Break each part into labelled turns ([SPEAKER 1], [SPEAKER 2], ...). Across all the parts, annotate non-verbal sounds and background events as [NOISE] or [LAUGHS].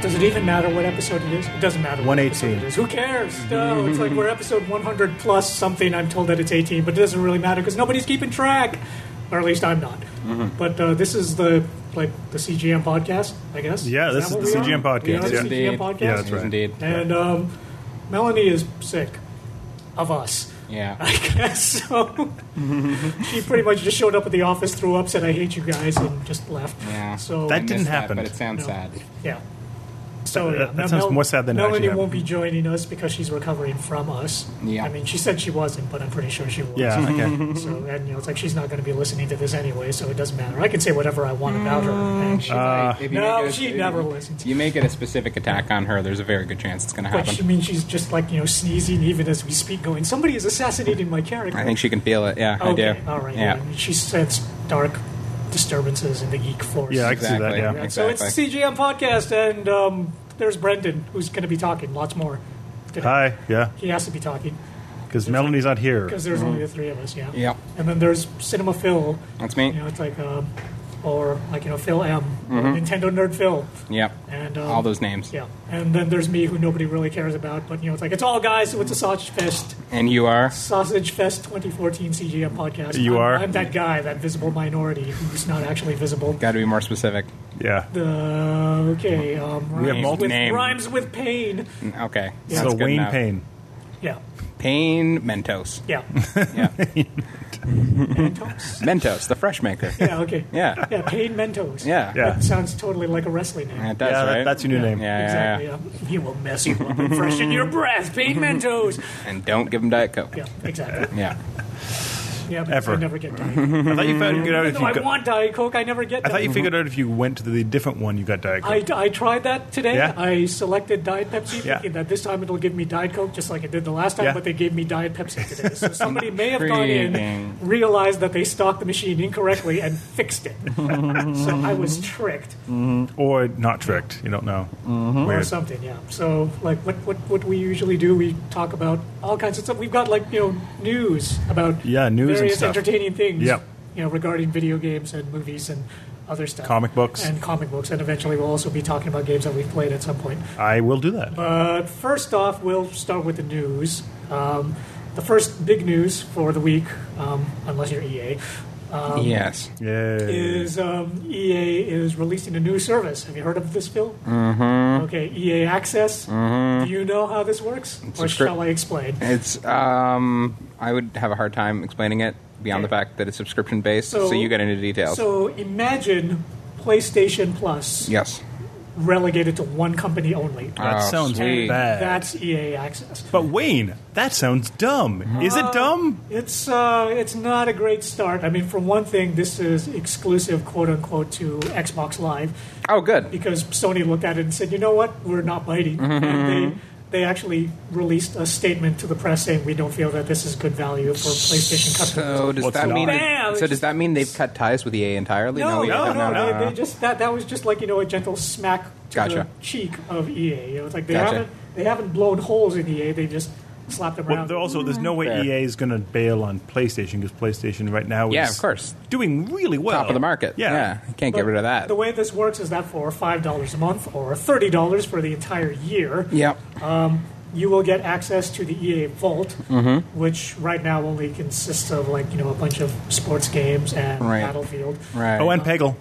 [SPEAKER 1] Does it even matter what episode it is? It doesn't matter. what episode
[SPEAKER 2] 118.
[SPEAKER 1] it is. Who cares? No, it's like we're episode 100 plus something. I'm told that it's 18, but it doesn't really matter because nobody's keeping track, or at least I'm not. But uh, this is the like the CGM podcast, I guess.
[SPEAKER 2] Yeah,
[SPEAKER 1] Is
[SPEAKER 2] this
[SPEAKER 1] that
[SPEAKER 2] is
[SPEAKER 1] what
[SPEAKER 2] the
[SPEAKER 1] we are?
[SPEAKER 2] CGM podcast,
[SPEAKER 1] We are the
[SPEAKER 2] yeah.
[SPEAKER 1] CGM podcast.
[SPEAKER 2] Yeah, that's right.
[SPEAKER 3] Indeed.
[SPEAKER 1] And um, Melanie is sick of us.
[SPEAKER 3] Yeah.
[SPEAKER 1] [LAUGHS] I guess so. she pretty much just showed up at the office, threw up, said, "I hate you guys," and just left.
[SPEAKER 3] Yeah.
[SPEAKER 1] So
[SPEAKER 3] I
[SPEAKER 2] That
[SPEAKER 3] missed
[SPEAKER 2] didn't
[SPEAKER 3] that,
[SPEAKER 2] happen.
[SPEAKER 3] But it sounds
[SPEAKER 1] No.
[SPEAKER 3] sad.
[SPEAKER 1] yeah. So
[SPEAKER 2] That-
[SPEAKER 1] yeah.
[SPEAKER 2] that
[SPEAKER 1] Now,
[SPEAKER 2] sounds more sad than it
[SPEAKER 1] Melanie
[SPEAKER 2] actually
[SPEAKER 1] won't be joining us because she's recovering from us.
[SPEAKER 3] Yeah.
[SPEAKER 1] I mean, she said she wasn't, but I'm pretty sure she was.
[SPEAKER 2] Yeah, [LAUGHS] okay.
[SPEAKER 1] [LAUGHS] So and you know, it's like she's not going to be listening to this anyway, so it doesn't matter. I can say whatever I want about her. and she-
[SPEAKER 2] Uh,
[SPEAKER 3] If Mm,
[SPEAKER 1] [LAUGHS]
[SPEAKER 3] you
[SPEAKER 1] no,
[SPEAKER 3] make it a-
[SPEAKER 1] she never listens.
[SPEAKER 3] You make it a specific attack on her. There's a very good chance it's going to
[SPEAKER 1] But she I
[SPEAKER 3] happen.
[SPEAKER 1] mean, she's just like you know sneezing even as we speak, going, "Somebody is assassinating my character."
[SPEAKER 3] I think she can feel it. Yeah, I
[SPEAKER 1] Okay,
[SPEAKER 3] do.
[SPEAKER 1] all right.
[SPEAKER 3] Yeah.
[SPEAKER 1] I mean, she sensed dark disturbances in the geek force.
[SPEAKER 2] Yeah, I can see
[SPEAKER 3] Exactly.
[SPEAKER 2] that, yeah.
[SPEAKER 1] Yeah,
[SPEAKER 3] Exactly.
[SPEAKER 1] So it's the CGM podcast, and um, there's Brendan who's going to be talking lots more. Today.
[SPEAKER 2] Hi, yeah,
[SPEAKER 1] He has to be talking
[SPEAKER 2] because Melanie's not here.
[SPEAKER 1] because there's only the three of us. Yeah.
[SPEAKER 3] Yep.
[SPEAKER 1] And then there's Cinema Phil.
[SPEAKER 3] That's
[SPEAKER 1] You
[SPEAKER 3] me.
[SPEAKER 1] know, it's like, um, or like you know, Phil M, or Nintendo Nerd Phil,
[SPEAKER 3] Yep.
[SPEAKER 1] and um,
[SPEAKER 3] Mm-hmm. All those names.
[SPEAKER 1] Yeah. And then there's me, who nobody really cares about, but you know, it's like it's all guys. So it's a sausage fest.
[SPEAKER 3] And you are?
[SPEAKER 1] Sausage Fest 2014 CGM podcast.
[SPEAKER 2] You
[SPEAKER 1] I'm-
[SPEAKER 2] are?
[SPEAKER 1] I'm that guy, that visible minority who's not actually visible.
[SPEAKER 3] Got to be more specific.
[SPEAKER 2] Yeah.
[SPEAKER 1] Uh, okay. Um,
[SPEAKER 2] We have
[SPEAKER 1] rhymes
[SPEAKER 2] multi-
[SPEAKER 1] with,
[SPEAKER 3] Name.
[SPEAKER 1] rhymes with pain.
[SPEAKER 3] Okay.
[SPEAKER 1] Yeah.
[SPEAKER 2] so
[SPEAKER 3] that's good
[SPEAKER 2] Wayne
[SPEAKER 3] enough.
[SPEAKER 2] Payne.
[SPEAKER 1] Yeah.
[SPEAKER 3] Payne Mentos.
[SPEAKER 2] [LAUGHS]
[SPEAKER 1] Yeah.
[SPEAKER 3] Yeah.
[SPEAKER 1] Mentos.
[SPEAKER 3] Mentos, the fresh maker.
[SPEAKER 1] Yeah. Okay.
[SPEAKER 3] Yeah.
[SPEAKER 2] [LAUGHS]
[SPEAKER 1] Yeah. Pain Mentos.
[SPEAKER 3] Yeah.
[SPEAKER 2] Yeah.
[SPEAKER 1] That sounds totally like a wrestling name.
[SPEAKER 3] It does,
[SPEAKER 2] Yeah,
[SPEAKER 3] right?
[SPEAKER 2] that, that's your new name.
[SPEAKER 3] Yeah, yeah,
[SPEAKER 1] exactly.
[SPEAKER 3] yeah.
[SPEAKER 1] Yeah. He will mess you up and freshen your breath.
[SPEAKER 2] [LAUGHS]
[SPEAKER 1] Pain Mentos.
[SPEAKER 3] And don't give them Diet Coke.
[SPEAKER 1] Yeah. Exactly.
[SPEAKER 3] Yeah.
[SPEAKER 1] Yeah. But
[SPEAKER 2] Ever.
[SPEAKER 1] I never get
[SPEAKER 2] [LAUGHS]
[SPEAKER 1] Diet Coke.
[SPEAKER 2] I thought you figured out if
[SPEAKER 1] No,
[SPEAKER 2] you
[SPEAKER 1] I
[SPEAKER 2] got,
[SPEAKER 1] want Diet Coke. I never get.
[SPEAKER 2] I thought
[SPEAKER 1] them.
[SPEAKER 2] you figured out if you went to the different one, you got Diet Coke.
[SPEAKER 1] I, I tried that today.
[SPEAKER 2] Yeah.
[SPEAKER 1] I selected Diet Pepsi,
[SPEAKER 2] Yeah.
[SPEAKER 1] thinking that this time it'll give me Diet Coke, just like it did the last time.
[SPEAKER 2] Yeah.
[SPEAKER 1] But they gave me Diet Pepsi today.
[SPEAKER 2] [LAUGHS]
[SPEAKER 1] So somebody may have gone in,
[SPEAKER 3] Intriguing.
[SPEAKER 1] realized that they stocked the machine incorrectly, and fixed it. so I was tricked
[SPEAKER 2] or not tricked. You don't know.
[SPEAKER 1] or
[SPEAKER 2] Weird.
[SPEAKER 1] something. Yeah. So like what what what we usually do, we talk about all kinds of stuff. We've got like you know news about
[SPEAKER 2] Yeah, news and
[SPEAKER 1] various
[SPEAKER 2] stuff.
[SPEAKER 1] entertaining things.
[SPEAKER 2] Yep.
[SPEAKER 1] You know regarding video games and movies and. Other stuff,
[SPEAKER 2] Comic books.
[SPEAKER 1] and comic books, and eventually we'll also be talking about games that we've played at some point.
[SPEAKER 2] I will do that.
[SPEAKER 1] But first off, we'll start with the news. Um, the first big news for the week, um, unless you're EA, um,
[SPEAKER 3] Yes.
[SPEAKER 2] Yay.
[SPEAKER 1] is um, EA is releasing a new service. Have you heard of this, Phil? Mm-hmm. Okay, EA Access.
[SPEAKER 3] Mm-hmm.
[SPEAKER 1] Do you know how this works, or
[SPEAKER 3] subscri-
[SPEAKER 1] shall I explain?
[SPEAKER 3] It's, um, I would have a hard time explaining it beyond the fact that it's subscription based, so, you get into details.
[SPEAKER 1] So imagine PlayStation Plus
[SPEAKER 3] yes.
[SPEAKER 1] relegated to one company only.
[SPEAKER 2] That
[SPEAKER 3] Oh,
[SPEAKER 2] sounds
[SPEAKER 3] sweet.
[SPEAKER 2] bad.
[SPEAKER 1] That's EA Access.
[SPEAKER 2] but Wayne, that sounds dumb. Is it dumb?
[SPEAKER 1] It's uh, it's not a great start. I mean, for one thing, this is exclusive, quote unquote, to Xbox Live
[SPEAKER 3] Oh, good.
[SPEAKER 1] because Sony looked at it and said, you know what, we're not
[SPEAKER 3] [LAUGHS]
[SPEAKER 1] biting. And they they actually released a statement to the press saying we don't feel that this is good value for PlayStation customers.
[SPEAKER 3] So does
[SPEAKER 2] What's
[SPEAKER 3] that
[SPEAKER 2] not?
[SPEAKER 3] mean?
[SPEAKER 1] Bam!
[SPEAKER 3] so does that mean they've cut ties with EA entirely?
[SPEAKER 1] no,
[SPEAKER 3] we
[SPEAKER 1] no, no,
[SPEAKER 3] haven't.
[SPEAKER 1] no, They just that that was just like you know a gentle smack to
[SPEAKER 3] Gotcha.
[SPEAKER 1] the cheek of EA. You know, it's like they
[SPEAKER 3] Gotcha.
[SPEAKER 1] haven't they haven't blown holes in EA. They just slapped them
[SPEAKER 2] Well,
[SPEAKER 1] around.
[SPEAKER 2] there also, there's no way
[SPEAKER 3] Fair.
[SPEAKER 2] EA is going to bail on PlayStation because PlayStation right now is
[SPEAKER 3] Yeah, of course.
[SPEAKER 2] doing really well.
[SPEAKER 3] Top of the market.
[SPEAKER 2] Yeah.
[SPEAKER 3] You can't
[SPEAKER 1] But
[SPEAKER 3] get rid of that.
[SPEAKER 1] The way this works is that for five dollars a month or thirty dollars for the entire year,
[SPEAKER 3] Yep.
[SPEAKER 1] you will get access to the EA Vault,
[SPEAKER 3] Mm-hmm.
[SPEAKER 1] which right now only consists of like you know a bunch of sports games and
[SPEAKER 3] Right.
[SPEAKER 1] Battlefield
[SPEAKER 3] Right.
[SPEAKER 2] Oh, and Peggle.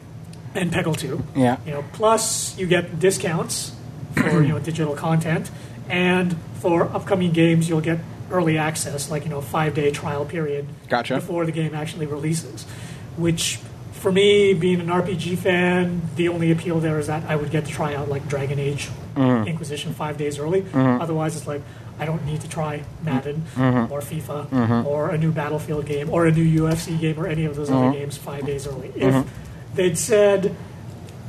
[SPEAKER 1] and Peggle Two.
[SPEAKER 3] Yeah.
[SPEAKER 1] You know, plus you get discounts for you know digital content, and for upcoming games you'll get early access, like you know five day trial period
[SPEAKER 3] Gotcha.
[SPEAKER 1] before the game actually releases. Which, for me, being an RPG fan, the only appeal there is that I would get to try out like Dragon Age Inquisition five days early. Otherwise, it's like I don't need to try Madden or FIFA or a new Battlefield game or a new UFC game or any of those other games five days early. If they'd said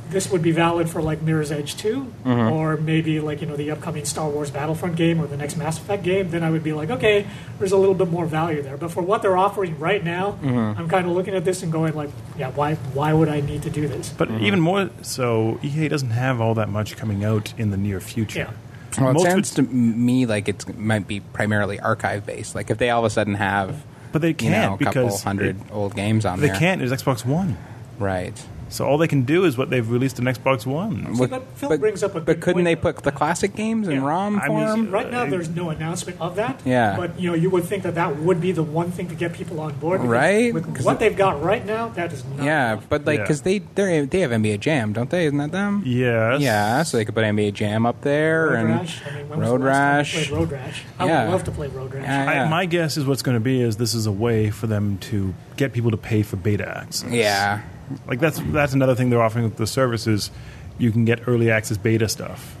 [SPEAKER 1] this would be valid for like Mirror's Edge 2
[SPEAKER 3] Mm-hmm.
[SPEAKER 1] or maybe like you know the upcoming Star Wars Battlefront game or the next Mass Effect game, then I would be like, okay, there's a little bit more value there. But for what they're offering right now,
[SPEAKER 3] Mm-hmm.
[SPEAKER 1] I'm kind of looking at this and going like, yeah, why why would I need to do this?
[SPEAKER 2] But
[SPEAKER 3] Mm-hmm.
[SPEAKER 2] even more so, EA doesn't have all that much coming out in the near
[SPEAKER 1] Yeah.
[SPEAKER 2] future.
[SPEAKER 3] Well, it
[SPEAKER 2] Most of
[SPEAKER 3] sounds
[SPEAKER 2] it's-
[SPEAKER 3] to me like it might be primarily archive based. Like if they all of a sudden have,
[SPEAKER 2] But they
[SPEAKER 3] you know,
[SPEAKER 2] can't
[SPEAKER 3] a couple
[SPEAKER 2] because
[SPEAKER 3] hundred
[SPEAKER 2] it-
[SPEAKER 3] old games on
[SPEAKER 2] they
[SPEAKER 3] there,
[SPEAKER 2] can't. It's Xbox One.
[SPEAKER 3] Right.
[SPEAKER 2] So all they can do is what they've released on Xbox One.
[SPEAKER 1] So that Phil
[SPEAKER 3] but,
[SPEAKER 1] brings up a
[SPEAKER 3] but
[SPEAKER 1] good
[SPEAKER 3] couldn't
[SPEAKER 1] point,
[SPEAKER 3] they
[SPEAKER 1] though.
[SPEAKER 3] put the classic games in
[SPEAKER 1] Yeah.
[SPEAKER 3] ROM
[SPEAKER 2] I mean,
[SPEAKER 3] form?
[SPEAKER 1] Right now,
[SPEAKER 2] Uh,
[SPEAKER 1] there's no announcement of that.
[SPEAKER 3] Yeah.
[SPEAKER 1] But you know, you would think that that would be the one thing to get people on board. because
[SPEAKER 3] Right?
[SPEAKER 1] With
[SPEAKER 3] 'Cause
[SPEAKER 1] what
[SPEAKER 3] it-
[SPEAKER 1] they've got right now, that is not.
[SPEAKER 3] yeah, but like
[SPEAKER 2] Yeah.
[SPEAKER 3] because they they they have NBA Jam, don't they? Isn't that them?
[SPEAKER 2] Yes.
[SPEAKER 3] Yeah, so they could put NBA Jam up there
[SPEAKER 1] Road
[SPEAKER 3] and
[SPEAKER 1] Rash. I mean, when was
[SPEAKER 3] Road
[SPEAKER 1] the last time we
[SPEAKER 3] Rash.
[SPEAKER 1] Played Road Rash. I
[SPEAKER 3] Yeah.
[SPEAKER 1] would love to play Road Rash.
[SPEAKER 3] Yeah.
[SPEAKER 2] I, my guess is what's going to be is this is a way for them to get people to pay for beta access.
[SPEAKER 3] Yeah.
[SPEAKER 2] like that's that's another thing they're offering with the services. You can get early access beta stuff.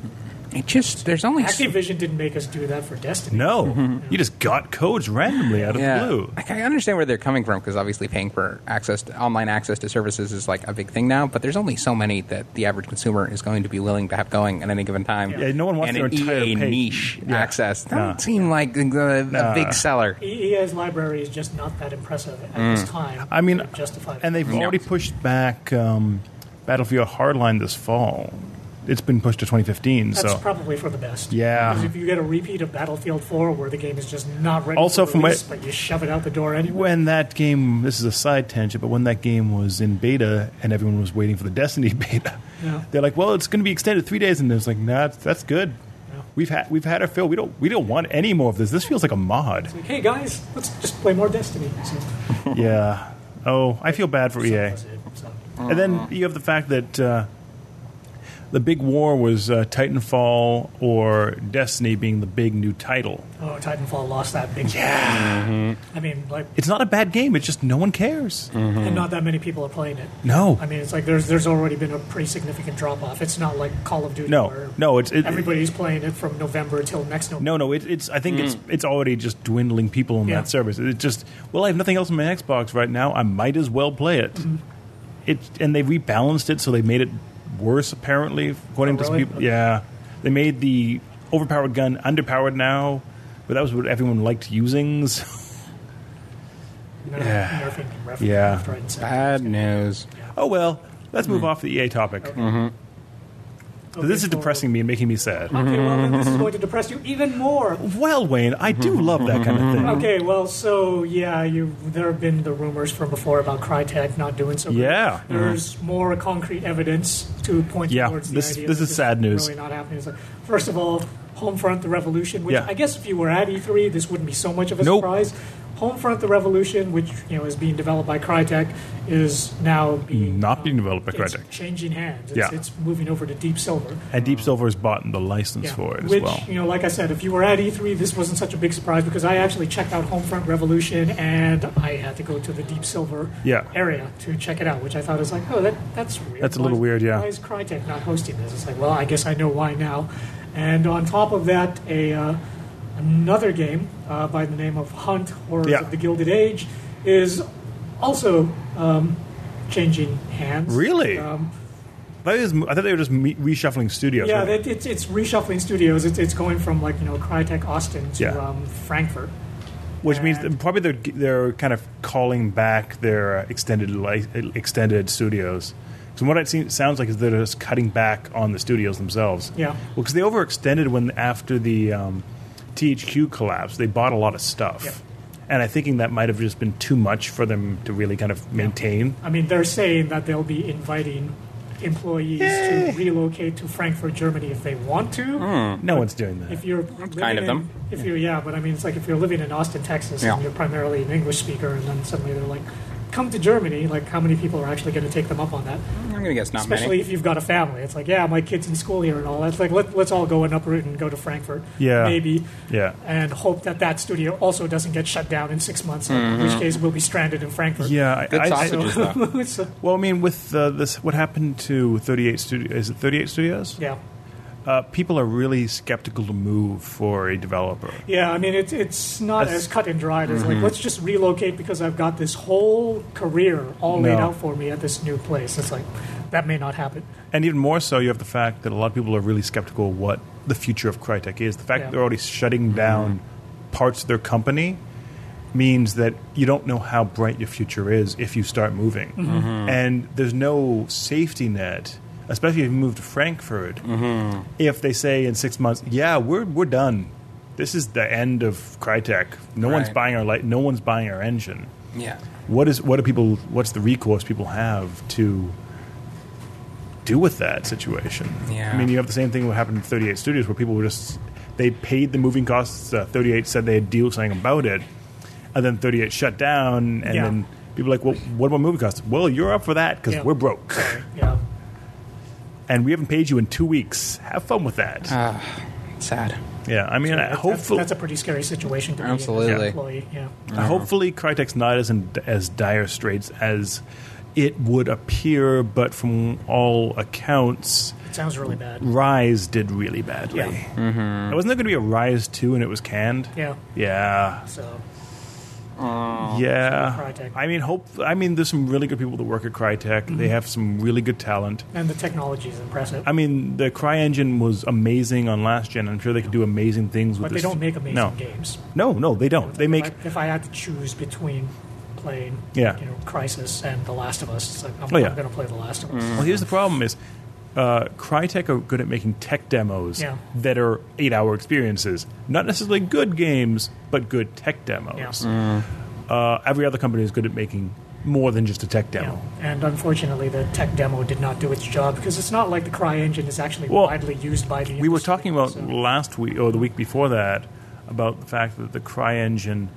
[SPEAKER 3] It just there's only s-
[SPEAKER 1] Activision didn't make us do that for Destiny.
[SPEAKER 2] No, you just got codes randomly out of
[SPEAKER 3] Mm-hmm. yeah.
[SPEAKER 2] the blue.
[SPEAKER 3] Like, I understand where they're coming from because obviously paying for access to, online access to services is like a big thing now. But there's only so many that the average consumer is going to be willing to have going at any given time.
[SPEAKER 2] Yeah, no one wants
[SPEAKER 3] and
[SPEAKER 2] their
[SPEAKER 3] an
[SPEAKER 2] entire
[SPEAKER 3] EA
[SPEAKER 2] page.
[SPEAKER 3] niche
[SPEAKER 2] Yeah.
[SPEAKER 3] access. That
[SPEAKER 2] Nah.
[SPEAKER 3] would seem like a, a
[SPEAKER 2] Nah.
[SPEAKER 3] big seller.
[SPEAKER 1] EA's E library is just not that impressive at this time.
[SPEAKER 2] I mean,
[SPEAKER 1] to justify
[SPEAKER 2] and they've
[SPEAKER 3] Yeah.
[SPEAKER 2] already pushed back um, Battlefield Hardline this fall. It's been pushed to 2015.
[SPEAKER 1] That's
[SPEAKER 2] so
[SPEAKER 1] probably for the best.
[SPEAKER 2] Yeah.
[SPEAKER 1] Because if you get a repeat of Battlefield 4 where the game is just not ready
[SPEAKER 2] Also
[SPEAKER 1] for
[SPEAKER 2] from
[SPEAKER 1] release,
[SPEAKER 2] what-
[SPEAKER 1] but you shove it out the door anyway.
[SPEAKER 2] when that game, this is a side tangent, but when that game was in beta and everyone was waiting for the [LAUGHS] Destiny beta,
[SPEAKER 1] Yeah.
[SPEAKER 2] they're like, "Well, it's going to be extended three days," and it's like, "Nah, that's, that's good. We've had we've had our fill. We don't we don't want any more of this. This feels like a mod."
[SPEAKER 1] Like, hey guys, let's just play more Destiny. So,
[SPEAKER 2] yeah. Oh, I feel bad for EA.
[SPEAKER 1] so- so-
[SPEAKER 2] And then you have the fact that uh, the big war was uh, Titanfall or Destiny being the big new title.
[SPEAKER 1] Oh, Titanfall lost that big. Mm-hmm. I mean, like,
[SPEAKER 2] It's not a bad game. It's just no one cares.
[SPEAKER 1] and not that many people are playing it.
[SPEAKER 2] No.
[SPEAKER 1] I mean, it's like there's there's already been a pretty significant drop off. It's not like Call of Duty.
[SPEAKER 2] No,
[SPEAKER 1] where
[SPEAKER 2] no, it's it,
[SPEAKER 1] everybody's playing it from November till next November.
[SPEAKER 2] no, no. It, it's I think it's it's already just dwindling people on
[SPEAKER 1] Yeah.
[SPEAKER 2] that service. It just well, I have nothing else on my Xbox right now. I might as well play it.
[SPEAKER 1] Mm-hmm.
[SPEAKER 2] It and they rebalanced it, so they made it worse. Apparently, according
[SPEAKER 1] Oh,
[SPEAKER 2] to some
[SPEAKER 1] really?
[SPEAKER 2] people, yeah, they made the overpowered gun underpowered now, but that was what everyone liked using. [LAUGHS] So
[SPEAKER 1] No,
[SPEAKER 2] Yeah.
[SPEAKER 1] nerfing and referencing
[SPEAKER 2] Yeah.
[SPEAKER 1] left, right, and center.
[SPEAKER 3] Bad news.
[SPEAKER 2] Oh well, let's move off the EA topic.
[SPEAKER 1] Okay,
[SPEAKER 2] This is
[SPEAKER 1] so-
[SPEAKER 2] depressing me and making me sad.
[SPEAKER 1] Okay, well, then this is going to depress you even more.
[SPEAKER 2] Well, Wayne, I do
[SPEAKER 1] Mm-hmm.
[SPEAKER 2] love that kind of thing.
[SPEAKER 1] Okay, well, so yeah, you there have been the rumors from before about Crytek not doing so. good.
[SPEAKER 2] Yeah. Mm-hmm.
[SPEAKER 1] there's more concrete evidence to point
[SPEAKER 2] Yeah,
[SPEAKER 1] towards the
[SPEAKER 2] this-
[SPEAKER 1] idea
[SPEAKER 2] this
[SPEAKER 1] that
[SPEAKER 2] is sad news.
[SPEAKER 1] Really not happening. It's like, first of all, Homefront: The Revolution, which
[SPEAKER 2] Yeah.
[SPEAKER 1] I guess if you were at E3, this wouldn't be so much of a
[SPEAKER 2] Nope.
[SPEAKER 1] surprise. Homefront: The Revolution, which you know is being developed by Crytek, is now being
[SPEAKER 2] Not being developed by
[SPEAKER 1] it's
[SPEAKER 2] Crytek.
[SPEAKER 1] changing hands. It's,
[SPEAKER 2] Yeah.
[SPEAKER 1] it's moving over to Deep Silver.
[SPEAKER 2] And Deep Silver has bought the license
[SPEAKER 1] Yeah,
[SPEAKER 2] for it as
[SPEAKER 1] Which,
[SPEAKER 2] well.
[SPEAKER 1] you know, like I said, if you were at E3, this wasn't such a big surprise because I actually checked out Homefront Revolution and I had to go to the Deep Silver
[SPEAKER 2] Yeah.
[SPEAKER 1] area to check it out, which I thought was like, oh, that, that's weird.
[SPEAKER 2] That's a
[SPEAKER 1] Why-
[SPEAKER 2] little weird, yeah.
[SPEAKER 1] Why is Crytek not hosting this? It's like, well, I guess I know why now. And on top of that, a uh, another game uh, by the name of Hunt Horrors
[SPEAKER 2] Yeah.
[SPEAKER 1] of the Gilded Age is also um, changing hands.
[SPEAKER 2] Really?
[SPEAKER 1] Um,
[SPEAKER 2] That is, I thought they were just me- reshuffling studios.
[SPEAKER 1] yeah,
[SPEAKER 2] weren't they?
[SPEAKER 1] that, it's, it's reshuffling studios. It's, it's going from like you know Crytek Austin to
[SPEAKER 2] Yeah.
[SPEAKER 1] um, Frankfurt.
[SPEAKER 2] which means
[SPEAKER 1] and-
[SPEAKER 2] that probably they're they're kind of calling back their uh, extended li- extended studios. So what it seems, sounds like is they're just cutting back on the studios themselves.
[SPEAKER 1] Yeah.
[SPEAKER 2] Well, because they overextended when after the um, THQ collapse, they bought a lot of stuff,
[SPEAKER 1] Yep.
[SPEAKER 2] and I'm thinking that might have just been too much for them to really kind of maintain.
[SPEAKER 1] I mean, they're saying that they'll be inviting employees to relocate to Frankfurt, Germany, if they want to.
[SPEAKER 2] No one's doing that.
[SPEAKER 1] If you're
[SPEAKER 3] Hmm. kind of
[SPEAKER 1] living in-
[SPEAKER 3] them.
[SPEAKER 1] If you're yeah, but I mean, it's like if you're living in Austin, Texas,
[SPEAKER 3] Yeah.
[SPEAKER 1] and you're primarily an English speaker, and then suddenly they're like, come to Germany. Like, how many people are actually going to take them up on that?
[SPEAKER 3] I'm gonna guess not
[SPEAKER 1] Especially
[SPEAKER 3] Hmm, many.
[SPEAKER 1] if you've got a family. It's like, yeah, my kid's in school here and all. That's like, let, let's all go and uproot and go to Frankfurt.
[SPEAKER 2] Yeah.
[SPEAKER 1] Maybe.
[SPEAKER 2] yeah.
[SPEAKER 1] and hope that that studio also doesn't get shut down in six months, in which case we'll be stranded in Frankfurt. [LAUGHS]
[SPEAKER 2] Mm-hmm. Yeah, I-
[SPEAKER 3] Good
[SPEAKER 2] I- I-
[SPEAKER 3] sausages though.
[SPEAKER 1] So-
[SPEAKER 2] well, I mean, with uh, this, what happened to 38 Studios? Is it 38 Studios?
[SPEAKER 1] yeah,
[SPEAKER 2] Uh, people are really skeptical to move for a developer.
[SPEAKER 1] yeah. I mean, it's it's not
[SPEAKER 2] That's- Mm-hmm.
[SPEAKER 1] as cut and dried as like let's just relocate because I've got this whole career all laid
[SPEAKER 2] No.
[SPEAKER 1] out for me at this new place. It's like that may not happen.
[SPEAKER 2] And even more so, you have the fact that a lot of people are really skeptical of what the future of Crytek is. The fact
[SPEAKER 1] Yeah.
[SPEAKER 2] that they're already shutting down parts of their company means that you don't know how bright your future is if you start moving. And there's no safety net, especially if you move to Frankfurt, if they say in six months, yeah, we're, we're done. This is the end of Crytek. No one's
[SPEAKER 3] Right.
[SPEAKER 2] buying our light. No one's buying our engine
[SPEAKER 3] Yeah.
[SPEAKER 2] what is what do people what's the recourse people have to do with that situation?
[SPEAKER 3] Yeah.
[SPEAKER 2] I mean, you have the same thing what happened in 38 Studios where people were just they paid the moving costs. Uh, 38 said they had deal something about it, and then 38 shut down, and
[SPEAKER 1] Yeah.
[SPEAKER 2] then people were like, well, what about moving costs? Well, you're up for that because
[SPEAKER 1] Yeah.
[SPEAKER 2] we're broke
[SPEAKER 1] Yeah.
[SPEAKER 2] and we haven't paid you in two weeks. Have fun with that.
[SPEAKER 3] Sad.
[SPEAKER 2] yeah, I mean, I
[SPEAKER 1] Uh, That's-
[SPEAKER 2] hopefully,
[SPEAKER 1] that's, a pretty scary situation to be in as an
[SPEAKER 3] Absolutely.
[SPEAKER 1] employee. Yeah.
[SPEAKER 2] Uh, hopefully, Crytek's not as in, as dire straits as it would appear, but from all accounts.
[SPEAKER 1] It sounds really bad.
[SPEAKER 2] Rise did really badly.
[SPEAKER 1] Yeah.
[SPEAKER 2] Mm-hmm. Wasn't there going to be a Rise 2 and it was canned?
[SPEAKER 1] Yeah.
[SPEAKER 2] Yeah.
[SPEAKER 1] So
[SPEAKER 2] yeah.
[SPEAKER 1] Crytek.
[SPEAKER 2] Uh, I mean, hope. I mean, there's some really good people that work at Crytek.
[SPEAKER 1] Mm-hmm.
[SPEAKER 2] They have some really good talent.
[SPEAKER 1] and the technology is impressive.
[SPEAKER 2] I mean, the Cry Engine was amazing on last gen. I'm sure they could do amazing things with
[SPEAKER 1] but they
[SPEAKER 2] this.
[SPEAKER 1] don't make amazing
[SPEAKER 2] no.
[SPEAKER 1] games.
[SPEAKER 2] No, no, they don't. They make.
[SPEAKER 1] if I, if I had to choose between playing
[SPEAKER 2] Yeah.
[SPEAKER 1] you know, Crisis and The Last of Us, it's like I'm,
[SPEAKER 2] Oh, yeah.
[SPEAKER 1] I'm going to play The Last of Us.
[SPEAKER 2] Well, here's the problem: is uh, Crytek are good at making tech demos
[SPEAKER 1] Yeah.
[SPEAKER 2] that are eight-hour experiences, not necessarily good games, but good tech demos.
[SPEAKER 1] Yeah.
[SPEAKER 2] Uh, every other company is good at making more than just a tech
[SPEAKER 1] Yeah.
[SPEAKER 2] demo.
[SPEAKER 1] And unfortunately, the tech demo did not do its job because it's not like the Cry engine is actually
[SPEAKER 2] Well,
[SPEAKER 1] widely used by the.
[SPEAKER 2] We were
[SPEAKER 1] industry,
[SPEAKER 2] talking about
[SPEAKER 1] so-
[SPEAKER 2] last week or the week before that about the fact that the Cry Engine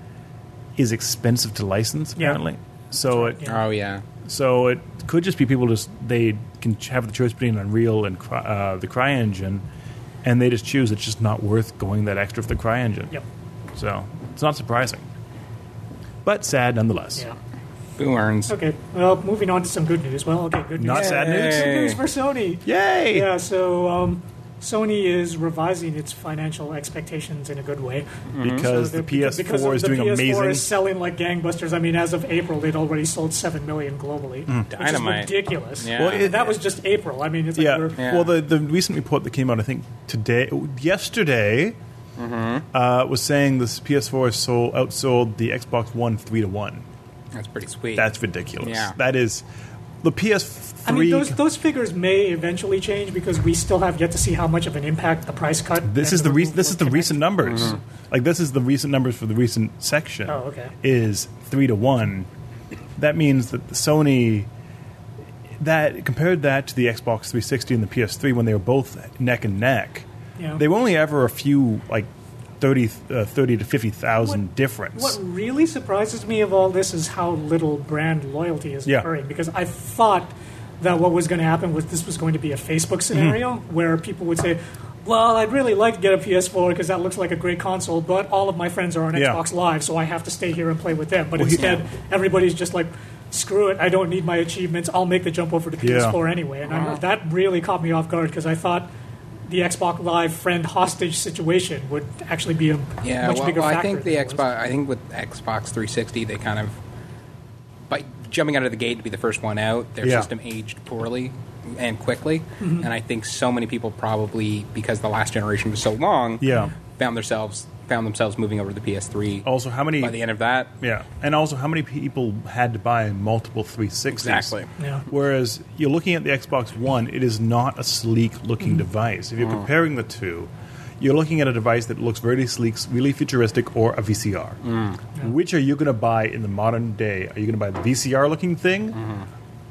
[SPEAKER 2] is expensive to license,
[SPEAKER 1] Yeah.
[SPEAKER 2] apparently. So it
[SPEAKER 1] yeah.
[SPEAKER 3] Oh yeah.
[SPEAKER 2] so it could just be people just they can ch- have the choice between Unreal and Cry, uh, the Cry Engine, and they just choose it's just not worth going that extra for the Cry Engine.
[SPEAKER 1] Yep.
[SPEAKER 2] So it's not surprising, but sad nonetheless.
[SPEAKER 1] Yeah.
[SPEAKER 3] Boo earns.
[SPEAKER 1] Okay. Well, moving on to some good news. Well, okay, good news.
[SPEAKER 2] Not sad news?
[SPEAKER 1] Good news for Sony.
[SPEAKER 2] Yay!
[SPEAKER 3] [LAUGHS]
[SPEAKER 1] Yeah. So um, Sony is revising its financial expectations in a good way.
[SPEAKER 3] Mm-hmm.
[SPEAKER 2] Because
[SPEAKER 1] So
[SPEAKER 2] the
[SPEAKER 1] because-
[SPEAKER 2] PS4
[SPEAKER 1] because of
[SPEAKER 2] is
[SPEAKER 1] the
[SPEAKER 2] doing
[SPEAKER 1] PS4
[SPEAKER 2] amazing.
[SPEAKER 1] Is selling like gangbusters. I mean, as of April, it already sold seven million globally, which is
[SPEAKER 3] Dynamite.
[SPEAKER 1] ridiculous.
[SPEAKER 3] Yeah. Well,
[SPEAKER 2] Mm. it-
[SPEAKER 1] that was just April. I mean, it's like
[SPEAKER 2] yeah.
[SPEAKER 1] we're,
[SPEAKER 3] Yeah.
[SPEAKER 2] Well, the the recent report that came out, I think today, yesterday,
[SPEAKER 3] Mm-hmm.
[SPEAKER 2] uh, was saying this PS4 sold outsold the Xbox One three to one.
[SPEAKER 3] That's pretty sweet.
[SPEAKER 2] That's ridiculous.
[SPEAKER 3] Yeah.
[SPEAKER 2] That is the PS3.
[SPEAKER 1] I mean, those, those figures may eventually change because we still have yet to see how much of an impact the price cut.
[SPEAKER 2] This
[SPEAKER 1] and
[SPEAKER 2] is the re-
[SPEAKER 1] removal
[SPEAKER 2] this
[SPEAKER 1] of
[SPEAKER 2] is the
[SPEAKER 1] Kinect-
[SPEAKER 2] recent numbers. Like this is the recent numbers for the recent section.
[SPEAKER 1] Oh, okay.
[SPEAKER 2] Is three to one. That means that the Sony that compared that to the Xbox 360 and the PS3 when they were both neck and neck.
[SPEAKER 1] Yeah.
[SPEAKER 2] They were only ever a few like 30, uh, 30 to fifty thousand
[SPEAKER 1] What-
[SPEAKER 2] difference.
[SPEAKER 1] What really surprises me of all this is how little brand loyalty is
[SPEAKER 2] Yeah.
[SPEAKER 1] occurring because I thought that what was going to happen was this was going to be a Facebook
[SPEAKER 2] Mm-hmm.
[SPEAKER 1] scenario where people would say, well, I'd really like to get a PS4 because that looks like a great console, but all of my friends are on
[SPEAKER 2] Yeah.
[SPEAKER 1] Xbox Live, so I have to stay here and play with them. But
[SPEAKER 2] Well, he-
[SPEAKER 1] instead, everybody's just like, screw it, I don't need my achievements. I'll make the jump over to
[SPEAKER 2] Yeah.
[SPEAKER 1] PS4 anyway. And
[SPEAKER 3] Uh-huh.
[SPEAKER 1] I, that really caught me off guard because I thought the Xbox Live friend hostage situation would actually be a
[SPEAKER 3] yeah.
[SPEAKER 1] much
[SPEAKER 3] well,
[SPEAKER 1] bigger
[SPEAKER 3] well,
[SPEAKER 1] factor.
[SPEAKER 3] I think
[SPEAKER 1] than
[SPEAKER 3] the
[SPEAKER 1] it was.
[SPEAKER 3] Xbox. I think with Xbox 360, they kind of by jumping out of the gate to be the first one out, their
[SPEAKER 2] Yeah. Mm-hmm.
[SPEAKER 3] system aged poorly and quickly. And I think so many people probably because the last generation was so long,
[SPEAKER 2] Yeah.
[SPEAKER 3] found themselves found themselves moving over to the PS3.
[SPEAKER 2] also, how many?
[SPEAKER 3] by the end of that,
[SPEAKER 2] yeah, and also how many people had to buy multiple 360s?
[SPEAKER 3] exactly.
[SPEAKER 1] Yeah.
[SPEAKER 2] Whereas you're looking at the Xbox One, it is not a sleek looking device. If you're comparing the two, you're looking at a device that looks very sleek, really futuristic, or a VCR. Which are you going to buy in the modern day? Are you going to buy the VCR looking thing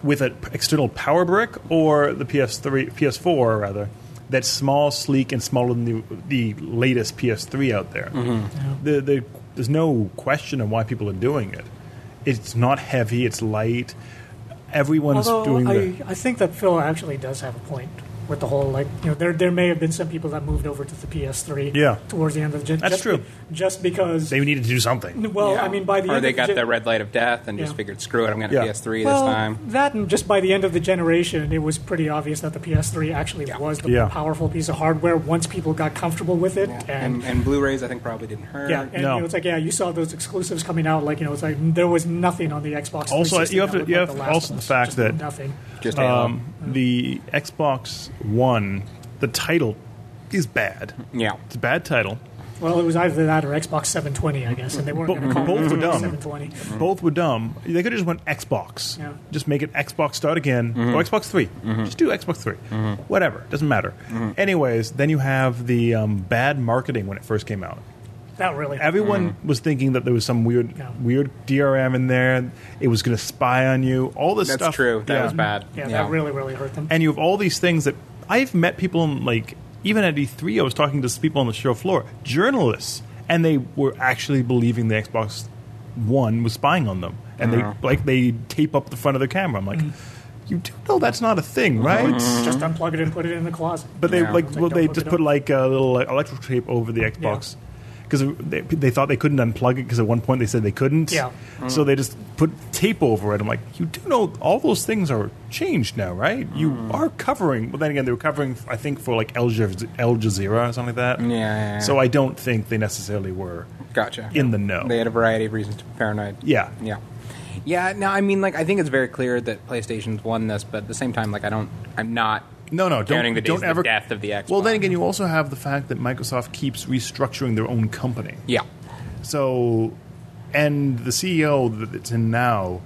[SPEAKER 2] with an external power brick, or the PS3, PS4 rather? That's small, sleek, and smaller than the, the latest PS3 out there. The, the, there's no question of why people are doing it. It's not heavy. It's light. Everyone's
[SPEAKER 1] Although
[SPEAKER 2] doing
[SPEAKER 1] I,
[SPEAKER 2] the
[SPEAKER 1] I think that Phil actually does have a point with the whole like you know there there may have been some people that moved over to the PS3
[SPEAKER 2] Yeah.
[SPEAKER 1] towards the end of the gen-
[SPEAKER 2] That's
[SPEAKER 1] just
[SPEAKER 2] true.
[SPEAKER 1] be- just because
[SPEAKER 2] they needed to do something.
[SPEAKER 1] well
[SPEAKER 3] Yeah.
[SPEAKER 1] I mean by the
[SPEAKER 3] or
[SPEAKER 1] end
[SPEAKER 3] they
[SPEAKER 1] of
[SPEAKER 3] got
[SPEAKER 1] the, gen-
[SPEAKER 3] the red light of death and just
[SPEAKER 1] Yeah.
[SPEAKER 3] figured, screw it, I'm going to
[SPEAKER 2] Yeah.
[SPEAKER 3] PS3
[SPEAKER 1] well,
[SPEAKER 3] this time.
[SPEAKER 1] that and just by the end of the generation it was pretty obvious that the PS3 actually was the
[SPEAKER 2] Yeah.
[SPEAKER 1] more powerful piece of hardware once people got comfortable with it
[SPEAKER 3] And, and Blu-rays, I think, probably didn't hurt.
[SPEAKER 1] yeah, and
[SPEAKER 2] No.
[SPEAKER 1] you know, it's like yeah, you saw those exclusives coming out. Like you know, it's like there was nothing on the Xbox.
[SPEAKER 2] Also,
[SPEAKER 1] 360
[SPEAKER 2] you
[SPEAKER 1] that
[SPEAKER 2] have to-
[SPEAKER 1] looked
[SPEAKER 2] you
[SPEAKER 1] like
[SPEAKER 2] have
[SPEAKER 1] The Last
[SPEAKER 2] also
[SPEAKER 1] of
[SPEAKER 2] the
[SPEAKER 1] Us,
[SPEAKER 2] fact
[SPEAKER 1] just
[SPEAKER 2] that-
[SPEAKER 1] nothing.
[SPEAKER 3] just Halo.
[SPEAKER 2] Um, the Xbox One, the title is bad.
[SPEAKER 3] yeah.
[SPEAKER 2] It's a bad title.
[SPEAKER 1] Well, it was either that or Xbox 720, I guess, and they weren't
[SPEAKER 2] Bo-
[SPEAKER 1] going to call
[SPEAKER 2] both
[SPEAKER 1] it
[SPEAKER 2] were dumb.
[SPEAKER 1] 720.
[SPEAKER 2] Mm-hmm. Both were dumb. They could have just went Xbox.
[SPEAKER 1] Yeah.
[SPEAKER 2] Just make it Xbox Start Again
[SPEAKER 3] Mm-hmm.
[SPEAKER 2] or Xbox 3. Just do Xbox 3.
[SPEAKER 3] Mm-hmm.
[SPEAKER 2] Whatever. Doesn't matter. Anyways, then you have the um, bad marketing when it first came out.
[SPEAKER 1] Not really.
[SPEAKER 2] Everyone
[SPEAKER 3] Mm-hmm.
[SPEAKER 2] was thinking that there was some weird,
[SPEAKER 1] Yeah.
[SPEAKER 2] weird DRM in there. It was going to spy on you. All this
[SPEAKER 3] That's
[SPEAKER 2] stuff.
[SPEAKER 3] true. That
[SPEAKER 2] Yeah.
[SPEAKER 3] was bad.
[SPEAKER 1] yeah, that really, really hurt them.
[SPEAKER 2] and you have all these things that I've met people in like even at E3 I was talking to people on the show floor, journalists, and they were actually believing the Xbox One was spying on them, and they like they tape up the front of their camera. I'm like, you do know that's not a thing, right?
[SPEAKER 1] Just unplug it and put it in the closet.
[SPEAKER 2] But they
[SPEAKER 3] Yeah.
[SPEAKER 2] like
[SPEAKER 1] It's like,
[SPEAKER 2] well,
[SPEAKER 1] don't
[SPEAKER 2] they
[SPEAKER 1] look
[SPEAKER 2] just
[SPEAKER 1] it
[SPEAKER 2] put
[SPEAKER 1] up.
[SPEAKER 2] like a little like, electrical tape over the Xbox. Because they, they thought they couldn't unplug it because at one point they said they couldn't.
[SPEAKER 1] Yeah.
[SPEAKER 2] So they just put tape over it. I'm like, you do know all those things are changed now, right? You
[SPEAKER 3] Mm.
[SPEAKER 2] are covering. Well, then again, they were covering, I think, for like Al Jazeera, Al Jazeera or something like that.
[SPEAKER 3] Yeah, yeah, yeah.
[SPEAKER 2] So I don't think they necessarily were
[SPEAKER 3] Gotcha.
[SPEAKER 2] in the know.
[SPEAKER 3] They had a variety of reasons to be paranoid.
[SPEAKER 2] Yeah.
[SPEAKER 3] Yeah. Yeah, no, I mean, like, I think it's very clear that PlayStation's won this, but at the same time, like, I don't, I'm not
[SPEAKER 2] No, no, don't,
[SPEAKER 3] counting the days
[SPEAKER 2] don't
[SPEAKER 3] of the
[SPEAKER 2] ever.
[SPEAKER 3] death of the Xbox.
[SPEAKER 2] well, then again, you also have the fact that Microsoft keeps restructuring their own company.
[SPEAKER 3] yeah,
[SPEAKER 2] So, and the CEO that it's in now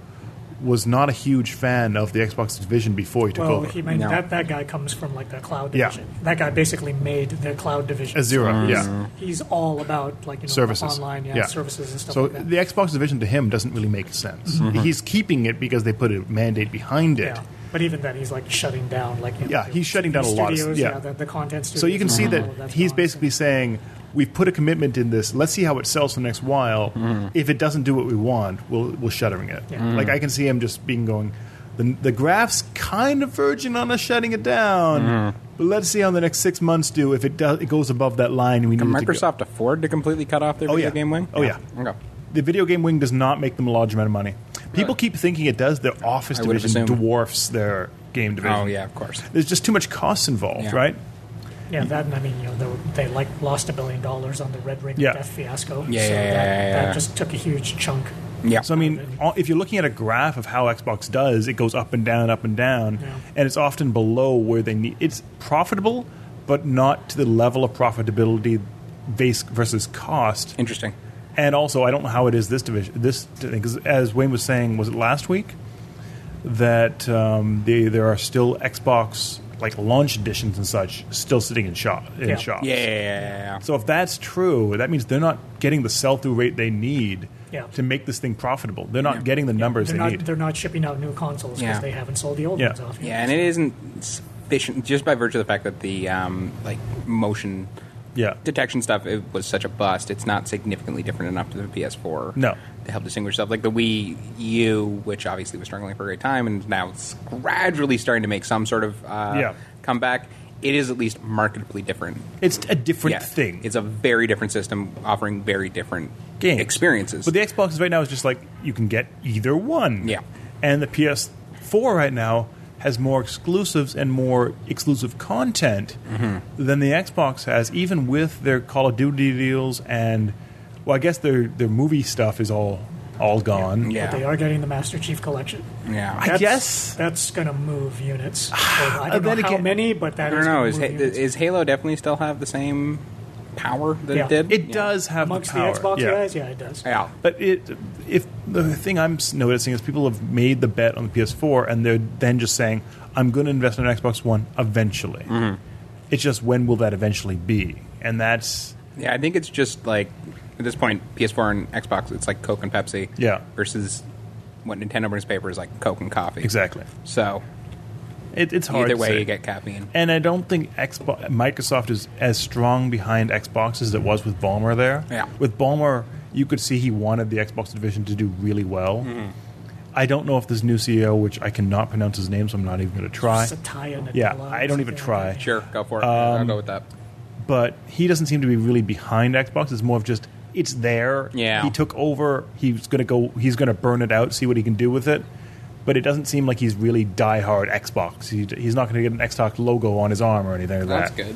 [SPEAKER 2] was not a huge fan of the Xbox division before he took
[SPEAKER 1] Well,
[SPEAKER 2] over.
[SPEAKER 1] he made,
[SPEAKER 3] No.
[SPEAKER 1] that, that guy comes from like the cloud
[SPEAKER 2] Yeah.
[SPEAKER 1] division. That guy basically made the cloud division.
[SPEAKER 2] a zero,
[SPEAKER 1] So he's,
[SPEAKER 2] yeah.
[SPEAKER 1] He's all about like you know
[SPEAKER 2] Services,
[SPEAKER 1] online yeah, services and stuff
[SPEAKER 2] So
[SPEAKER 1] like that.
[SPEAKER 2] the Xbox division to him doesn't really make sense. He's keeping it because they put a mandate behind it.
[SPEAKER 1] yeah. But even then, he's like shutting down like you know,
[SPEAKER 2] Yeah,
[SPEAKER 1] the
[SPEAKER 2] he's shutting down a
[SPEAKER 1] studios,
[SPEAKER 2] lot of- yeah.
[SPEAKER 1] the, the content studios.
[SPEAKER 2] So you can see
[SPEAKER 1] and all of
[SPEAKER 2] that
[SPEAKER 1] Oh, that's
[SPEAKER 2] he's
[SPEAKER 1] gone.
[SPEAKER 2] basically saying, "We've put a commitment in this. Let's see how it sells for the next while.
[SPEAKER 3] Mm-hmm.
[SPEAKER 2] If it doesn't do what we want, we'll we'll shuttering it."
[SPEAKER 1] Yeah. Mhm.
[SPEAKER 2] Like I can see him just being going. The, the graph's kind of verging on us shutting it down.
[SPEAKER 3] Mm-hmm.
[SPEAKER 2] But let's see how the next six months do. If it does, it goes above that line, we
[SPEAKER 3] can
[SPEAKER 2] need
[SPEAKER 3] Microsoft afford to completely cut off their
[SPEAKER 2] Oh,
[SPEAKER 3] video
[SPEAKER 2] yeah.
[SPEAKER 3] game wing?
[SPEAKER 2] Oh, yeah.
[SPEAKER 3] Okay.
[SPEAKER 2] The video game wing does not make them a large amount of money. People
[SPEAKER 3] Really?
[SPEAKER 2] keep thinking it does. Their office
[SPEAKER 3] I would've
[SPEAKER 2] division
[SPEAKER 3] assumed.
[SPEAKER 2] dwarfs their game division.
[SPEAKER 3] Oh yeah, of course.
[SPEAKER 2] There's just too much costs involved,
[SPEAKER 3] Yeah.
[SPEAKER 2] right?
[SPEAKER 1] Yeah, that and I mean, you know, they, were- they like lost a billion dollars on the Red Ring
[SPEAKER 2] Yeah.
[SPEAKER 1] death fiasco.
[SPEAKER 3] Yeah,
[SPEAKER 1] so
[SPEAKER 3] yeah, yeah,
[SPEAKER 1] that,
[SPEAKER 3] yeah, yeah.
[SPEAKER 1] that just took a huge chunk.
[SPEAKER 3] Yeah.
[SPEAKER 2] So I mean, all- if you're looking at a graph of how Xbox does, it goes up and down, up and down,
[SPEAKER 1] Yeah.
[SPEAKER 2] and it's often below where they need. It's profitable, but not to the level of profitability base versus cost.
[SPEAKER 3] Interesting.
[SPEAKER 2] And also, I don't know how it is this division. This because as Wayne was saying, was it last week that um, the, there are still Xbox like launch editions and such still sitting in shop in
[SPEAKER 1] Yeah.
[SPEAKER 2] shops.
[SPEAKER 3] Yeah, yeah, yeah, yeah, yeah.
[SPEAKER 2] So if that's true, that means they're not getting the sell-through rate they need
[SPEAKER 1] Yeah.
[SPEAKER 2] to make this thing profitable. They're not getting the numbers
[SPEAKER 1] They're
[SPEAKER 2] they
[SPEAKER 1] not
[SPEAKER 2] need.
[SPEAKER 1] they're not shipping out new consoles because
[SPEAKER 3] Yeah.
[SPEAKER 1] they haven't sold the old
[SPEAKER 2] Yeah.
[SPEAKER 1] ones off. yet.
[SPEAKER 3] Yeah, and it isn't sufficient just by virtue of the fact that the um, like motion
[SPEAKER 2] yeah.
[SPEAKER 3] detection stuff it was such a bust. It's not significantly different enough to the PS4.
[SPEAKER 2] No.
[SPEAKER 3] to help distinguish stuff like the Wii U, which obviously was struggling for a great time, and now it's gradually starting to make some sort of uh,
[SPEAKER 2] Yeah.
[SPEAKER 3] comeback. It is at least marketably different.
[SPEAKER 2] It's a different thing.
[SPEAKER 3] It's a very different system offering very different
[SPEAKER 2] Games.
[SPEAKER 3] experiences.
[SPEAKER 2] but the Xbox right now is just like you can get either one.
[SPEAKER 3] Yeah.
[SPEAKER 2] And the PS4 right now has more exclusives and more exclusive content
[SPEAKER 3] Mm-hmm.
[SPEAKER 2] than the Xbox has, even with their Call of Duty deals and well, I guess their their movie stuff is all all gone.
[SPEAKER 3] Yeah.
[SPEAKER 1] But they are getting the Master Chief Collection.
[SPEAKER 3] yeah.
[SPEAKER 2] I guess.
[SPEAKER 1] that's going to move
[SPEAKER 2] [SIGHS]
[SPEAKER 1] units. Well, I don't know
[SPEAKER 2] Then
[SPEAKER 1] how
[SPEAKER 2] again-
[SPEAKER 1] many, but that
[SPEAKER 3] I
[SPEAKER 1] is
[SPEAKER 3] don't know.
[SPEAKER 1] gonna
[SPEAKER 3] Is,
[SPEAKER 1] move
[SPEAKER 3] Ha-
[SPEAKER 1] units.
[SPEAKER 3] is Halo definitely still have the same power that
[SPEAKER 1] Yeah.
[SPEAKER 3] it did?
[SPEAKER 2] It
[SPEAKER 3] Yeah.
[SPEAKER 2] does have
[SPEAKER 1] amongst
[SPEAKER 2] the power.
[SPEAKER 1] the Xbox
[SPEAKER 2] yeah.
[SPEAKER 1] guys? Yeah, it does.
[SPEAKER 3] Yeah.
[SPEAKER 2] But it, if the thing I'm s- noticing is people have made the bet on the PS4, and they're then just saying, "I'm going to invest in an Xbox One eventually."
[SPEAKER 3] Mm-hmm.
[SPEAKER 2] It's just when will that eventually be? And that's
[SPEAKER 3] Yeah, I think it's just like at this point, PS4 and Xbox, it's like Coke and Pepsi.
[SPEAKER 2] Yeah.
[SPEAKER 3] Versus what Nintendo brings to paper is like Coke and coffee.
[SPEAKER 2] exactly.
[SPEAKER 3] So
[SPEAKER 2] It, it's hard.
[SPEAKER 3] either
[SPEAKER 2] to
[SPEAKER 3] way,
[SPEAKER 2] say.
[SPEAKER 3] you get caffeine.
[SPEAKER 2] And I don't think Xbox, Microsoft is as strong behind Xbox as it was with Ballmer there.
[SPEAKER 3] Yeah.
[SPEAKER 2] With Ballmer, you could see he wanted the Xbox division to do really well.
[SPEAKER 3] Mm-hmm.
[SPEAKER 2] I don't know if this new CEO, which I cannot pronounce his name, so I'm not even going to try.
[SPEAKER 1] Satya Nadella
[SPEAKER 2] Yeah,
[SPEAKER 1] or
[SPEAKER 2] I don't
[SPEAKER 1] something
[SPEAKER 2] even
[SPEAKER 1] like
[SPEAKER 2] try.
[SPEAKER 1] that.
[SPEAKER 3] Sure, go for it.
[SPEAKER 2] Um,
[SPEAKER 3] I'll go with that.
[SPEAKER 2] but he doesn't seem to be really behind Xbox. It's more of just it's there.
[SPEAKER 3] Yeah.
[SPEAKER 2] he took over. He's gonna go. He's gonna burn it out. See what he can do with it. But it doesn't seem like he's really diehard Xbox. He, he's not going to get an Xbox logo on his arm or anything like
[SPEAKER 3] That's
[SPEAKER 2] that.
[SPEAKER 3] good.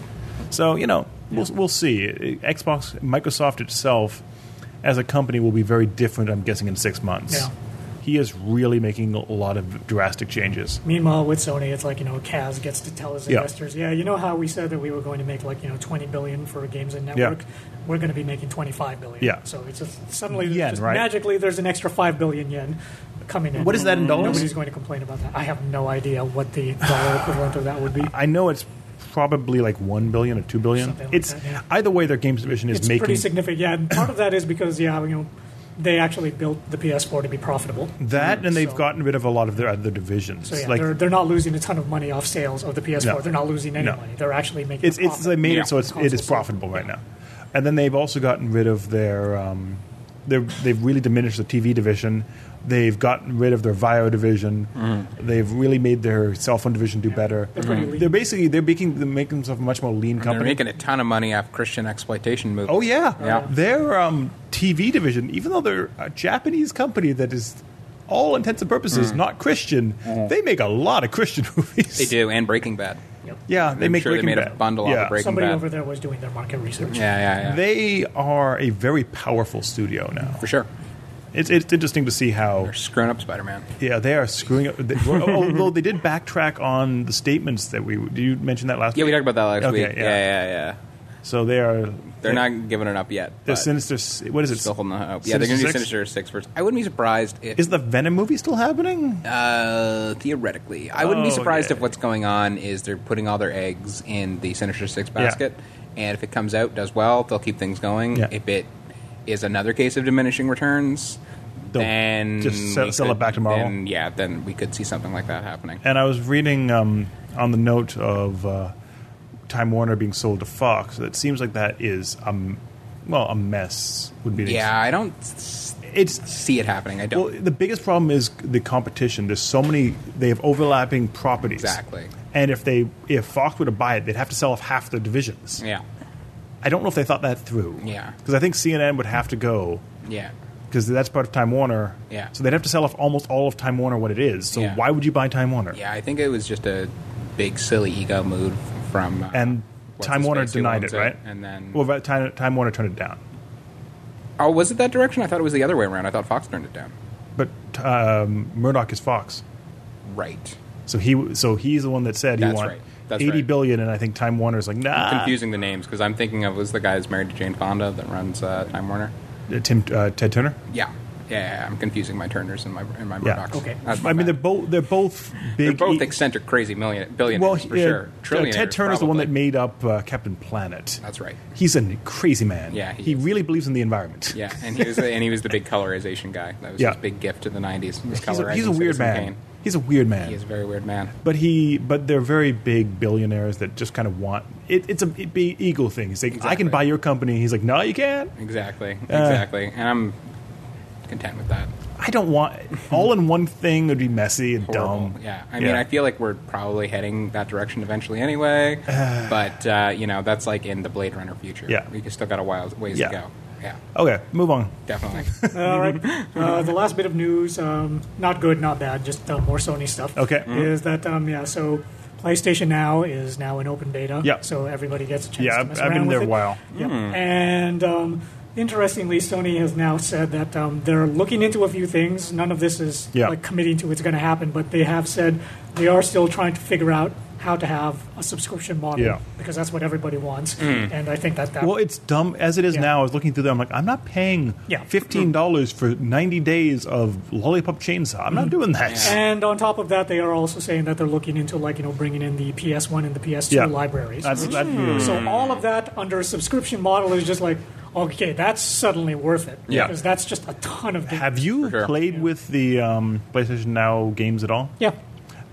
[SPEAKER 2] So you know, we'll, we'll see. Xbox, Microsoft itself, as a company, will be very different. I'm guessing in six months.
[SPEAKER 1] Yeah.
[SPEAKER 2] He is really making a lot of drastic changes.
[SPEAKER 1] Meanwhile, with Sony, it's like you know, Kaz gets to tell his
[SPEAKER 2] Yeah.
[SPEAKER 1] investors, "Yeah, you know how we said that we were going to make like you know twenty billion for games and network, we're going to be making twenty five billion.
[SPEAKER 2] Yeah.
[SPEAKER 1] So it's just suddenly
[SPEAKER 2] Yen,
[SPEAKER 1] just
[SPEAKER 2] right?
[SPEAKER 1] magically there's an extra five billion yen coming in.
[SPEAKER 2] What is that in dollars? [LAUGHS]
[SPEAKER 1] Nobody's going to complain about that. I have no idea what the dollar equivalent of that would be.
[SPEAKER 2] I know it's probably like one billion or two billion.
[SPEAKER 1] Something like
[SPEAKER 2] it's
[SPEAKER 1] that, yeah.
[SPEAKER 2] either way, their games division is
[SPEAKER 1] it's
[SPEAKER 2] making
[SPEAKER 1] pretty significant. Yeah, and part of that is because yeah, you know, they actually built the PS4 to be profitable.
[SPEAKER 2] that, and they've
[SPEAKER 1] Mm, So-
[SPEAKER 2] gotten rid of a lot of their other divisions.
[SPEAKER 1] So yeah,
[SPEAKER 2] like
[SPEAKER 1] they're, they're not losing a ton of money off sales of the PS4.
[SPEAKER 2] No.
[SPEAKER 1] They're not losing any
[SPEAKER 2] No.
[SPEAKER 1] money. They're actually making.
[SPEAKER 2] it's
[SPEAKER 1] a
[SPEAKER 2] it's
[SPEAKER 1] profit.
[SPEAKER 2] they made
[SPEAKER 3] Yeah.
[SPEAKER 2] it so it's it
[SPEAKER 1] Console
[SPEAKER 2] is
[SPEAKER 1] sale.
[SPEAKER 2] profitable right now, and then they've also gotten rid of their um, they they've really diminished the TV division. They've gotten rid of their Vio division.
[SPEAKER 3] Mm.
[SPEAKER 2] They've really made their cell phone division do better.
[SPEAKER 1] They're pretty lean.
[SPEAKER 2] They're basically they're making them make themselves a much more lean
[SPEAKER 3] They're
[SPEAKER 2] company.
[SPEAKER 3] making a ton of money off Christian exploitation movies.
[SPEAKER 2] Oh yeah,
[SPEAKER 3] Yeah.
[SPEAKER 2] Their um, TV division, even though they're a Japanese company that is, all intents and purposes, not Christian, they make a lot of Christian [LAUGHS] movies.
[SPEAKER 3] Mm. They do, and Breaking Bad.
[SPEAKER 1] Yep.
[SPEAKER 2] Yeah, they
[SPEAKER 3] I'm
[SPEAKER 2] make
[SPEAKER 3] sure they
[SPEAKER 2] Breaking
[SPEAKER 3] made a
[SPEAKER 2] Bad.
[SPEAKER 3] bundle out
[SPEAKER 2] yeah.
[SPEAKER 3] of Breaking-
[SPEAKER 1] Somebody
[SPEAKER 3] Bad.
[SPEAKER 1] over there was doing their market research.
[SPEAKER 3] Yeah, yeah, yeah.
[SPEAKER 2] They are a very powerful studio now.
[SPEAKER 3] For sure.
[SPEAKER 2] It's, it's interesting to see how
[SPEAKER 3] They're screwing up Spider Man.
[SPEAKER 2] yeah they are screwing up. They, although they did backtrack on the statements that we do you mention that last
[SPEAKER 3] Yeah, we
[SPEAKER 2] week?
[SPEAKER 3] talked about that last
[SPEAKER 2] Okay,
[SPEAKER 3] week.
[SPEAKER 2] yeah.
[SPEAKER 3] Yeah, yeah, yeah.
[SPEAKER 2] So they are
[SPEAKER 3] They're not giving it up yet.
[SPEAKER 2] they're
[SPEAKER 3] but
[SPEAKER 2] sinister. S- What is it?
[SPEAKER 3] Still holding the hope. Yeah, they're going to
[SPEAKER 2] Sinister
[SPEAKER 3] do
[SPEAKER 2] Six?
[SPEAKER 3] Sinister Six first. I wouldn't be surprised if
[SPEAKER 2] Is the Venom movie still happening?
[SPEAKER 3] Uh, theoretically, I wouldn't be
[SPEAKER 2] Oh,
[SPEAKER 3] surprised
[SPEAKER 2] yeah.
[SPEAKER 3] if what's going on is they're putting all their eggs in the Sinister Six basket, and if it comes out does well, they'll keep things going.
[SPEAKER 2] Yeah.
[SPEAKER 3] If it is another case of diminishing returns,
[SPEAKER 2] They'll
[SPEAKER 3] then
[SPEAKER 2] just sell-
[SPEAKER 3] we
[SPEAKER 2] sell it back to Marvel.
[SPEAKER 3] Then, yeah, then we could see something like that happening.
[SPEAKER 2] And I was reading um, on the note of uh, Time Warner being sold to Fox. It seems like that is um, well a mess. Would be the-
[SPEAKER 3] Yeah, I don't s-
[SPEAKER 2] It's
[SPEAKER 3] see it happening. I
[SPEAKER 2] well
[SPEAKER 3] don't
[SPEAKER 2] the biggest problem is the competition. There's so many they have overlapping properties.
[SPEAKER 3] exactly.
[SPEAKER 2] And if they if Fox were to buy it, they'd have to sell off half their divisions.
[SPEAKER 3] Yeah,
[SPEAKER 2] I don't know if they thought that through.
[SPEAKER 3] Yeah.
[SPEAKER 2] Because I think CNN would have to go
[SPEAKER 3] yeah,
[SPEAKER 2] because that's part of Time Warner.
[SPEAKER 3] Yeah.
[SPEAKER 2] So they'd have to sell off almost all of Time Warner what it is. So
[SPEAKER 3] Yeah.
[SPEAKER 2] why would you buy Time Warner?
[SPEAKER 3] yeah. I think it was just a big silly ego move from uh,
[SPEAKER 2] And
[SPEAKER 3] what's
[SPEAKER 2] Time
[SPEAKER 3] his
[SPEAKER 2] Warner
[SPEAKER 3] face who
[SPEAKER 2] denied
[SPEAKER 3] owns
[SPEAKER 2] it, right?
[SPEAKER 3] And then
[SPEAKER 2] Well, but Time, Time Warner turned it down.
[SPEAKER 3] Oh, was it that direction? I thought it was the other way around. I thought Fox turned it down.
[SPEAKER 2] But um, Murdoch is Fox,
[SPEAKER 3] Right.
[SPEAKER 2] so he so he's the one that said he
[SPEAKER 3] That's
[SPEAKER 2] won
[SPEAKER 3] right. That's
[SPEAKER 2] eighty
[SPEAKER 3] right.
[SPEAKER 2] billion, and I think Time Warner is like nah.
[SPEAKER 3] Confusing the names because I'm thinking of was the guy who's married to Jane Fonda that runs uh, Time Warner.
[SPEAKER 2] Uh, Tim uh, Ted Turner.
[SPEAKER 3] Yeah. yeah, yeah, I'm confusing my Turners and my and my
[SPEAKER 2] Yeah.
[SPEAKER 3] Murdochs.
[SPEAKER 1] Okay.
[SPEAKER 3] That's my
[SPEAKER 2] I mean,
[SPEAKER 3] bad.
[SPEAKER 2] they're both they're both big.
[SPEAKER 3] they're both
[SPEAKER 2] e-
[SPEAKER 3] eccentric, crazy million billionaires
[SPEAKER 2] well,
[SPEAKER 3] for
[SPEAKER 2] yeah,
[SPEAKER 3] sure.
[SPEAKER 2] uh,
[SPEAKER 3] Trillionaires.
[SPEAKER 2] Ted Turner's the one that
[SPEAKER 3] probably.
[SPEAKER 2] made up uh, Captain Planet.
[SPEAKER 3] That's right.
[SPEAKER 2] He's a crazy man.
[SPEAKER 3] Yeah,
[SPEAKER 2] he,
[SPEAKER 3] he is.
[SPEAKER 2] really believes in the environment.
[SPEAKER 3] Yeah, and he was the, and he was the big colorization guy. That was
[SPEAKER 2] Yeah.
[SPEAKER 3] his big gift to the '90s.
[SPEAKER 2] he's
[SPEAKER 3] was
[SPEAKER 2] a,
[SPEAKER 3] colorizing
[SPEAKER 2] he's a weird
[SPEAKER 3] Citizen
[SPEAKER 2] man.
[SPEAKER 3] Kane.
[SPEAKER 2] He's a weird man.
[SPEAKER 3] He is a very weird man.
[SPEAKER 2] But he, but they're very big billionaires that just kind of want it, it's a big ego thing. He's like, I can
[SPEAKER 3] Exactly.
[SPEAKER 2] buy your company. He's like, no, you can't.
[SPEAKER 3] Exactly.
[SPEAKER 2] Uh.
[SPEAKER 3] Exactly. And I'm content with that.
[SPEAKER 2] I don't want all in one thing would be messy and
[SPEAKER 3] horrible.
[SPEAKER 2] dumb.
[SPEAKER 3] Yeah, I mean, I feel like we're probably heading that direction
[SPEAKER 2] [SIGHS]
[SPEAKER 3] eventually, anyway. but uh, you know, that's like in the Blade Runner future.
[SPEAKER 2] Yeah.
[SPEAKER 3] we still got a while ways
[SPEAKER 2] Yeah.
[SPEAKER 3] to go. Yeah,
[SPEAKER 2] Okay, move on.
[SPEAKER 3] definitely.
[SPEAKER 1] All right. Uh, the last bit of news, um, not good, not bad, just uh, more Sony stuff.
[SPEAKER 2] Okay.
[SPEAKER 1] Is that um, yeah? So PlayStation Now is now in open beta.
[SPEAKER 2] Yeah.
[SPEAKER 1] So everybody gets a chance.
[SPEAKER 2] Yeah,
[SPEAKER 1] to
[SPEAKER 2] I've,
[SPEAKER 1] mess
[SPEAKER 2] I've
[SPEAKER 1] around
[SPEAKER 2] been there
[SPEAKER 1] with
[SPEAKER 2] a
[SPEAKER 1] it.
[SPEAKER 2] while.
[SPEAKER 1] Yeah. And um, interestingly, Sony has now said that um, they're looking into a few things. None of this is
[SPEAKER 2] Yeah.
[SPEAKER 1] like committing to it's going to happen, but they have said they are still trying to figure out how to have a subscription model
[SPEAKER 2] Yeah.
[SPEAKER 1] because that's what everybody wants. And I think that that
[SPEAKER 2] Well, it's dumb as it is
[SPEAKER 1] Yeah.
[SPEAKER 2] now. I was looking through there. I'm like, I'm not paying
[SPEAKER 1] Yeah.
[SPEAKER 2] fifteen dollars for ninety days of lollipop chainsaw. I'm not
[SPEAKER 1] Mm.
[SPEAKER 2] doing that.
[SPEAKER 1] And on top of that, they are also saying that they're looking into like you know bringing in the PS1 and the PS2
[SPEAKER 2] Yeah.
[SPEAKER 1] libraries.
[SPEAKER 2] That's that.
[SPEAKER 1] so all of that under a subscription model is just like okay, that's suddenly worth it.
[SPEAKER 2] Yeah.
[SPEAKER 1] because that's just a ton of games.
[SPEAKER 2] Have you
[SPEAKER 3] For sure.
[SPEAKER 2] played with the um, PlayStation Now games at all?
[SPEAKER 1] yeah,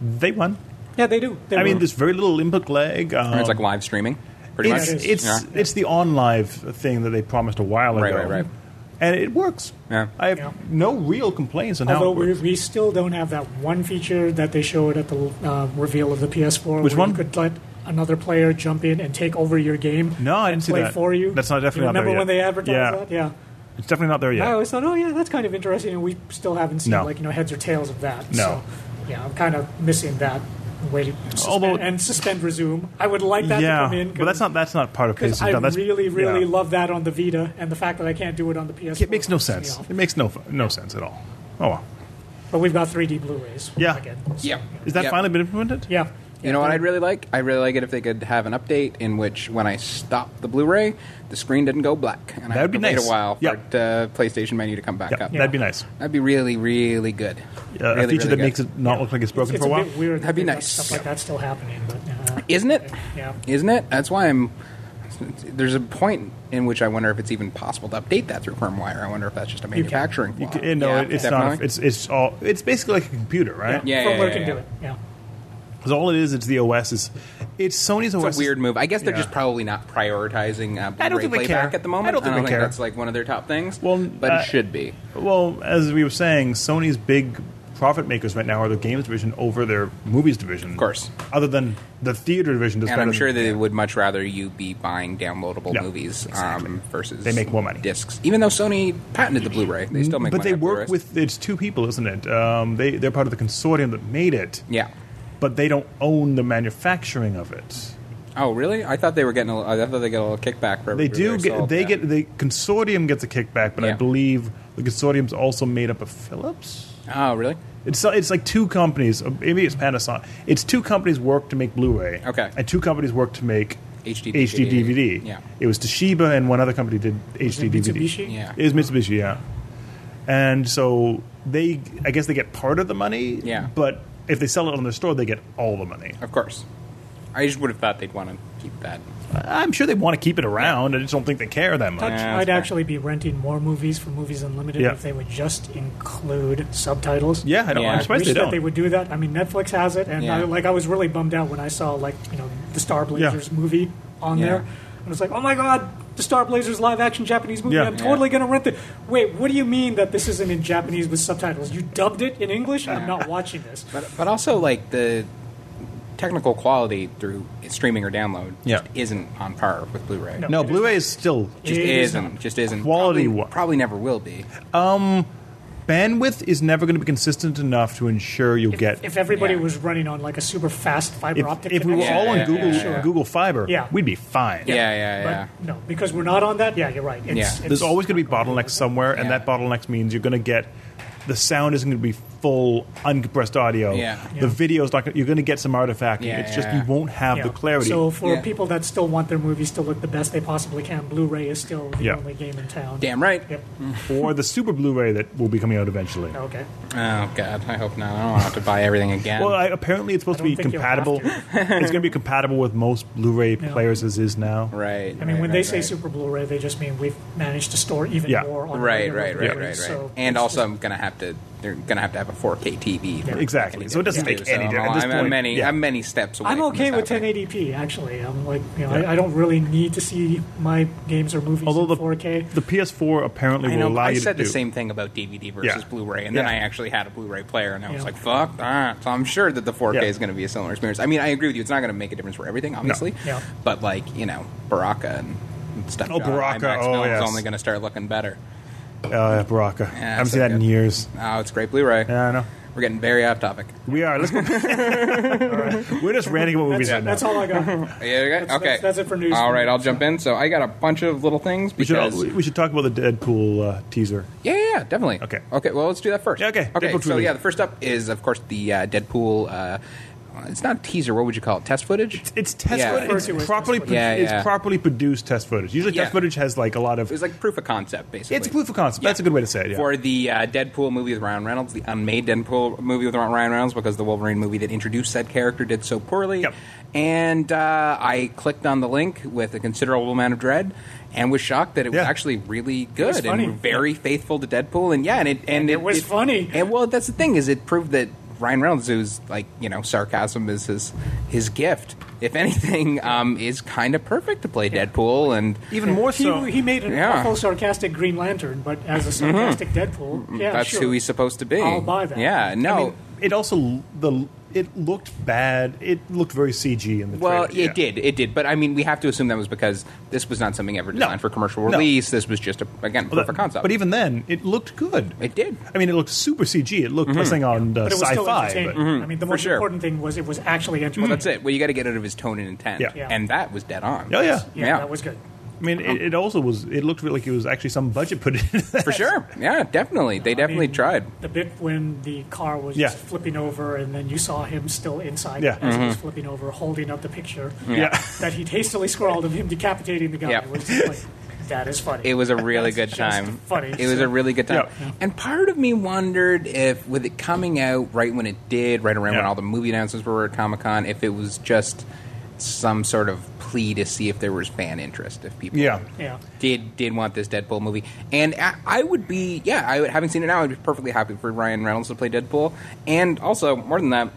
[SPEAKER 2] They won.
[SPEAKER 1] yeah, they do. They
[SPEAKER 2] I mean,
[SPEAKER 1] will.
[SPEAKER 2] there's very little input lag. Um,
[SPEAKER 3] it's like live streaming, pretty
[SPEAKER 2] it's
[SPEAKER 3] much.
[SPEAKER 2] it's,
[SPEAKER 3] yeah.
[SPEAKER 2] it's the on live thing that they promised a while ago,
[SPEAKER 3] Right, right, right.
[SPEAKER 2] and it works.
[SPEAKER 3] Yeah.
[SPEAKER 2] I have
[SPEAKER 1] Yeah.
[SPEAKER 2] no real complaints on how
[SPEAKER 1] Although
[SPEAKER 2] it
[SPEAKER 1] we,
[SPEAKER 2] works.
[SPEAKER 1] we still don't have that one feature that they showed at the uh, reveal of the PS4,
[SPEAKER 2] Which
[SPEAKER 1] where
[SPEAKER 2] one?
[SPEAKER 1] you could let another player jump in and take over your game.
[SPEAKER 2] No, I
[SPEAKER 1] and
[SPEAKER 2] didn't see
[SPEAKER 1] play
[SPEAKER 2] that.
[SPEAKER 1] for you.
[SPEAKER 2] That's not- definitely
[SPEAKER 1] you
[SPEAKER 2] not there
[SPEAKER 1] remember when
[SPEAKER 2] yet.
[SPEAKER 1] they advertised
[SPEAKER 2] Yeah.
[SPEAKER 1] that? Yeah.
[SPEAKER 2] It's definitely not there
[SPEAKER 1] I
[SPEAKER 2] yet.
[SPEAKER 1] always thought, oh yeah, that's kind of interesting, and we still haven't seen
[SPEAKER 2] No.
[SPEAKER 1] like you know heads or tails of that.
[SPEAKER 2] No.
[SPEAKER 1] So, yeah, I'm kind of missing that. Waiting, suspend,
[SPEAKER 2] Although-
[SPEAKER 1] and suspend resume. I would like that to come in,
[SPEAKER 2] yeah,
[SPEAKER 1] 'cause-
[SPEAKER 2] but that's not that's not part of
[SPEAKER 1] because
[SPEAKER 2] PlayStation
[SPEAKER 1] I
[SPEAKER 2] Now. That's,
[SPEAKER 1] really, really
[SPEAKER 2] yeah.
[SPEAKER 1] love that on the Vita, and the fact that I can't do it on the PS.
[SPEAKER 2] It makes no sense. It makes no no sense at all. Oh well.
[SPEAKER 1] But we've got 3D Blu-rays.
[SPEAKER 2] Yeah.
[SPEAKER 1] again.
[SPEAKER 3] yeah.
[SPEAKER 2] Is that
[SPEAKER 3] Yeah.
[SPEAKER 2] finally been implemented?
[SPEAKER 1] yeah.
[SPEAKER 3] You know what I'd really like? I'd really like it if they could have an update in which when I stopped the Blu-ray, the screen didn't go black, and I
[SPEAKER 2] That'd
[SPEAKER 3] had
[SPEAKER 2] be
[SPEAKER 3] to wait
[SPEAKER 2] nice.
[SPEAKER 3] a while
[SPEAKER 2] Yeah.
[SPEAKER 3] for the PlayStation menu to come back
[SPEAKER 2] Yeah,
[SPEAKER 3] up.
[SPEAKER 2] that'd be nice.
[SPEAKER 3] That'd be really, really good.
[SPEAKER 2] Uh, a
[SPEAKER 3] Really,
[SPEAKER 2] feature
[SPEAKER 3] really
[SPEAKER 2] that
[SPEAKER 3] good.
[SPEAKER 2] makes it not look like it's broken
[SPEAKER 1] it's
[SPEAKER 2] for
[SPEAKER 1] a
[SPEAKER 2] a while.
[SPEAKER 1] bit weird.
[SPEAKER 3] That'd be
[SPEAKER 1] that
[SPEAKER 3] nice.
[SPEAKER 1] Stuff like that's still happening, but uh,
[SPEAKER 3] Isn't it?
[SPEAKER 1] Yeah.
[SPEAKER 3] Isn't it? That's why I'm. There's a point in which I wonder if it's even possible to update that through firmware. I wonder if that's just a
[SPEAKER 1] can.
[SPEAKER 3] manufacturing.
[SPEAKER 2] You
[SPEAKER 3] flaw.
[SPEAKER 2] can, eh, no,
[SPEAKER 3] Yeah,
[SPEAKER 2] it- it's not.
[SPEAKER 3] definitely.
[SPEAKER 2] It's it's all. It's basically like a computer, right?
[SPEAKER 3] Yeah,
[SPEAKER 1] firmware
[SPEAKER 3] yeah, yeah,
[SPEAKER 1] can do
[SPEAKER 3] yeah.
[SPEAKER 1] it. Yeah.
[SPEAKER 2] Because all it is, it's the OS. Is it's Sony's OS.
[SPEAKER 3] It's a weird move. I guess they're
[SPEAKER 2] Yeah.
[SPEAKER 3] just probably not prioritizing uh, Blu-ray
[SPEAKER 2] I don't think they
[SPEAKER 3] playback
[SPEAKER 2] care.
[SPEAKER 3] at the moment.
[SPEAKER 2] I don't think they care.
[SPEAKER 3] that's like one of their top things.
[SPEAKER 2] Well,
[SPEAKER 3] but
[SPEAKER 2] uh,
[SPEAKER 3] it should be.
[SPEAKER 2] Well, as we were saying, Sony's big profit makers right now are their games division over their movies division. Of
[SPEAKER 3] course.
[SPEAKER 2] Other than the theater division, does
[SPEAKER 3] And I'm
[SPEAKER 2] better
[SPEAKER 3] sure
[SPEAKER 2] than-
[SPEAKER 3] they would much rather you be buying downloadable
[SPEAKER 2] Yeah,
[SPEAKER 3] movies um, versus
[SPEAKER 2] They make more money.
[SPEAKER 3] discs. Even though Sony patented the Blu-ray, they still make.
[SPEAKER 2] but
[SPEAKER 3] money
[SPEAKER 2] they
[SPEAKER 3] off
[SPEAKER 2] work
[SPEAKER 3] Blu-rays.
[SPEAKER 2] with it's two people, isn't it? Um, they they're part of the consortium that made it.
[SPEAKER 3] yeah.
[SPEAKER 2] But they don't own the manufacturing of it.
[SPEAKER 3] Oh really? I thought they were getting. A, I thought they got a little kickback for. every
[SPEAKER 2] They do
[SPEAKER 3] Blu-ray
[SPEAKER 2] get
[SPEAKER 3] sold,
[SPEAKER 2] they
[SPEAKER 3] yeah.
[SPEAKER 2] get the consortium gets a kickback, but I
[SPEAKER 3] Yeah.
[SPEAKER 2] believe the consortium's also made up of Philips.
[SPEAKER 3] Oh really?
[SPEAKER 2] It's it's like two companies. uh, Maybe it's Panasonic. It's two companies work to make Blu-ray.
[SPEAKER 3] Okay.
[SPEAKER 2] And two companies work to make
[SPEAKER 3] HD
[SPEAKER 2] DVD.
[SPEAKER 3] Yeah.
[SPEAKER 2] It was Toshiba and one other company did
[SPEAKER 1] Is it
[SPEAKER 2] HD DVD.
[SPEAKER 1] Mitsubishi?
[SPEAKER 3] Yeah.
[SPEAKER 2] It was Mitsubishi. Yeah. And so they, I guess they get part of the money.
[SPEAKER 3] Yeah.
[SPEAKER 2] But if they sell it on their store, they get all the money.
[SPEAKER 3] Of course. I just would have thought they'd want to keep that.
[SPEAKER 2] I- Uh, I'm sure they want to keep it around. I just don't think they care that much.
[SPEAKER 1] I'd,
[SPEAKER 3] Yeah,
[SPEAKER 1] I'd
[SPEAKER 3] that's fair.
[SPEAKER 1] actually be renting more movies for Movies Unlimited
[SPEAKER 2] Yeah.
[SPEAKER 1] if they would just include subtitles.
[SPEAKER 2] Yeah, I don't,
[SPEAKER 3] Yeah.
[SPEAKER 2] I'm
[SPEAKER 1] I
[SPEAKER 2] surprised
[SPEAKER 1] wish
[SPEAKER 2] they
[SPEAKER 1] that
[SPEAKER 2] don't.
[SPEAKER 1] they would do that. I mean, Netflix has it, and
[SPEAKER 3] Yeah.
[SPEAKER 1] I, like I was really bummed out when I saw like you know the Star Blazers movie on
[SPEAKER 3] Yeah.
[SPEAKER 1] there. I was like, oh my god, the Star Blazers live action Japanese movie.
[SPEAKER 2] Yeah.
[SPEAKER 1] I'm
[SPEAKER 2] Yeah.
[SPEAKER 1] totally gonna rent it. Wait, what do you mean that this isn't in Japanese with subtitles? You dubbed it in English. I'm not watching this.
[SPEAKER 3] But but also like the technical quality through streaming or download
[SPEAKER 2] Yeah.
[SPEAKER 3] just isn't on par with Blu-ray.
[SPEAKER 1] No.
[SPEAKER 2] no, Blu-ray is still
[SPEAKER 3] Just
[SPEAKER 1] It is
[SPEAKER 3] isn't. Just isn't.
[SPEAKER 2] Quality
[SPEAKER 3] Probably,
[SPEAKER 2] wa-
[SPEAKER 3] probably never will be.
[SPEAKER 2] bandwidth is never going to be consistent enough to ensure you'll get.
[SPEAKER 1] If everybody
[SPEAKER 3] Yeah.
[SPEAKER 1] was running on like a super fast fiber
[SPEAKER 2] if,
[SPEAKER 1] optic,
[SPEAKER 2] if we were
[SPEAKER 1] connection,
[SPEAKER 2] all on
[SPEAKER 3] Yeah,
[SPEAKER 2] Google
[SPEAKER 3] yeah, yeah.
[SPEAKER 2] Google Fiber,
[SPEAKER 1] Yeah.
[SPEAKER 2] we'd be fine.
[SPEAKER 3] Yeah, yeah, yeah.
[SPEAKER 1] but no, because we're not on that. Yeah, you're right. It's,
[SPEAKER 3] Yeah.
[SPEAKER 1] it's-
[SPEAKER 2] There's always going to be bottlenecks somewhere, and
[SPEAKER 3] Yeah.
[SPEAKER 2] that bottleneck means you're going to get the sound isn't going to be full uncompressed audio.
[SPEAKER 3] Yeah.
[SPEAKER 1] Yeah.
[SPEAKER 2] The video's not. Gonna, you're going to get some artifact.
[SPEAKER 3] Yeah,
[SPEAKER 2] it's
[SPEAKER 3] yeah,
[SPEAKER 2] just
[SPEAKER 3] yeah.
[SPEAKER 2] you won't have
[SPEAKER 1] Yeah.
[SPEAKER 2] the clarity.
[SPEAKER 1] So for
[SPEAKER 3] Yeah.
[SPEAKER 1] people that still want their movies to look the best they possibly can, Blu-ray is still the
[SPEAKER 2] Yeah.
[SPEAKER 1] only game in town.
[SPEAKER 3] Damn Mm-hmm. right.
[SPEAKER 1] Yep.
[SPEAKER 2] or the Super Blu-ray that will be coming out eventually.
[SPEAKER 1] Okay.
[SPEAKER 3] Oh god, I hope not. I don't have to buy everything again.
[SPEAKER 2] Well, I, apparently it's supposed
[SPEAKER 1] I
[SPEAKER 2] to be
[SPEAKER 1] don't think you'll
[SPEAKER 2] compatible. it's going to be compatible with most Blu-ray players as is now.
[SPEAKER 3] right.
[SPEAKER 1] I mean, when
[SPEAKER 3] right, right,
[SPEAKER 1] they say
[SPEAKER 3] right.
[SPEAKER 1] Super Blu-ray, they just mean we've managed to store even
[SPEAKER 2] Yeah.
[SPEAKER 1] more. On
[SPEAKER 3] Right,
[SPEAKER 1] regular
[SPEAKER 3] right,
[SPEAKER 1] Blu-ray,
[SPEAKER 3] right, right, right.
[SPEAKER 1] So
[SPEAKER 3] and
[SPEAKER 1] it's
[SPEAKER 3] also,
[SPEAKER 1] just-
[SPEAKER 3] I'm gonna have to. They're gonna have to have a 4K TV. for-
[SPEAKER 2] Exactly. So it doesn't
[SPEAKER 3] Yeah.
[SPEAKER 2] make any
[SPEAKER 3] I'm-
[SPEAKER 2] difference. At this
[SPEAKER 3] I'm,
[SPEAKER 2] point,
[SPEAKER 3] I'm many.
[SPEAKER 2] yeah.
[SPEAKER 3] I'm many steps away.
[SPEAKER 1] I'm
[SPEAKER 3] from
[SPEAKER 1] okay
[SPEAKER 3] this
[SPEAKER 1] with
[SPEAKER 3] happening.
[SPEAKER 1] 1080p. Actually, I'm like, you know, I, I don't really need to see my games or movies
[SPEAKER 2] Although the
[SPEAKER 1] in 4K.
[SPEAKER 2] the PS4 apparently
[SPEAKER 3] I
[SPEAKER 2] will
[SPEAKER 3] know.
[SPEAKER 2] allow
[SPEAKER 3] I
[SPEAKER 2] you to
[SPEAKER 3] said the
[SPEAKER 2] do-
[SPEAKER 3] same thing about DVD versus
[SPEAKER 2] Yeah.
[SPEAKER 3] Blu-ray, and then
[SPEAKER 2] Yeah.
[SPEAKER 3] I actually had a Blu-ray player, and I was
[SPEAKER 1] Yeah.
[SPEAKER 3] like, "Fuck that!" So I'm sure that the 4K
[SPEAKER 2] Yeah.
[SPEAKER 3] is going to be a similar experience. I mean, I agree with you; it's not going to make a difference for everything, obviously.
[SPEAKER 1] Yeah.
[SPEAKER 3] But like, you know, Baraka and stuff.
[SPEAKER 2] Oh, Baraka,
[SPEAKER 3] IMAX
[SPEAKER 2] oh,
[SPEAKER 3] films
[SPEAKER 2] yes.
[SPEAKER 3] only going to start looking better.
[SPEAKER 2] Uh, Baraka. I haven't
[SPEAKER 3] it's
[SPEAKER 2] seen that in
[SPEAKER 3] okay.
[SPEAKER 2] years.
[SPEAKER 3] Oh, it's great Blu-ray.
[SPEAKER 2] Yeah, I know.
[SPEAKER 3] We're getting very off topic.
[SPEAKER 2] We are. Let's go. [LAUGHS] We're just ranting about movies
[SPEAKER 1] that's,
[SPEAKER 2] right now.
[SPEAKER 1] that's all I
[SPEAKER 2] [LAUGHS]
[SPEAKER 1] got.
[SPEAKER 3] Yeah, okay.
[SPEAKER 1] That's-
[SPEAKER 3] okay.
[SPEAKER 1] that's- that's it for news.
[SPEAKER 3] All right, I'll jump in. So I got a bunch of little things
[SPEAKER 2] We should,
[SPEAKER 3] because
[SPEAKER 2] we should talk about the Deadpool uh, teaser.
[SPEAKER 3] yeah, yeah, yeah, definitely.
[SPEAKER 2] Okay.
[SPEAKER 3] okay. Well, let's do that first.
[SPEAKER 2] Yeah, okay.
[SPEAKER 3] okay.
[SPEAKER 2] Deadpool
[SPEAKER 3] so
[SPEAKER 2] trilogy.
[SPEAKER 3] yeah, the first up is of course the uh, Deadpool. Uh, it's not a teaser. What would you call it? Test footage.
[SPEAKER 2] It's test
[SPEAKER 3] Yeah. Of
[SPEAKER 1] course
[SPEAKER 2] footage.
[SPEAKER 1] it
[SPEAKER 2] It's
[SPEAKER 1] was
[SPEAKER 2] properly,
[SPEAKER 1] test
[SPEAKER 2] pro-
[SPEAKER 3] footage. Yeah,
[SPEAKER 2] it's
[SPEAKER 3] yeah.
[SPEAKER 2] properly produced test footage. Usually,
[SPEAKER 3] Yeah.
[SPEAKER 2] test footage has like a lot of.
[SPEAKER 3] It was like proof of concept, basically.
[SPEAKER 2] It's proof of concept. That's a good way to say it, yeah.
[SPEAKER 3] For the uh, Deadpool movie with Ryan Reynolds, the unmade Deadpool movie with Ryan Reynolds, because the Wolverine movie that introduced said character did so poorly.
[SPEAKER 2] Yep.
[SPEAKER 3] And uh, I clicked on the link with a considerable amount of dread and was shocked that it was
[SPEAKER 2] Yeah.
[SPEAKER 3] actually really
[SPEAKER 1] was
[SPEAKER 3] good
[SPEAKER 1] funny.
[SPEAKER 3] and very faithful to Deadpool. And yeah, and it and,
[SPEAKER 1] And it was funny.
[SPEAKER 3] And well, that's the thing is it proved that Ryan Reynolds, who's like you know sarcasm is his his gift. If anything, um, is kind of perfect to play Deadpool and
[SPEAKER 2] even more
[SPEAKER 1] He,
[SPEAKER 2] so.
[SPEAKER 1] he made an
[SPEAKER 3] Yeah. Mm-hmm.
[SPEAKER 1] awful sarcastic Green Lantern, but as a sarcastic Deadpool, yeah,
[SPEAKER 3] that's
[SPEAKER 1] sure.
[SPEAKER 3] who he's supposed to be.
[SPEAKER 1] I'll buy that.
[SPEAKER 3] Yeah, no.
[SPEAKER 2] I mean, it also the it looked bad. It looked very CG in the
[SPEAKER 3] well,
[SPEAKER 2] trailer, yeah.
[SPEAKER 3] it did, it did, but I mean, we have to assume that was because this was not something ever designed for commercial
[SPEAKER 2] No.
[SPEAKER 3] release. This was just a, again proof
[SPEAKER 2] Well,
[SPEAKER 3] of
[SPEAKER 2] that-
[SPEAKER 3] concept.
[SPEAKER 2] But even then, it looked good.
[SPEAKER 3] it Mm-hmm. did.
[SPEAKER 2] I mean, it looked super CG. It looked pressing on uh,
[SPEAKER 1] but it was still
[SPEAKER 2] sci-fi.
[SPEAKER 1] entertaining.
[SPEAKER 2] but-
[SPEAKER 1] I mean, the
[SPEAKER 3] For
[SPEAKER 1] most
[SPEAKER 3] sure.
[SPEAKER 1] important thing was it was actually entertaining.
[SPEAKER 3] Well, that's it. Well, you got to get out of his tone and intent,
[SPEAKER 2] Yeah.
[SPEAKER 1] Yeah.
[SPEAKER 3] and that was dead on.
[SPEAKER 2] Oh, yeah.
[SPEAKER 1] Yeah,
[SPEAKER 3] yeah.
[SPEAKER 1] that was good.
[SPEAKER 2] I mean, it, it also was. It looked like it was actually some budget put in. [LAUGHS]
[SPEAKER 3] for sure. Yeah, definitely. They definitely
[SPEAKER 1] mean,
[SPEAKER 3] tried.
[SPEAKER 1] The bit when the car was
[SPEAKER 2] Yeah.
[SPEAKER 1] just flipping over, and then you saw him still inside
[SPEAKER 2] Yeah.
[SPEAKER 1] as he
[SPEAKER 3] Mm-hmm.
[SPEAKER 1] was flipping over, holding up the picture
[SPEAKER 2] [LAUGHS] yeah.
[SPEAKER 1] that he'd hastily scrawled of him decapitating the guy.
[SPEAKER 3] Yeah.
[SPEAKER 1] It was just like, that is funny.
[SPEAKER 3] [LAUGHS] It was a really good
[SPEAKER 1] That's just
[SPEAKER 3] time.
[SPEAKER 1] funny.
[SPEAKER 3] It was a really good time.
[SPEAKER 2] Yeah.
[SPEAKER 3] And part of me wondered if, with it coming out right when it did, right around
[SPEAKER 2] Yeah.
[SPEAKER 3] when all the movie announcements were at Comic Con, if it was just some sort of plea to see if there was fan interest, if people
[SPEAKER 2] Yeah.
[SPEAKER 1] Yeah.
[SPEAKER 3] did did want this Deadpool movie, and I, I would be yeah. I would, having seen it now, I'd be perfectly happy for Ryan Reynolds to play Deadpool, and also more than that,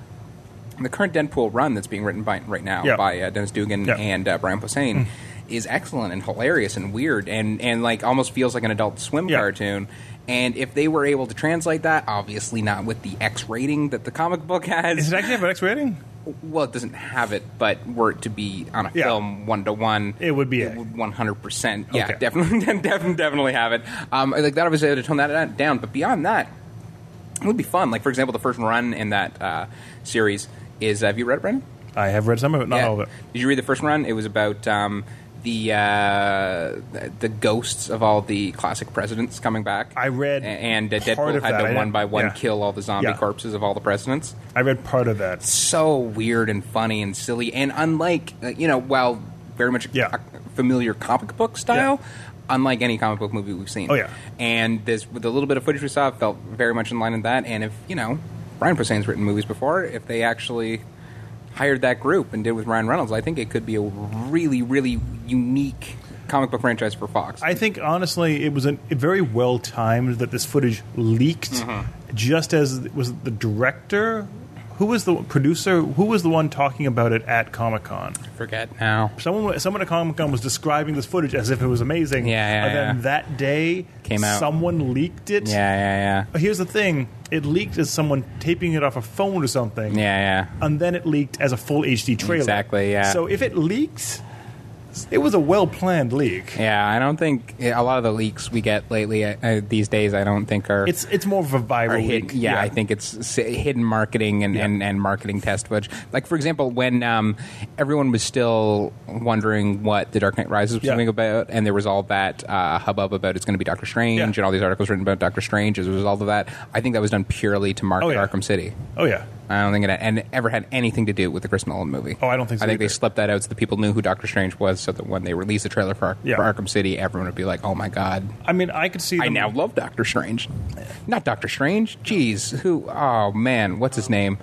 [SPEAKER 3] the current Deadpool run that's being written by right now
[SPEAKER 2] Yeah.
[SPEAKER 3] by uh, Dennis Dugan
[SPEAKER 2] Yeah. Mm.
[SPEAKER 3] and uh, Brian Posehn. Is excellent and hilarious and weird and, and like almost feels like an adult swim
[SPEAKER 2] Yeah.
[SPEAKER 3] cartoon. And if they were able to translate that, obviously not with the X rating that the comic book has,
[SPEAKER 2] Is it actually have an X rating?
[SPEAKER 3] well, it doesn't have it, but were it to be on a
[SPEAKER 2] Yeah.
[SPEAKER 3] film one to one,
[SPEAKER 2] It would be A.
[SPEAKER 3] one hundred percent. Yeah,
[SPEAKER 2] Okay.
[SPEAKER 3] definitely, [LAUGHS] definitely, definitely have it. Um, like that, obviously, I had to tone that down. But beyond that, it would be fun. Like for example, the first run in that uh, series is. uh, have you read it, Brendan?
[SPEAKER 2] I have read some of it, not
[SPEAKER 3] Yeah.
[SPEAKER 2] all of it.
[SPEAKER 3] Did you read the first run? It was about um, the uh, the ghosts of all the classic presidents coming back.
[SPEAKER 2] I read
[SPEAKER 3] A- and uh,
[SPEAKER 2] part
[SPEAKER 3] Deadpool
[SPEAKER 2] of that.
[SPEAKER 3] had
[SPEAKER 2] I
[SPEAKER 3] to
[SPEAKER 2] didn't-
[SPEAKER 3] one by one
[SPEAKER 2] yeah.
[SPEAKER 3] kill all the zombie
[SPEAKER 2] Yeah.
[SPEAKER 3] corpses of all the presidents
[SPEAKER 2] I read part of that.
[SPEAKER 3] so weird and funny and silly and unlike uh, you know while very much
[SPEAKER 2] Yeah.
[SPEAKER 3] a familiar comic book style unlike any comic book movie we've seen
[SPEAKER 2] Oh, yeah.
[SPEAKER 3] and this with the little bit of footage we saw it felt very much in line with that and if you know Brian Posehn's written movies before if they actually hired that group and did with Ryan Reynolds I think it could be a really really unique comic book franchise for Fox
[SPEAKER 2] I think honestly, it was an, it very well timed that this footage leaked just as was it the director. Who was the producer? Who was the one talking about it at Comic Con?
[SPEAKER 3] forget now
[SPEAKER 2] Someone, someone at Comic Con was describing this footage as if it was amazing.
[SPEAKER 3] Yeah, yeah,
[SPEAKER 2] And then
[SPEAKER 3] yeah.
[SPEAKER 2] that day,
[SPEAKER 3] Came out.
[SPEAKER 2] Someone leaked it.
[SPEAKER 3] yeah yeah
[SPEAKER 2] But Here's the thing: it leaked as someone taping it off a phone or something.
[SPEAKER 3] yeah yeah yeah
[SPEAKER 2] And then it leaked as a full HD trailer.
[SPEAKER 3] Exactly, yeah.
[SPEAKER 2] So if it leaks, it was a well planned leak.
[SPEAKER 3] yeah, I don't think yeah, a lot of the leaks we get lately uh, uh, these days. I don't think are
[SPEAKER 2] It's it's more of a
[SPEAKER 3] or
[SPEAKER 2] viral
[SPEAKER 3] hidden,
[SPEAKER 2] leak.
[SPEAKER 3] yeah, I think it's s- hidden marketing and, and, and marketing test footage. Like for example, when um, everyone was still wondering what the Dark Knight Rises was
[SPEAKER 2] Yeah.
[SPEAKER 3] going about, and there was all that uh, hubbub about it's going to be Doctor Strange
[SPEAKER 2] Yeah.
[SPEAKER 3] and all these articles written about Doctor Strange as a result of that. I think that was done purely to market
[SPEAKER 2] Oh, yeah.
[SPEAKER 3] Arkham City.
[SPEAKER 2] Oh yeah.
[SPEAKER 3] I don't think it had, and ever had anything to do with the Chris Nolan movie.
[SPEAKER 2] Oh, I don't think so
[SPEAKER 3] I think they
[SPEAKER 2] either.
[SPEAKER 3] slept that out so the people knew who Doctor Strange was, so that when they released the trailer for, Ar-
[SPEAKER 2] Yeah.
[SPEAKER 3] for Arkham City, everyone would be like, "Oh my god,
[SPEAKER 2] I mean, I could see.
[SPEAKER 3] I
[SPEAKER 2] them-
[SPEAKER 3] now love Doctor Strange. Not Doctor Strange. Jeez, who? Oh man, what's his name?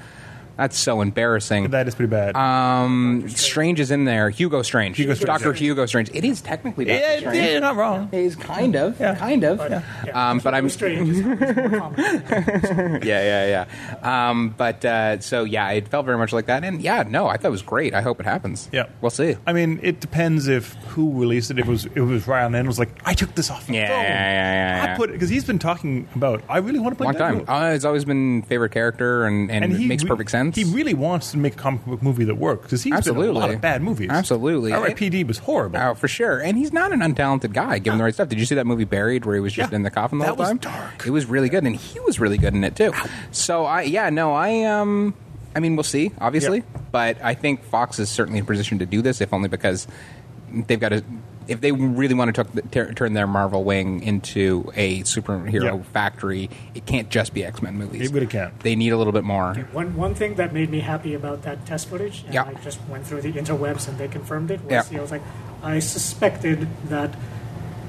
[SPEAKER 3] That's so embarrassing.
[SPEAKER 2] that is pretty bad.
[SPEAKER 3] Um, Strange is in there. Hugo Strange.
[SPEAKER 2] Hugo Strange,
[SPEAKER 3] Doctor
[SPEAKER 2] yeah.
[SPEAKER 3] Hugo Strange. It is technically Doctor
[SPEAKER 2] Yeah,
[SPEAKER 3] Strange.
[SPEAKER 2] yeah, you're not wrong.
[SPEAKER 3] It is kind of,
[SPEAKER 2] Yeah.
[SPEAKER 3] kind of.
[SPEAKER 1] But,
[SPEAKER 3] Um, but I'm
[SPEAKER 1] strange. It's more common.
[SPEAKER 3] [LAUGHS] yeah, yeah, yeah. Um, but uh, so yeah, it felt very much like that. And yeah, no, I thought it was great. I hope it happens.
[SPEAKER 2] Yeah.
[SPEAKER 3] we'll see.
[SPEAKER 2] I mean, it depends if who released it. If it was if it was Ryan Reynolds, like I took this off the
[SPEAKER 3] Yeah,
[SPEAKER 2] phone.
[SPEAKER 3] yeah, yeah, yeah, yeah.
[SPEAKER 2] I put it because he's been talking about. I really want to play
[SPEAKER 3] Long time.
[SPEAKER 2] Deadpool."
[SPEAKER 3] Uh, it's always been favorite character, and, and, it makes
[SPEAKER 2] re-
[SPEAKER 3] perfect sense.
[SPEAKER 2] He really wants to make a comic book movie that works because he's been in a lot
[SPEAKER 3] Absolutely.
[SPEAKER 2] of bad movies.
[SPEAKER 3] Absolutely.
[SPEAKER 2] R.I.P.D. was horrible.
[SPEAKER 3] Oh, for sure. And he's not an untalented guy, given the right stuff. Did you see that movie Buried, where he was just
[SPEAKER 2] Yeah.
[SPEAKER 3] in the coffin the
[SPEAKER 2] That
[SPEAKER 3] whole
[SPEAKER 2] was
[SPEAKER 3] time?
[SPEAKER 2] dark.
[SPEAKER 3] It was really good, and he was really good in it too. So I, yeah, no, I, um, I mean, we'll see, obviously,
[SPEAKER 2] Yeah.
[SPEAKER 3] but I think Fox is certainly in position to do this, if only because they've got to. If they really want to tuck- ter- turn their Marvel wing into a superhero
[SPEAKER 2] Yeah.
[SPEAKER 3] factory, it can't just be X Men movies.
[SPEAKER 2] It really can't.
[SPEAKER 3] They need a little bit more.
[SPEAKER 1] one, one thing that made me happy about that test footage, and
[SPEAKER 3] Yeah.
[SPEAKER 1] I just went through the interwebs and they confirmed it, was
[SPEAKER 3] Yeah.
[SPEAKER 1] you know, it's like, I suspected that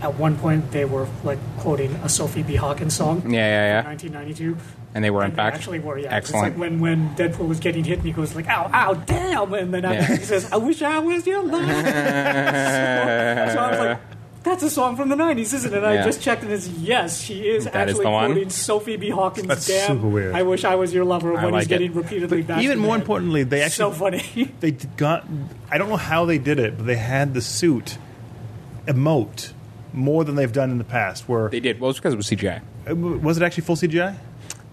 [SPEAKER 1] at one point they were like quoting a Sophie B. Hawkins song.
[SPEAKER 3] Yeah, yeah, yeah.
[SPEAKER 1] 1992.
[SPEAKER 3] And they were, in fact,
[SPEAKER 1] actually were, yeah.
[SPEAKER 3] excellent.
[SPEAKER 1] It's like when, when Deadpool was getting hit and he goes like, ow, ow, damn. And then after
[SPEAKER 3] Yeah.
[SPEAKER 1] he says, I wish I was
[SPEAKER 3] [LAUGHS]
[SPEAKER 1] your love. so, so I was like, that's a song from the 90s, isn't it? And
[SPEAKER 3] Yeah.
[SPEAKER 1] I just checked and it's, yes, she is
[SPEAKER 3] That is
[SPEAKER 1] actually
[SPEAKER 3] the one?
[SPEAKER 1] quoting Sophie B. Hawkins'
[SPEAKER 2] That's
[SPEAKER 1] damn,
[SPEAKER 2] super weird.
[SPEAKER 1] I wish I was your lover
[SPEAKER 3] I
[SPEAKER 1] when
[SPEAKER 3] like
[SPEAKER 1] he's getting
[SPEAKER 3] it.
[SPEAKER 1] repeatedly back.
[SPEAKER 2] Even more importantly, they
[SPEAKER 1] so
[SPEAKER 2] actually [LAUGHS]
[SPEAKER 1] funny.
[SPEAKER 2] they did got. I don't know how they did it, but they had the suit emote more than they've done in the past. Where
[SPEAKER 3] they did. Well, it's because it was CGI.
[SPEAKER 2] Uh, was it actually full CGI?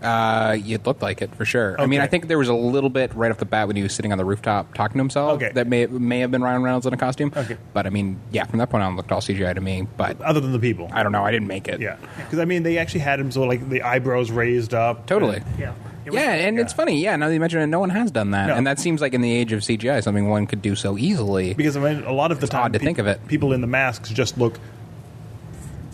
[SPEAKER 3] Uh, it looked like it for sure. I mean,
[SPEAKER 2] Okay.
[SPEAKER 3] I think there was a little bit right off the bat when he was sitting on the rooftop talking to himself.
[SPEAKER 2] Okay.
[SPEAKER 3] That may may have been Ryan Reynolds in a costume.
[SPEAKER 2] Okay.
[SPEAKER 3] But I mean, yeah, from that point on, it looked all CGI to me. But
[SPEAKER 2] Other than the people,
[SPEAKER 3] I don't know. I didn't make it.
[SPEAKER 2] yeah. Because I mean, they actually had him so like the eyebrows raised up.
[SPEAKER 3] Totally.
[SPEAKER 1] yeah. It was-
[SPEAKER 3] Yeah, and it's funny. Yeah, now that you mention it, no one has done that,
[SPEAKER 2] No.
[SPEAKER 3] and that seems like in the age of CGI, something one could do so easily.
[SPEAKER 2] Because I mean, a lot of the time,
[SPEAKER 3] odd to think of it.
[SPEAKER 2] people in the masks just look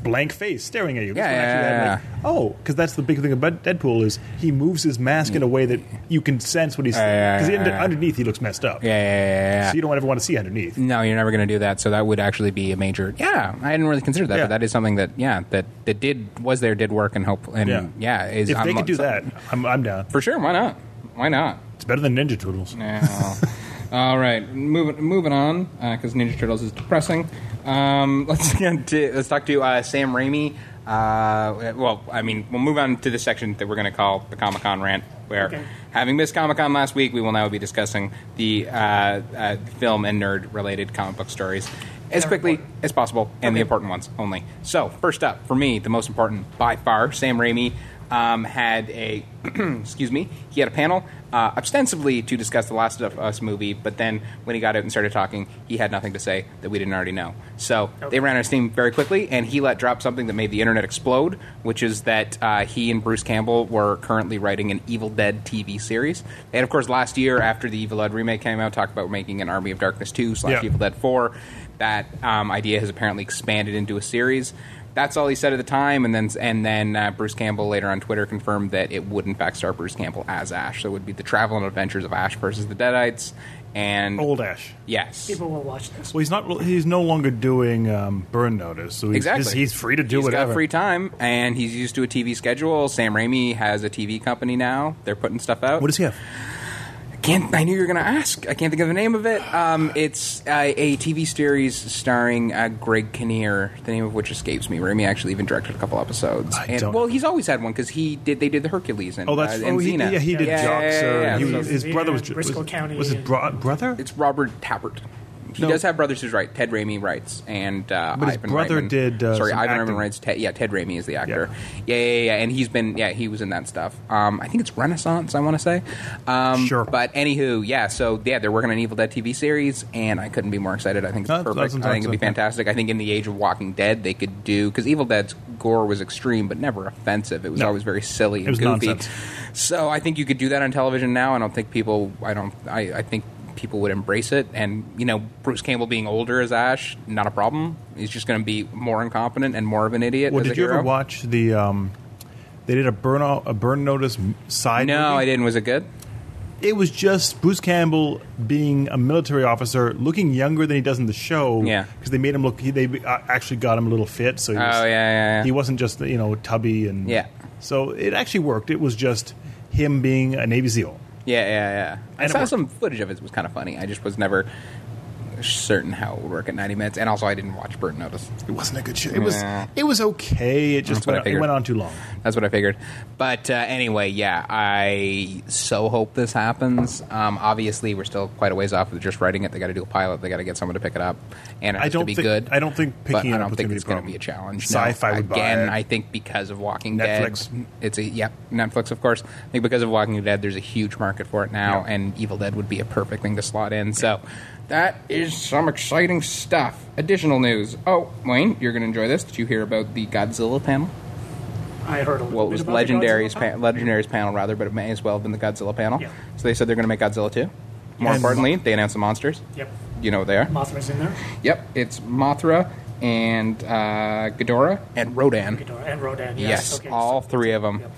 [SPEAKER 2] blank face staring at you. This
[SPEAKER 3] Yeah,
[SPEAKER 2] one
[SPEAKER 3] yeah,
[SPEAKER 2] actually had,
[SPEAKER 3] yeah,
[SPEAKER 2] like, oh, because that's the big thing about Deadpool is he moves his mask in a way that you can sense what he's
[SPEAKER 3] Yeah, yeah,
[SPEAKER 2] because
[SPEAKER 3] yeah, yeah.
[SPEAKER 2] underneath he looks messed up.
[SPEAKER 3] Yeah, yeah, yeah, yeah, yeah.
[SPEAKER 2] So you don't ever want to see underneath.
[SPEAKER 3] no, you're never going to do that. So that would actually be a major. Yeah, I hadn't really considered that,
[SPEAKER 2] Yeah.
[SPEAKER 3] but that is something that yeah that that did was there did work and hope and yeah, is
[SPEAKER 2] if they
[SPEAKER 3] unlo-
[SPEAKER 2] could do
[SPEAKER 3] so-
[SPEAKER 2] that, I'm, I'm down.
[SPEAKER 3] for sure. Why not? Why not?
[SPEAKER 2] It's better than Ninja Turtles.
[SPEAKER 3] Yeah. All right, moving moving on because Ninja Turtles is depressing. Um, [LAUGHS] let's get to, let's talk to uh, Sam Raimi. Uh, well, I mean, we'll move on to the section that we're going to call the Comic Con rant, where
[SPEAKER 1] Okay.
[SPEAKER 3] having missed Comic Con last week, we will now be discussing the uh, uh, film and nerd related comic book stories as
[SPEAKER 1] They're
[SPEAKER 3] quickly
[SPEAKER 1] important.
[SPEAKER 3] as possible and the important ones only. So, first up for me, the most important by far, Sam Raimi um, had a [CLEARS THROAT] excuse me, he had a panel uh, ostensibly to discuss the Last of Us movie, but then when he got out and started talking, he had nothing to say that we didn't already know. So they ran out of steam very quickly, and he let drop something that made the internet explode, which is that uh, he and Bruce Campbell were currently writing an Evil Dead TV series. And of course, last year after the Evil Dead remake came out, talked about making an Army of Darkness two slash
[SPEAKER 2] Yeah.
[SPEAKER 3] Evil Dead four. That um, idea has apparently expanded into a series. That's all he said at the time, and then and then uh, Bruce Campbell later on Twitter confirmed that it would in fact star Bruce Campbell as Ash. So it would be the travel and adventures of Ash versus the Deadites, and
[SPEAKER 2] Old Ash.
[SPEAKER 3] yes,
[SPEAKER 1] People will watch this.
[SPEAKER 2] Well, he's not. re- He's no longer doing um, Burn Notice, so he's,
[SPEAKER 3] exactly.
[SPEAKER 2] he's, he's free to do
[SPEAKER 3] He's
[SPEAKER 2] whatever.
[SPEAKER 3] Got free time, and he's used to a TV schedule. Sam Raimi has a TV company now. They're putting stuff out.
[SPEAKER 2] what does he have?
[SPEAKER 3] Can't I knew you were going to ask? I can't think of the name of it. Um, it's uh, a TV series starring uh, Greg Kinnear, the name of which escapes me. Remy actually even directed a couple episodes.
[SPEAKER 2] I
[SPEAKER 3] and,
[SPEAKER 2] don't-
[SPEAKER 3] Well, he's always had one because he did. They did the Hercules and
[SPEAKER 2] Oh, that's
[SPEAKER 3] uh,
[SPEAKER 2] oh,
[SPEAKER 3] and
[SPEAKER 2] he,
[SPEAKER 3] Xena.
[SPEAKER 2] yeah, he did
[SPEAKER 1] Yeah,
[SPEAKER 2] Jock.
[SPEAKER 3] yeah,
[SPEAKER 2] sir.
[SPEAKER 3] yeah,
[SPEAKER 2] He
[SPEAKER 3] yeah.
[SPEAKER 2] was-
[SPEAKER 3] So-
[SPEAKER 2] his brother was
[SPEAKER 1] Briscoe
[SPEAKER 2] was,
[SPEAKER 1] County
[SPEAKER 2] Was his
[SPEAKER 1] and-
[SPEAKER 2] bro- brother?
[SPEAKER 3] It's Robert Tappert. He
[SPEAKER 2] No.
[SPEAKER 3] does have brothers who's right. Ted Raimi writes, and uh,
[SPEAKER 2] But his
[SPEAKER 3] Ivan
[SPEAKER 2] brother
[SPEAKER 3] Reitman-
[SPEAKER 2] did, uh,
[SPEAKER 3] sorry,
[SPEAKER 2] some
[SPEAKER 3] Ivan
[SPEAKER 2] acting.
[SPEAKER 3] Reitman writes. Ted, yeah, Ted Raimi is the actor. Yeah. yeah, yeah, yeah. And he's been, yeah, he was in that stuff. Um, I think it's Renaissance. I want to say. Um,
[SPEAKER 2] Sure.
[SPEAKER 3] But anywho, yeah. So yeah, they're working on an Evil Dead TV series, and I couldn't be more excited. I think it's
[SPEAKER 2] That's-
[SPEAKER 3] perfect.
[SPEAKER 2] that's
[SPEAKER 3] I think it'd be
[SPEAKER 2] fantastic.
[SPEAKER 3] fantastic. I think in the age of Walking Dead, they could do because Evil Dead's gore was extreme, but never offensive. It was
[SPEAKER 2] No.
[SPEAKER 3] always very silly and
[SPEAKER 2] It was
[SPEAKER 3] goofy.
[SPEAKER 2] nonsense.
[SPEAKER 3] So I think you could do that on television now. I don't think people. I don't. I, I think people would embrace it. And you know, Bruce Campbell being older as Ash, not a problem. He's just going to be more incompetent and more of an idiot.
[SPEAKER 2] Well,
[SPEAKER 3] as
[SPEAKER 2] did
[SPEAKER 3] a
[SPEAKER 2] you ever
[SPEAKER 3] hero.
[SPEAKER 2] watch the? Um, they did a burn a burn notice m- side.
[SPEAKER 3] No,
[SPEAKER 2] movie?
[SPEAKER 3] I didn't. Was it good?
[SPEAKER 2] It was just Bruce Campbell being a military officer, looking younger than he does in the show.
[SPEAKER 3] Yeah.
[SPEAKER 2] because they made him look. He, they uh, actually got him a little fit, so he was,
[SPEAKER 3] Oh, yeah, yeah, yeah.
[SPEAKER 2] he wasn't just you know tubby and
[SPEAKER 3] Yeah.
[SPEAKER 2] So it actually worked. It was just him being a Navy SEAL.
[SPEAKER 3] Yeah, yeah, yeah. I
[SPEAKER 2] And it
[SPEAKER 3] saw
[SPEAKER 2] worked.
[SPEAKER 3] some footage of it. It was kind of funny. I just was never certain how it would work at 90 minutes. And also, I didn't watch Burn Notice.
[SPEAKER 2] It wasn't a good show. It was.
[SPEAKER 3] Yeah.
[SPEAKER 2] It was okay. It just
[SPEAKER 3] That's what I
[SPEAKER 2] went, it
[SPEAKER 3] figured.
[SPEAKER 2] went on too long.
[SPEAKER 3] That's what I figured. But uh, anyway, yeah, I so hope this happens. Um, obviously, we're still quite a ways off of just writing it. They got to do a pilot. They got to get someone to pick it up, and it
[SPEAKER 2] I
[SPEAKER 3] has to
[SPEAKER 2] don't
[SPEAKER 3] be
[SPEAKER 2] think.
[SPEAKER 3] good.
[SPEAKER 2] I don't think
[SPEAKER 3] but
[SPEAKER 2] picking
[SPEAKER 3] I
[SPEAKER 2] it
[SPEAKER 3] don't
[SPEAKER 2] up is
[SPEAKER 3] think
[SPEAKER 2] gonna
[SPEAKER 3] it's
[SPEAKER 2] be a
[SPEAKER 3] going to
[SPEAKER 2] problem.
[SPEAKER 3] be a challenge. No.
[SPEAKER 2] Sci-fi would buy
[SPEAKER 3] again.
[SPEAKER 2] it.
[SPEAKER 3] I think because of Walking
[SPEAKER 2] Netflix.
[SPEAKER 3] Dead, it's a yep Netflix, of course. I think because of Walking Dead, there's a huge market for it now,
[SPEAKER 2] Yeah.
[SPEAKER 3] and Evil Dead would be a perfect thing to slot in. So that is some exciting stuff. Additional news. Oh, Wayne, you're going to enjoy this. Did you hear about the Godzilla panel?
[SPEAKER 1] I heard a little
[SPEAKER 3] well, it
[SPEAKER 1] bit
[SPEAKER 3] was
[SPEAKER 1] about the
[SPEAKER 3] Legendary's
[SPEAKER 1] Godzilla
[SPEAKER 3] pa- Legendary's panel rather, but it may as well have been the Godzilla panel.
[SPEAKER 1] Yeah.
[SPEAKER 3] So they said they're going to make Godzilla two. More
[SPEAKER 2] And-
[SPEAKER 3] importantly, they announced the monsters.
[SPEAKER 1] Yep.
[SPEAKER 3] You know what they are.
[SPEAKER 1] Mothra's in there.
[SPEAKER 3] Yep, it's Mothra and uh, Ghidorah and Rodan.
[SPEAKER 1] Ghidorah and Rodan.
[SPEAKER 3] Yes,
[SPEAKER 1] Yes. okay,
[SPEAKER 3] all
[SPEAKER 1] so-
[SPEAKER 3] three of them.
[SPEAKER 1] Yep.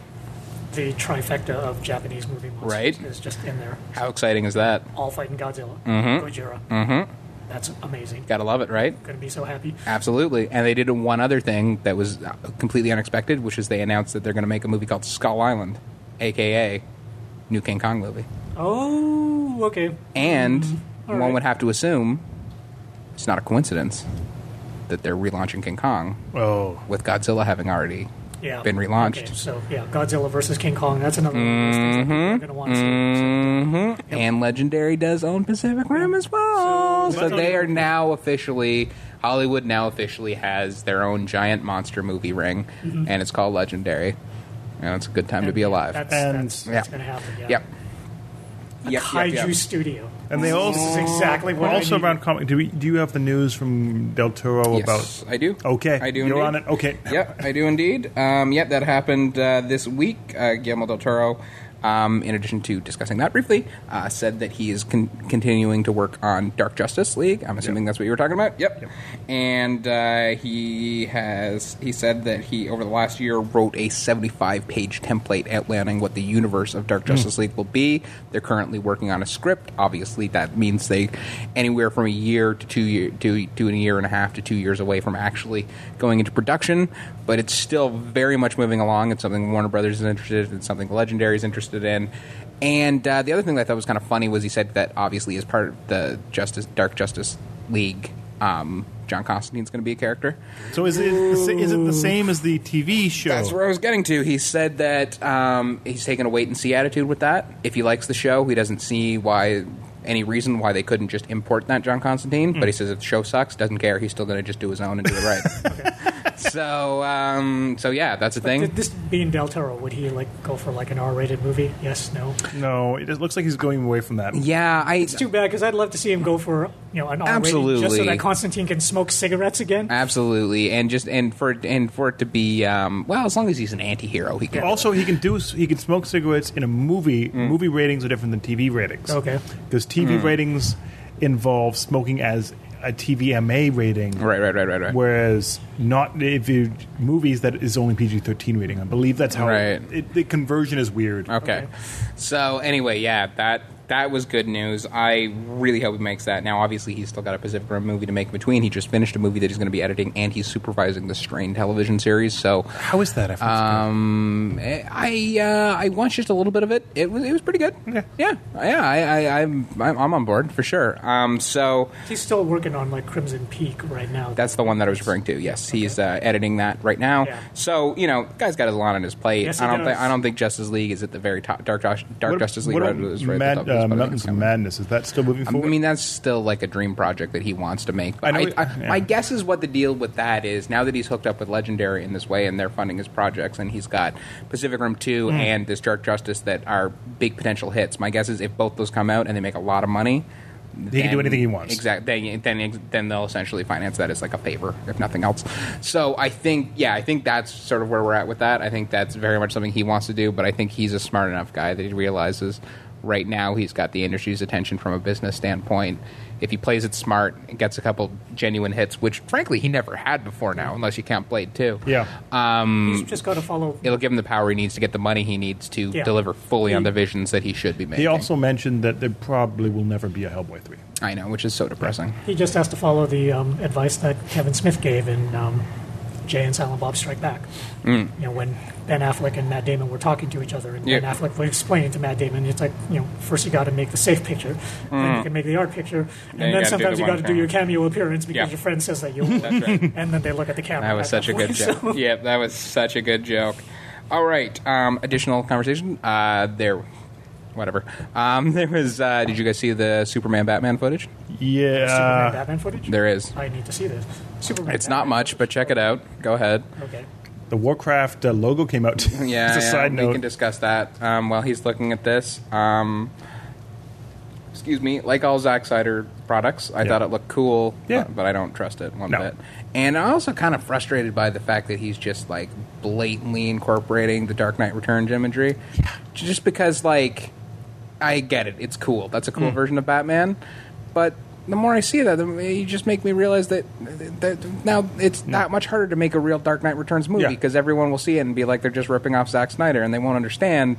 [SPEAKER 1] The trifecta of Japanese movie monsters
[SPEAKER 3] Right.
[SPEAKER 1] is just in there.
[SPEAKER 3] How exciting is that?
[SPEAKER 1] All fighting Godzilla,
[SPEAKER 3] Mm-hmm.
[SPEAKER 1] Gojira. That's amazing.
[SPEAKER 3] Gotta love it, right?
[SPEAKER 1] Gonna be so happy.
[SPEAKER 3] Absolutely. And they did one other thing that was uh, completely unexpected, which is they announced that they're going to make a movie called Skull Island, aka New King Kong movie.
[SPEAKER 1] Oh, okay.
[SPEAKER 3] And
[SPEAKER 1] all
[SPEAKER 3] one
[SPEAKER 1] right.
[SPEAKER 3] would have to assume it's not a coincidence that they're relaunching King Kong
[SPEAKER 2] Oh,
[SPEAKER 3] with Godzilla having already
[SPEAKER 1] Yeah.
[SPEAKER 3] been relaunched.
[SPEAKER 1] Okay, so yeah, Godzilla versus King Kong. That's another one of those things that
[SPEAKER 3] Mm-hmm.
[SPEAKER 1] people are gonna want to see. So-
[SPEAKER 3] hmm And Legendary does own Pacific Rim as well. So,
[SPEAKER 1] So-
[SPEAKER 3] they are now officially, Hollywood now officially has their own giant monster movie ring, and it's called Legendary. And it's a good time to be alive.
[SPEAKER 1] That's,
[SPEAKER 2] And-
[SPEAKER 1] that's,
[SPEAKER 2] Yeah.
[SPEAKER 1] that's going to happen. Yeah.
[SPEAKER 3] yep. Yep, yep,
[SPEAKER 1] Kaiju
[SPEAKER 3] yep.
[SPEAKER 1] Studio.
[SPEAKER 2] and they also
[SPEAKER 1] This is exactly what I
[SPEAKER 2] also
[SPEAKER 1] needed.
[SPEAKER 2] around comic. Do we? Do you have the news from Del Toro
[SPEAKER 3] Yes,
[SPEAKER 2] about?
[SPEAKER 3] I do.
[SPEAKER 2] Okay,
[SPEAKER 3] I do.
[SPEAKER 2] You're
[SPEAKER 3] indeed.
[SPEAKER 2] on it. Okay.
[SPEAKER 3] yep, I do indeed. Um, yep, that happened uh, this week. Uh, Guillermo del Toro, um, in addition to discussing that briefly, uh, said that he is con- continuing to work on Dark Justice League. I'm assuming that's what you were talking about. Yep. And uh, he has he said that he over the last year wrote a 75 page template outlining what the universe of Dark Justice League will be. They're currently working on a script. Obviously, that means they anywhere from a year to two year to to a year and a half to two years away from actually going into production. But it's still very much moving along. It's something Warner Brothers is interested in. It's something Legendary is interested in. And uh, the other thing that I thought was kind of funny was he said that obviously as part of the Justice Dark Justice League, um, John Constantine's going to be a character.
[SPEAKER 4] So is it the sa- is it the same as the TV show?
[SPEAKER 3] That's
[SPEAKER 2] Oh.
[SPEAKER 3] where I was getting to. He said that um, he's taking a wait and see attitude with that. If he likes the show, he doesn't see why any reason why they couldn't just import that John Constantine. But he says if the show sucks, doesn't care. He's still going to just do his own and do it right. so, um, so yeah, that's a
[SPEAKER 1] Th-
[SPEAKER 3] thing.
[SPEAKER 1] This being Del Toro, would he like go for like an R-rated movie? Yes, no.
[SPEAKER 2] No, it looks like he's going away from that.
[SPEAKER 3] Yeah, I
[SPEAKER 1] It's too bad because I'd love to see him go for you know an R-rated just so
[SPEAKER 3] Absolutely.
[SPEAKER 1] that Constantine can smoke cigarettes again.
[SPEAKER 3] absolutely and just and for it- and for it to be um, well, as long as he's an anti-hero, he can.
[SPEAKER 2] Also, he can do he can smoke cigarettes in a movie.
[SPEAKER 3] Mm.
[SPEAKER 2] Movie ratings are different than TV ratings.
[SPEAKER 1] Okay.
[SPEAKER 2] because TV ratings involve smoking as a TVMA rating.
[SPEAKER 3] Right, right, right, right, right.
[SPEAKER 2] Whereas not if you movies that is only PG thirteen rating. I believe that's how
[SPEAKER 3] Right.
[SPEAKER 2] it, the conversion is weird.
[SPEAKER 3] Okay. So anyway, yeah, that that was good news. I really hope he makes that. Now, obviously, he's still got a Pacific Rim movie to make in between. He just finished a movie that he's going to be editing, and he's supervising the Strain television series. So
[SPEAKER 2] How is that? I forgot.
[SPEAKER 3] um, I uh, I watched just a little bit of it. It was it was pretty good. Yeah, yeah, I, I I'm I'm I'm on board for sure. Um, so
[SPEAKER 1] He's still working on like Crimson Peak right now.
[SPEAKER 3] that's the one that I was referring to. Yes, he's uh, editing that right now.
[SPEAKER 1] Yeah.
[SPEAKER 3] So you know, guy's got a lot on his plate.
[SPEAKER 1] Yes, he
[SPEAKER 3] I don't
[SPEAKER 1] does.
[SPEAKER 3] think I don't think Justice League is at the very top. Dark Josh, Dark
[SPEAKER 2] What-
[SPEAKER 3] Justice League
[SPEAKER 2] what
[SPEAKER 3] right,
[SPEAKER 2] about
[SPEAKER 3] is right at
[SPEAKER 2] Mad-
[SPEAKER 3] the top. of
[SPEAKER 2] uh,
[SPEAKER 3] his list, but I think
[SPEAKER 2] Mountains
[SPEAKER 3] it's
[SPEAKER 2] of
[SPEAKER 3] coming.
[SPEAKER 2] Madness is that still moving
[SPEAKER 3] I
[SPEAKER 2] forward?
[SPEAKER 3] mean, that's still like a dream project that he wants to make.
[SPEAKER 2] I
[SPEAKER 3] I
[SPEAKER 2] know
[SPEAKER 3] I,
[SPEAKER 2] it- yeah.
[SPEAKER 3] My guess is what the deal with that is now that he's hooked up with Legendary in this way and they're funding his projects, and he's got Pacific Rim
[SPEAKER 2] Hmm.
[SPEAKER 3] 2 and this Dark Justice that are big potential hits. My guess is if both those come out and they make a lot of money,
[SPEAKER 2] He can do anything he wants.
[SPEAKER 3] Exactly. Then, then, then they'll essentially finance that as like a favor, if nothing else. So I think, yeah, I think that's sort of where we're at with that. I think that's very much something he wants to do, but I think he's a smart enough guy that he realizes right now he's got the industry's attention from a business standpoint. If he plays it smart and gets a couple genuine hits, which frankly he never had before now, unless you count Blade 2.
[SPEAKER 2] yeah.
[SPEAKER 3] uh,
[SPEAKER 1] He's just got to follow.
[SPEAKER 3] It'll give him the power he needs to get the money he needs to
[SPEAKER 1] Yeah.
[SPEAKER 3] deliver fully on
[SPEAKER 1] He-
[SPEAKER 3] the visions that he should be making.
[SPEAKER 2] he also mentioned that there probably will never be a Hellboy three.
[SPEAKER 3] I know, which is so depressing.
[SPEAKER 1] He just has to follow the um, advice that Kevin Smith gave in um, Jay and Silent Bob Strike Back.
[SPEAKER 3] Hmm.
[SPEAKER 1] You know, when Ben Affleck and Matt Damon were talking to each other, and
[SPEAKER 3] Yeah.
[SPEAKER 1] Ben Affleck was explaining to Matt Damon, it's like, you know, first you got to make the safe picture, then you can make the art picture, and
[SPEAKER 3] Hmm. Then you
[SPEAKER 1] then
[SPEAKER 3] gotta do
[SPEAKER 1] sometimes
[SPEAKER 3] the
[SPEAKER 1] you got
[SPEAKER 3] one
[SPEAKER 1] to do
[SPEAKER 3] thing.
[SPEAKER 1] your cameo appearance because
[SPEAKER 3] Yeah.
[SPEAKER 1] your friend says that you will.
[SPEAKER 3] That's right.
[SPEAKER 1] [LAUGHS] and then they look at the camera.
[SPEAKER 3] That was
[SPEAKER 1] at
[SPEAKER 3] such a good
[SPEAKER 1] point,
[SPEAKER 3] joke.
[SPEAKER 1] so-
[SPEAKER 3] yep, that was such a good joke. All right, um, additional conversation. Uh, there, whatever. Um, [LAUGHS] there was. Uh, did you guys see the Superman Batman footage?
[SPEAKER 1] Superman
[SPEAKER 2] Yeah,
[SPEAKER 1] Batman footage?
[SPEAKER 3] There is.
[SPEAKER 1] I need to see this. Superman
[SPEAKER 3] It's not
[SPEAKER 1] Batman.
[SPEAKER 3] much, but check it out. Go ahead.
[SPEAKER 1] Okay.
[SPEAKER 2] the Warcraft uh, logo came out. [LAUGHS]
[SPEAKER 3] Yeah,
[SPEAKER 2] it's a
[SPEAKER 3] yeah,
[SPEAKER 2] side
[SPEAKER 3] we
[SPEAKER 2] note.
[SPEAKER 3] can discuss that um, while he's looking at this. Um, excuse me. Like all Zack Snyder products, I
[SPEAKER 2] Yeah.
[SPEAKER 3] thought it looked cool.
[SPEAKER 2] Yeah.
[SPEAKER 3] but, but I don't trust it one
[SPEAKER 2] No.
[SPEAKER 3] bit. And I'm also kind of frustrated by the fact that he's just like blatantly incorporating the Dark Knight Returns imagery, just because like I get it, it's cool. That's a cool version of Batman, but. The more I see that, the- you just make me realize that, that now it's not much harder to make a real Dark Knight Returns movie
[SPEAKER 2] Yeah.
[SPEAKER 3] because everyone will see it and be like they're just ripping off Zack Snyder and they won't understand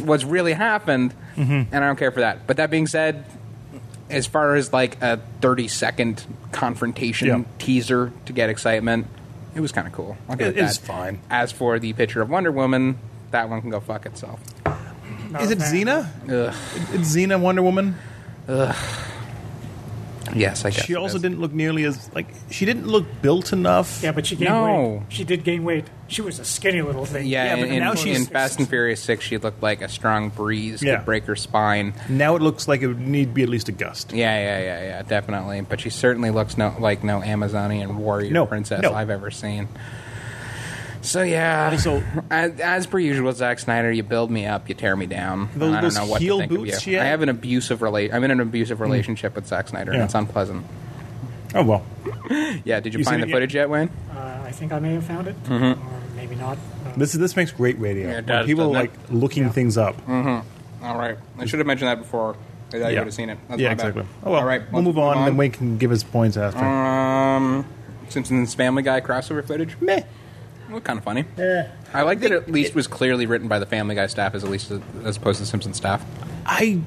[SPEAKER 3] what's really happened. And I don't care for that. But that being said, as far as like a 30 second confrontation
[SPEAKER 2] Yeah.
[SPEAKER 3] teaser to get excitement, it was kind of cool. I'll go
[SPEAKER 2] It-
[SPEAKER 3] with that.
[SPEAKER 2] it's fine.
[SPEAKER 3] As for the picture of Wonder Woman, that one can go fuck itself.
[SPEAKER 1] Not
[SPEAKER 2] Is
[SPEAKER 1] a
[SPEAKER 2] it
[SPEAKER 1] fan.
[SPEAKER 2] Xena? It's Xena Wonder Woman.
[SPEAKER 3] Yes, I guess.
[SPEAKER 2] She
[SPEAKER 3] it
[SPEAKER 2] also
[SPEAKER 3] is.
[SPEAKER 2] didn't look nearly as like she didn't look built enough.
[SPEAKER 1] Yeah, but she gained
[SPEAKER 3] No.
[SPEAKER 1] weight. She did gain weight. She was a skinny little thing.
[SPEAKER 3] Yeah,
[SPEAKER 2] but
[SPEAKER 3] in,
[SPEAKER 2] now
[SPEAKER 3] in-
[SPEAKER 2] she's-
[SPEAKER 3] in Fast and Furious 6, she looked like a strong breeze
[SPEAKER 2] Yeah.
[SPEAKER 3] could break her spine.
[SPEAKER 2] now it looks like it would need be at least a gust.
[SPEAKER 3] Yeah, yeah, yeah, yeah, definitely. But she certainly looks no like no Amazonian warrior
[SPEAKER 2] No,
[SPEAKER 3] princess
[SPEAKER 2] no.
[SPEAKER 3] I've ever seen. So yeah,
[SPEAKER 2] Also-
[SPEAKER 3] [LAUGHS] as, as per usual, Zack Snyder, you build me up, you tear me down.
[SPEAKER 2] Those-
[SPEAKER 3] I don't
[SPEAKER 2] those
[SPEAKER 3] know what
[SPEAKER 2] heel
[SPEAKER 3] to think
[SPEAKER 2] boots
[SPEAKER 3] of
[SPEAKER 2] she
[SPEAKER 3] you. I
[SPEAKER 2] had? Hmm.
[SPEAKER 3] have an abusive rela- I'm in an abusive relationship with Zack Snyder, and
[SPEAKER 2] Yeah.
[SPEAKER 3] it's unpleasant.
[SPEAKER 2] Oh well.
[SPEAKER 3] Yeah, did you,
[SPEAKER 2] You seen
[SPEAKER 3] find the
[SPEAKER 2] it yet?
[SPEAKER 3] footage yet, Wayne?
[SPEAKER 1] Uh, I think I may have found it,
[SPEAKER 3] Mm-hmm.
[SPEAKER 1] or maybe not. Uh,
[SPEAKER 2] This is this makes great radio.
[SPEAKER 3] Yeah, it
[SPEAKER 2] When
[SPEAKER 3] does,
[SPEAKER 2] people
[SPEAKER 3] doesn't
[SPEAKER 2] like looking
[SPEAKER 1] Yeah.
[SPEAKER 2] things up.
[SPEAKER 3] All right, I should have mentioned that before. I thought you would have seen it. That's
[SPEAKER 2] yeah,
[SPEAKER 3] my bad.
[SPEAKER 2] exactly. Oh well.
[SPEAKER 3] All right,
[SPEAKER 2] we'll
[SPEAKER 3] let's
[SPEAKER 2] move on, and then Wayne can give his points after.
[SPEAKER 3] Um, Simpsons Family Guy crossover footage.
[SPEAKER 2] Meh.
[SPEAKER 3] Look kind of funny. I like that at least was clearly written by the Family Guy staff as at least as opposed to the Simpsons staff.
[SPEAKER 2] I.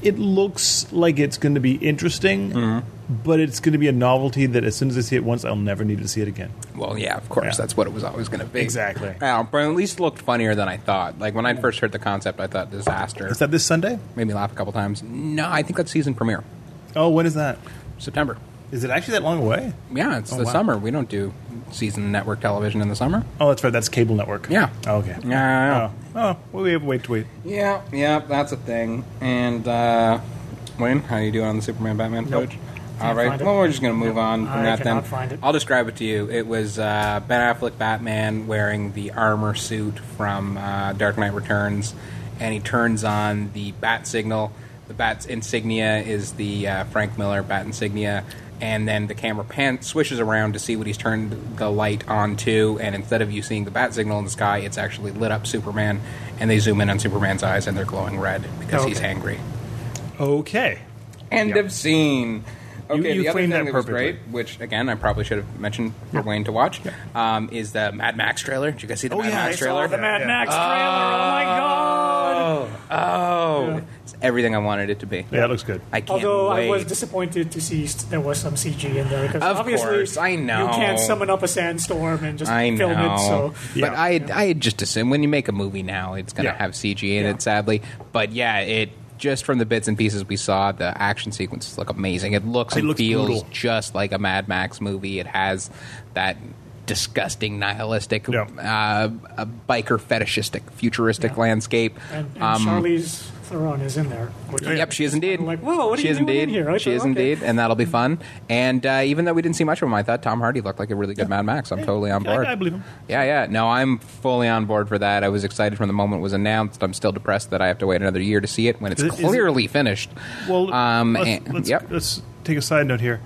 [SPEAKER 2] It looks like it's going to be interesting,
[SPEAKER 3] Mm-hmm.
[SPEAKER 2] but it's going to be a novelty that as soon as I see it once, I'll never need to see it again.
[SPEAKER 3] Well, yeah, of course.
[SPEAKER 2] Yeah.
[SPEAKER 3] That's what it was always going to be.
[SPEAKER 2] Exactly.
[SPEAKER 3] Yeah, but at least it looked funnier than I thought. Like when I first heard the concept, I thought disaster.
[SPEAKER 2] Is that this Sunday?
[SPEAKER 3] Made me laugh a couple times. No, I think that's season premiere,
[SPEAKER 2] Oh, when is that?
[SPEAKER 3] September.
[SPEAKER 2] Is it actually that long away?
[SPEAKER 3] Yeah, it's
[SPEAKER 2] Oh,
[SPEAKER 3] the
[SPEAKER 2] wow.
[SPEAKER 3] summer. We don't do season network television in the summer.
[SPEAKER 2] Oh, that's right. That's cable network.
[SPEAKER 3] Yeah.
[SPEAKER 2] Oh, okay.
[SPEAKER 3] Yeah, I know.
[SPEAKER 2] Oh, oh well, we have wait to wait.
[SPEAKER 3] Yeah, yeah, that's a thing. And uh, Wayne, how you doing on the Superman Batman
[SPEAKER 1] Nope.
[SPEAKER 3] footage? All
[SPEAKER 1] Can't
[SPEAKER 3] right.
[SPEAKER 1] find it.
[SPEAKER 3] Well, we're just going to move on from
[SPEAKER 1] I
[SPEAKER 3] that then.
[SPEAKER 1] cannot find it.
[SPEAKER 3] I'll describe it to you. It was uh, Ben Affleck Batman wearing the armor suit from uh, Dark Knight Returns, and he turns on the bat signal. The bat's insignia is the uh, Frank Miller bat insignia, and then the camera pan swishes around to see what he's turned the light on to. And instead of you seeing the bat signal in the sky, it's actually lit up Superman, and they zoom in on Superman's eyes, and they're glowing red because he's
[SPEAKER 1] Okay.
[SPEAKER 3] angry.
[SPEAKER 2] Okay.
[SPEAKER 3] End
[SPEAKER 2] Yeah.
[SPEAKER 3] of scene. Okay,
[SPEAKER 2] you
[SPEAKER 3] the other thing
[SPEAKER 2] framed that
[SPEAKER 3] that, was
[SPEAKER 2] perfectly.
[SPEAKER 3] great, which again I probably should have mentioned for Wayne to watch, um, is the Mad Max trailer. Did you guys see the Mad
[SPEAKER 2] Oh, yeah, I
[SPEAKER 3] Max
[SPEAKER 2] saw
[SPEAKER 3] trailer?
[SPEAKER 1] the Mad
[SPEAKER 2] Yeah.
[SPEAKER 1] Max trailer. Oh
[SPEAKER 3] Ah.
[SPEAKER 1] my god!
[SPEAKER 3] Oh, oh, it's everything I wanted it to be.
[SPEAKER 2] Yeah, it looks good.
[SPEAKER 3] I can't
[SPEAKER 1] Although
[SPEAKER 3] wait.
[SPEAKER 1] I was disappointed to see st- there was some CG in there because
[SPEAKER 3] Of
[SPEAKER 1] obviously
[SPEAKER 3] course, I know.
[SPEAKER 1] you can't summon up a sandstorm and just
[SPEAKER 3] I know,
[SPEAKER 1] film it. So
[SPEAKER 3] but
[SPEAKER 2] Yeah.
[SPEAKER 3] I I had just assumed when you make a movie now, it's going to
[SPEAKER 2] Yeah.
[SPEAKER 3] have CG in
[SPEAKER 1] Yeah.
[SPEAKER 3] it, sadly. But yeah, it just from the bits and pieces we saw, the action sequences look amazing. It looks
[SPEAKER 2] It
[SPEAKER 3] and
[SPEAKER 2] looks
[SPEAKER 3] feels
[SPEAKER 2] brutal.
[SPEAKER 3] just like a Mad Max movie. It has that disgusting, nihilistic,
[SPEAKER 2] Yeah.
[SPEAKER 3] uh, uh, biker fetishistic, futuristic
[SPEAKER 1] Yeah.
[SPEAKER 3] landscape.
[SPEAKER 1] and, and
[SPEAKER 3] Um,
[SPEAKER 1] Charlize Theron is in there. which-
[SPEAKER 3] Yep, she is indeed.
[SPEAKER 1] I'm like, whoa, what are
[SPEAKER 3] she
[SPEAKER 1] you
[SPEAKER 3] is
[SPEAKER 1] doing
[SPEAKER 3] indeed.
[SPEAKER 1] in here? I
[SPEAKER 3] She
[SPEAKER 1] thought,
[SPEAKER 3] is
[SPEAKER 1] okay.
[SPEAKER 3] indeed, and that'll be fun. And uh, even though we didn't see much of him, I thought Tom Hardy looked like a really good Mad Max. I'm totally on
[SPEAKER 2] I-
[SPEAKER 3] board.
[SPEAKER 2] I believe him.
[SPEAKER 3] Yeah, yeah. No, I'm fully on board for that. I was excited from the moment it was announced. I'm still depressed that I have to wait another year to see it when it's
[SPEAKER 2] Is it- is it-
[SPEAKER 3] clearly finished.
[SPEAKER 2] Well,
[SPEAKER 3] um,
[SPEAKER 2] let's,
[SPEAKER 3] and-
[SPEAKER 2] let's,
[SPEAKER 3] yep.
[SPEAKER 2] let's take a side note here.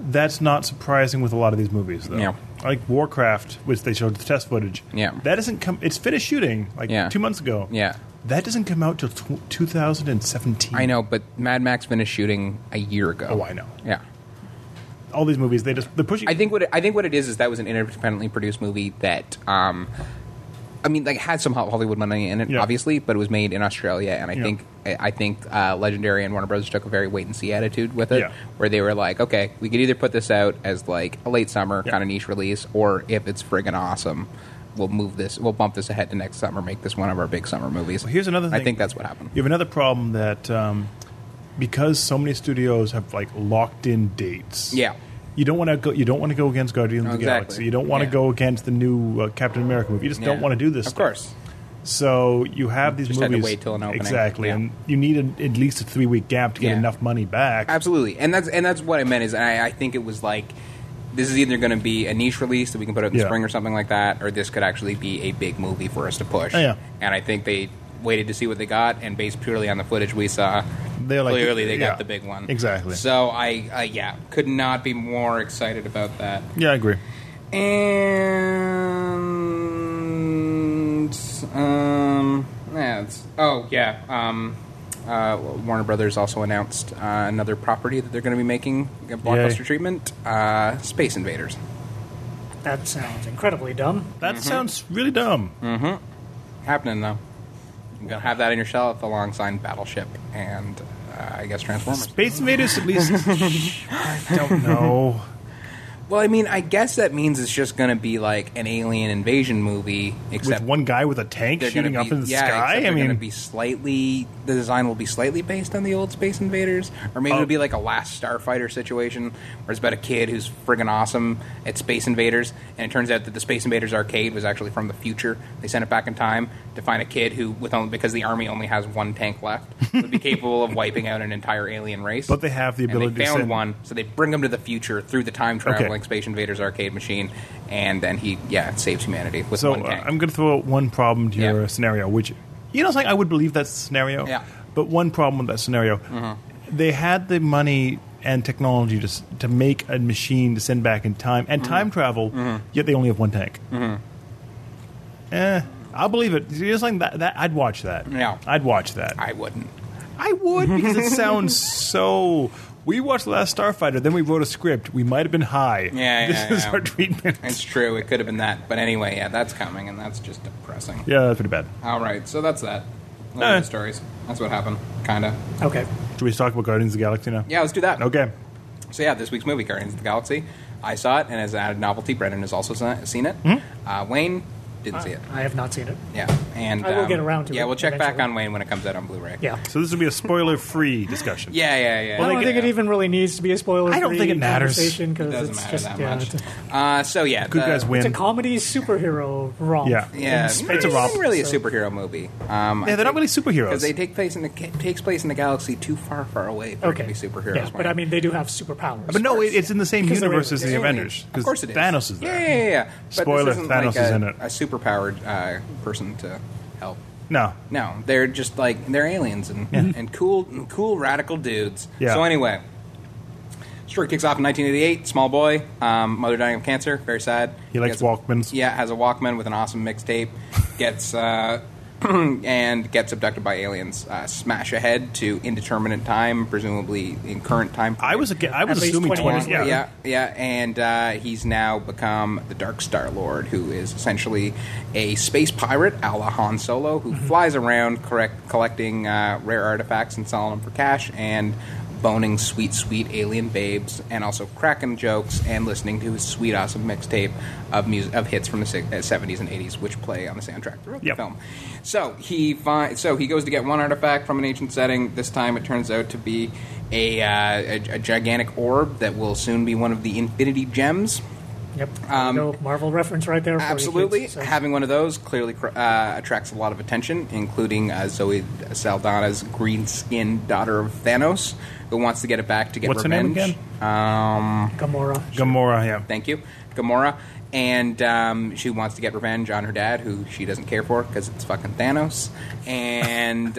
[SPEAKER 2] That's not surprising with a lot of these movies, though.
[SPEAKER 3] Yeah.
[SPEAKER 2] Like Warcraft, which they showed the test footage.
[SPEAKER 3] Yeah.
[SPEAKER 2] That doesn't come. It's finished shooting like
[SPEAKER 3] Yeah.
[SPEAKER 2] two months ago.
[SPEAKER 3] Yeah.
[SPEAKER 2] That doesn't come out till tw 2017.
[SPEAKER 3] I know, but Mad Max finished shooting a year ago.
[SPEAKER 2] Oh, I know.
[SPEAKER 3] Yeah.
[SPEAKER 2] All these movies, they just they're pushing.
[SPEAKER 3] I think what it, I think what it is is that was an independently produced movie that um, I mean like had some Ho- Hollywood money in it
[SPEAKER 2] Yeah.
[SPEAKER 3] obviously, but it was made in Australia and I
[SPEAKER 2] Yeah.
[SPEAKER 3] think I I think uh, Legendary and Warner Brothers took a very wait and see attitude with it
[SPEAKER 2] Yeah.
[SPEAKER 3] where they were like, okay, we could either put this out as like a late summer
[SPEAKER 2] Yeah.
[SPEAKER 3] kind of niche release or if it's friggin' awesome, we'll move this we'll bump this ahead to next summer, make this one of our big summer movies.
[SPEAKER 2] Well, here's another thing.
[SPEAKER 3] I think that's what happened.
[SPEAKER 2] You have another problem that um, because so many studios have like locked in dates.
[SPEAKER 3] Yeah.
[SPEAKER 2] You don't want to go. You don't want to go against Guardians of the
[SPEAKER 3] Exactly.
[SPEAKER 2] Galaxy. You don't want to
[SPEAKER 3] Yeah.
[SPEAKER 2] go against the new uh, Captain America movie. You just don't
[SPEAKER 3] Yeah.
[SPEAKER 2] want to do this.
[SPEAKER 3] Of
[SPEAKER 2] stuff.
[SPEAKER 3] course.
[SPEAKER 2] So you have these
[SPEAKER 3] Just had to
[SPEAKER 2] movies.
[SPEAKER 3] wait till an opening.
[SPEAKER 2] Exactly,
[SPEAKER 3] Yeah.
[SPEAKER 2] and you need an, at least a three week gap to get
[SPEAKER 3] Yeah.
[SPEAKER 2] enough money back.
[SPEAKER 3] Absolutely, and that's and that's what I meant is I, I think it was like this is either going to be a niche release that we can put out in
[SPEAKER 2] Yeah.
[SPEAKER 3] spring or something like that, or this could actually be a big movie for us to push.
[SPEAKER 2] Oh, yeah.
[SPEAKER 3] And I think they waited to see what they got, and based purely on the footage we saw,
[SPEAKER 2] They're like-
[SPEAKER 3] clearly they
[SPEAKER 2] yeah.
[SPEAKER 3] got the big one.
[SPEAKER 2] Exactly.
[SPEAKER 3] So I, I yeah, could not be more excited about that.
[SPEAKER 2] Yeah, I agree.
[SPEAKER 3] And um, yeah, it's, oh yeah. Um, uh, Warner Brothers also announced uh, another property that they're going to be making a blockbuster
[SPEAKER 2] Yay.
[SPEAKER 3] treatment. Uh, Space Invaders.
[SPEAKER 1] That sounds incredibly dumb.
[SPEAKER 2] That
[SPEAKER 3] Mm-hmm.
[SPEAKER 2] sounds really dumb.
[SPEAKER 3] Happening though. You're gonna have that in your shelf alongside Battleship and uh, I guess Transformers.
[SPEAKER 2] Space Invaders, at
[SPEAKER 3] [LAUGHS]
[SPEAKER 2] least. I don't know.
[SPEAKER 3] Well, I mean, I guess that means it's just going to be like an alien invasion movie,
[SPEAKER 2] with
[SPEAKER 3] except
[SPEAKER 2] one guy with a tank
[SPEAKER 3] they're
[SPEAKER 2] shooting
[SPEAKER 3] gonna
[SPEAKER 2] up
[SPEAKER 3] be-
[SPEAKER 2] in the
[SPEAKER 3] yeah, except
[SPEAKER 2] sky.
[SPEAKER 3] they're
[SPEAKER 2] I
[SPEAKER 3] gonna
[SPEAKER 2] mean,
[SPEAKER 3] be slightly the design will be slightly based on the old Space Invaders, or maybe
[SPEAKER 2] Oh.
[SPEAKER 3] it'll be like a Last Starfighter situation where it's about a kid who's friggin' awesome at Space Invaders, and it turns out that the Space Invaders arcade was actually from the future. They sent it back in time to find a kid who, with only, because the army only has one tank left, would be [LAUGHS] capable of wiping out an entire alien race.
[SPEAKER 2] But they have the
[SPEAKER 3] And
[SPEAKER 2] ability to
[SPEAKER 3] they found
[SPEAKER 2] send-
[SPEAKER 3] one, so they bring him to the future through the time
[SPEAKER 2] Okay.
[SPEAKER 3] traveling Space Invaders arcade machine, and then he yeah saves humanity with
[SPEAKER 2] So
[SPEAKER 3] one
[SPEAKER 2] uh,
[SPEAKER 3] tank.
[SPEAKER 2] I'm going to throw out one problem to
[SPEAKER 3] Yeah.
[SPEAKER 2] your scenario, which you know, something I would believe that's the scenario.
[SPEAKER 3] Yeah. Mm-hmm.
[SPEAKER 2] But one problem with that scenario, they had the money and technology to s- to make a machine to send back in time and
[SPEAKER 3] Mm-hmm.
[SPEAKER 2] time travel, yet they only have one tank.
[SPEAKER 3] Mm-hmm.
[SPEAKER 2] Eh, I'll believe it. Just like that, that, I'd watch that.
[SPEAKER 3] Yeah.
[SPEAKER 2] I'd watch that.
[SPEAKER 3] I wouldn't.
[SPEAKER 2] I would because
[SPEAKER 3] [LAUGHS]
[SPEAKER 2] it sounds so. We watched The Last Starfighter, then we wrote a script. We might have been high.
[SPEAKER 3] Yeah,
[SPEAKER 2] [LAUGHS] this
[SPEAKER 3] yeah,
[SPEAKER 2] is
[SPEAKER 3] yeah.
[SPEAKER 2] our treatment.
[SPEAKER 3] It's true. It could have been that. But anyway, yeah, that's coming, and that's just depressing.
[SPEAKER 2] Yeah, that's pretty bad.
[SPEAKER 3] All right, so that's that. Those
[SPEAKER 2] Eh.
[SPEAKER 3] are the stories. That's what happened, kind of.
[SPEAKER 1] Okay.
[SPEAKER 2] Should we talk about Guardians of the Galaxy now?
[SPEAKER 3] Yeah, let's do that.
[SPEAKER 2] Okay.
[SPEAKER 3] So yeah, this week's movie, Guardians of the Galaxy. I saw it, and as a novelty, Brendan has also se- seen it.
[SPEAKER 2] Mm-hmm.
[SPEAKER 3] Uh, Wayne didn't see it.
[SPEAKER 1] I have not seen it.
[SPEAKER 3] Yeah, and
[SPEAKER 1] Ah.
[SPEAKER 3] um,
[SPEAKER 1] I will get around to
[SPEAKER 3] yeah,
[SPEAKER 1] it
[SPEAKER 3] we'll check back
[SPEAKER 1] eventually.
[SPEAKER 3] on Wayne when it comes out on Blu-ray.
[SPEAKER 1] Yeah.
[SPEAKER 2] So this will be a spoiler-free discussion.
[SPEAKER 3] yeah, yeah, yeah.
[SPEAKER 1] I don't think it even really needs to be a spoiler.
[SPEAKER 2] I don't think it matters.
[SPEAKER 3] It
[SPEAKER 1] because
[SPEAKER 3] doesn't
[SPEAKER 1] it's
[SPEAKER 3] matter
[SPEAKER 1] just
[SPEAKER 3] that
[SPEAKER 1] yeah,
[SPEAKER 3] much.
[SPEAKER 1] it's a-
[SPEAKER 3] Uh, so yeah,
[SPEAKER 2] Good
[SPEAKER 3] the-
[SPEAKER 2] guys win.
[SPEAKER 1] It's a comedy superhero romp.
[SPEAKER 2] Yeah.
[SPEAKER 3] Yeah,
[SPEAKER 2] It's-
[SPEAKER 3] not
[SPEAKER 2] it's a
[SPEAKER 3] even
[SPEAKER 2] romp,
[SPEAKER 3] really
[SPEAKER 1] so-
[SPEAKER 3] a superhero movie. Um,
[SPEAKER 2] Yeah, they're not really superheroes.
[SPEAKER 3] because they take place in the ca- takes place in the galaxy too far, far away for
[SPEAKER 1] Okay.
[SPEAKER 3] it to be superheroes.
[SPEAKER 1] Yeah, but I mean, they do have superpowers.
[SPEAKER 2] but no, it, it's in the same
[SPEAKER 1] Because they're
[SPEAKER 2] universe as the
[SPEAKER 1] aliens.
[SPEAKER 2] Avengers.
[SPEAKER 3] Of course it is.
[SPEAKER 2] Thanos is there.
[SPEAKER 3] Yeah, yeah, yeah. yeah. But this
[SPEAKER 2] Spoiler,
[SPEAKER 3] isn't
[SPEAKER 2] Thanos
[SPEAKER 3] like a,
[SPEAKER 2] is in it.
[SPEAKER 3] A superpowered uh, person to help.
[SPEAKER 2] No.
[SPEAKER 3] No, they're just like they're aliens and and cool and cool radical dudes.
[SPEAKER 2] Yeah.
[SPEAKER 3] So anyway, story kicks off in 1988. Small boy, um, mother dying of cancer, very sad.
[SPEAKER 2] He likes
[SPEAKER 3] Gets a-
[SPEAKER 2] Walkmans.
[SPEAKER 3] yeah, has a Walkman with an
[SPEAKER 2] [LAUGHS]
[SPEAKER 3] awesome mixtape. Gets uh, [CLEARS THROAT] and gets abducted by aliens. Uh, smash ahead to indeterminate time, presumably in current time.
[SPEAKER 2] I was aga- I was
[SPEAKER 1] At least
[SPEAKER 2] assuming
[SPEAKER 1] 20
[SPEAKER 2] twenty.
[SPEAKER 1] years
[SPEAKER 2] Yeah.
[SPEAKER 1] later.
[SPEAKER 2] yeah.
[SPEAKER 3] Yeah, yeah, and uh, he's now become the Dark Star Lord, who is essentially a space pirate, a la Han Solo, who flies around correct, collecting uh, rare artifacts and selling them for cash, and boning sweet, sweet alien babes, and also cracking jokes and listening to his sweet, awesome mixtape of music of hits from the uh, seventies and eighties, which play on the soundtrack throughout
[SPEAKER 2] Yep.
[SPEAKER 3] the film. So he find, so he goes to get one artifact from an ancient setting. This time, it turns out to be a, uh, a, a gigantic orb that will soon be one of the Infinity Gems.
[SPEAKER 1] Yep.
[SPEAKER 3] Um,
[SPEAKER 1] no Marvel reference right there. For you
[SPEAKER 3] Absolutely,
[SPEAKER 1] kids, so-
[SPEAKER 3] having one of those clearly cr- uh, attracts a lot of attention, including uh, Zoe Saldana's green-skinned daughter of Thanos, who wants to get it back to get
[SPEAKER 2] What's her name
[SPEAKER 3] revenge. Um,
[SPEAKER 1] Gamora.
[SPEAKER 2] Gamora. Yeah.
[SPEAKER 3] thank you, Gamora. And um, she wants to get revenge on her dad, who she doesn't care for because it's fucking Thanos. And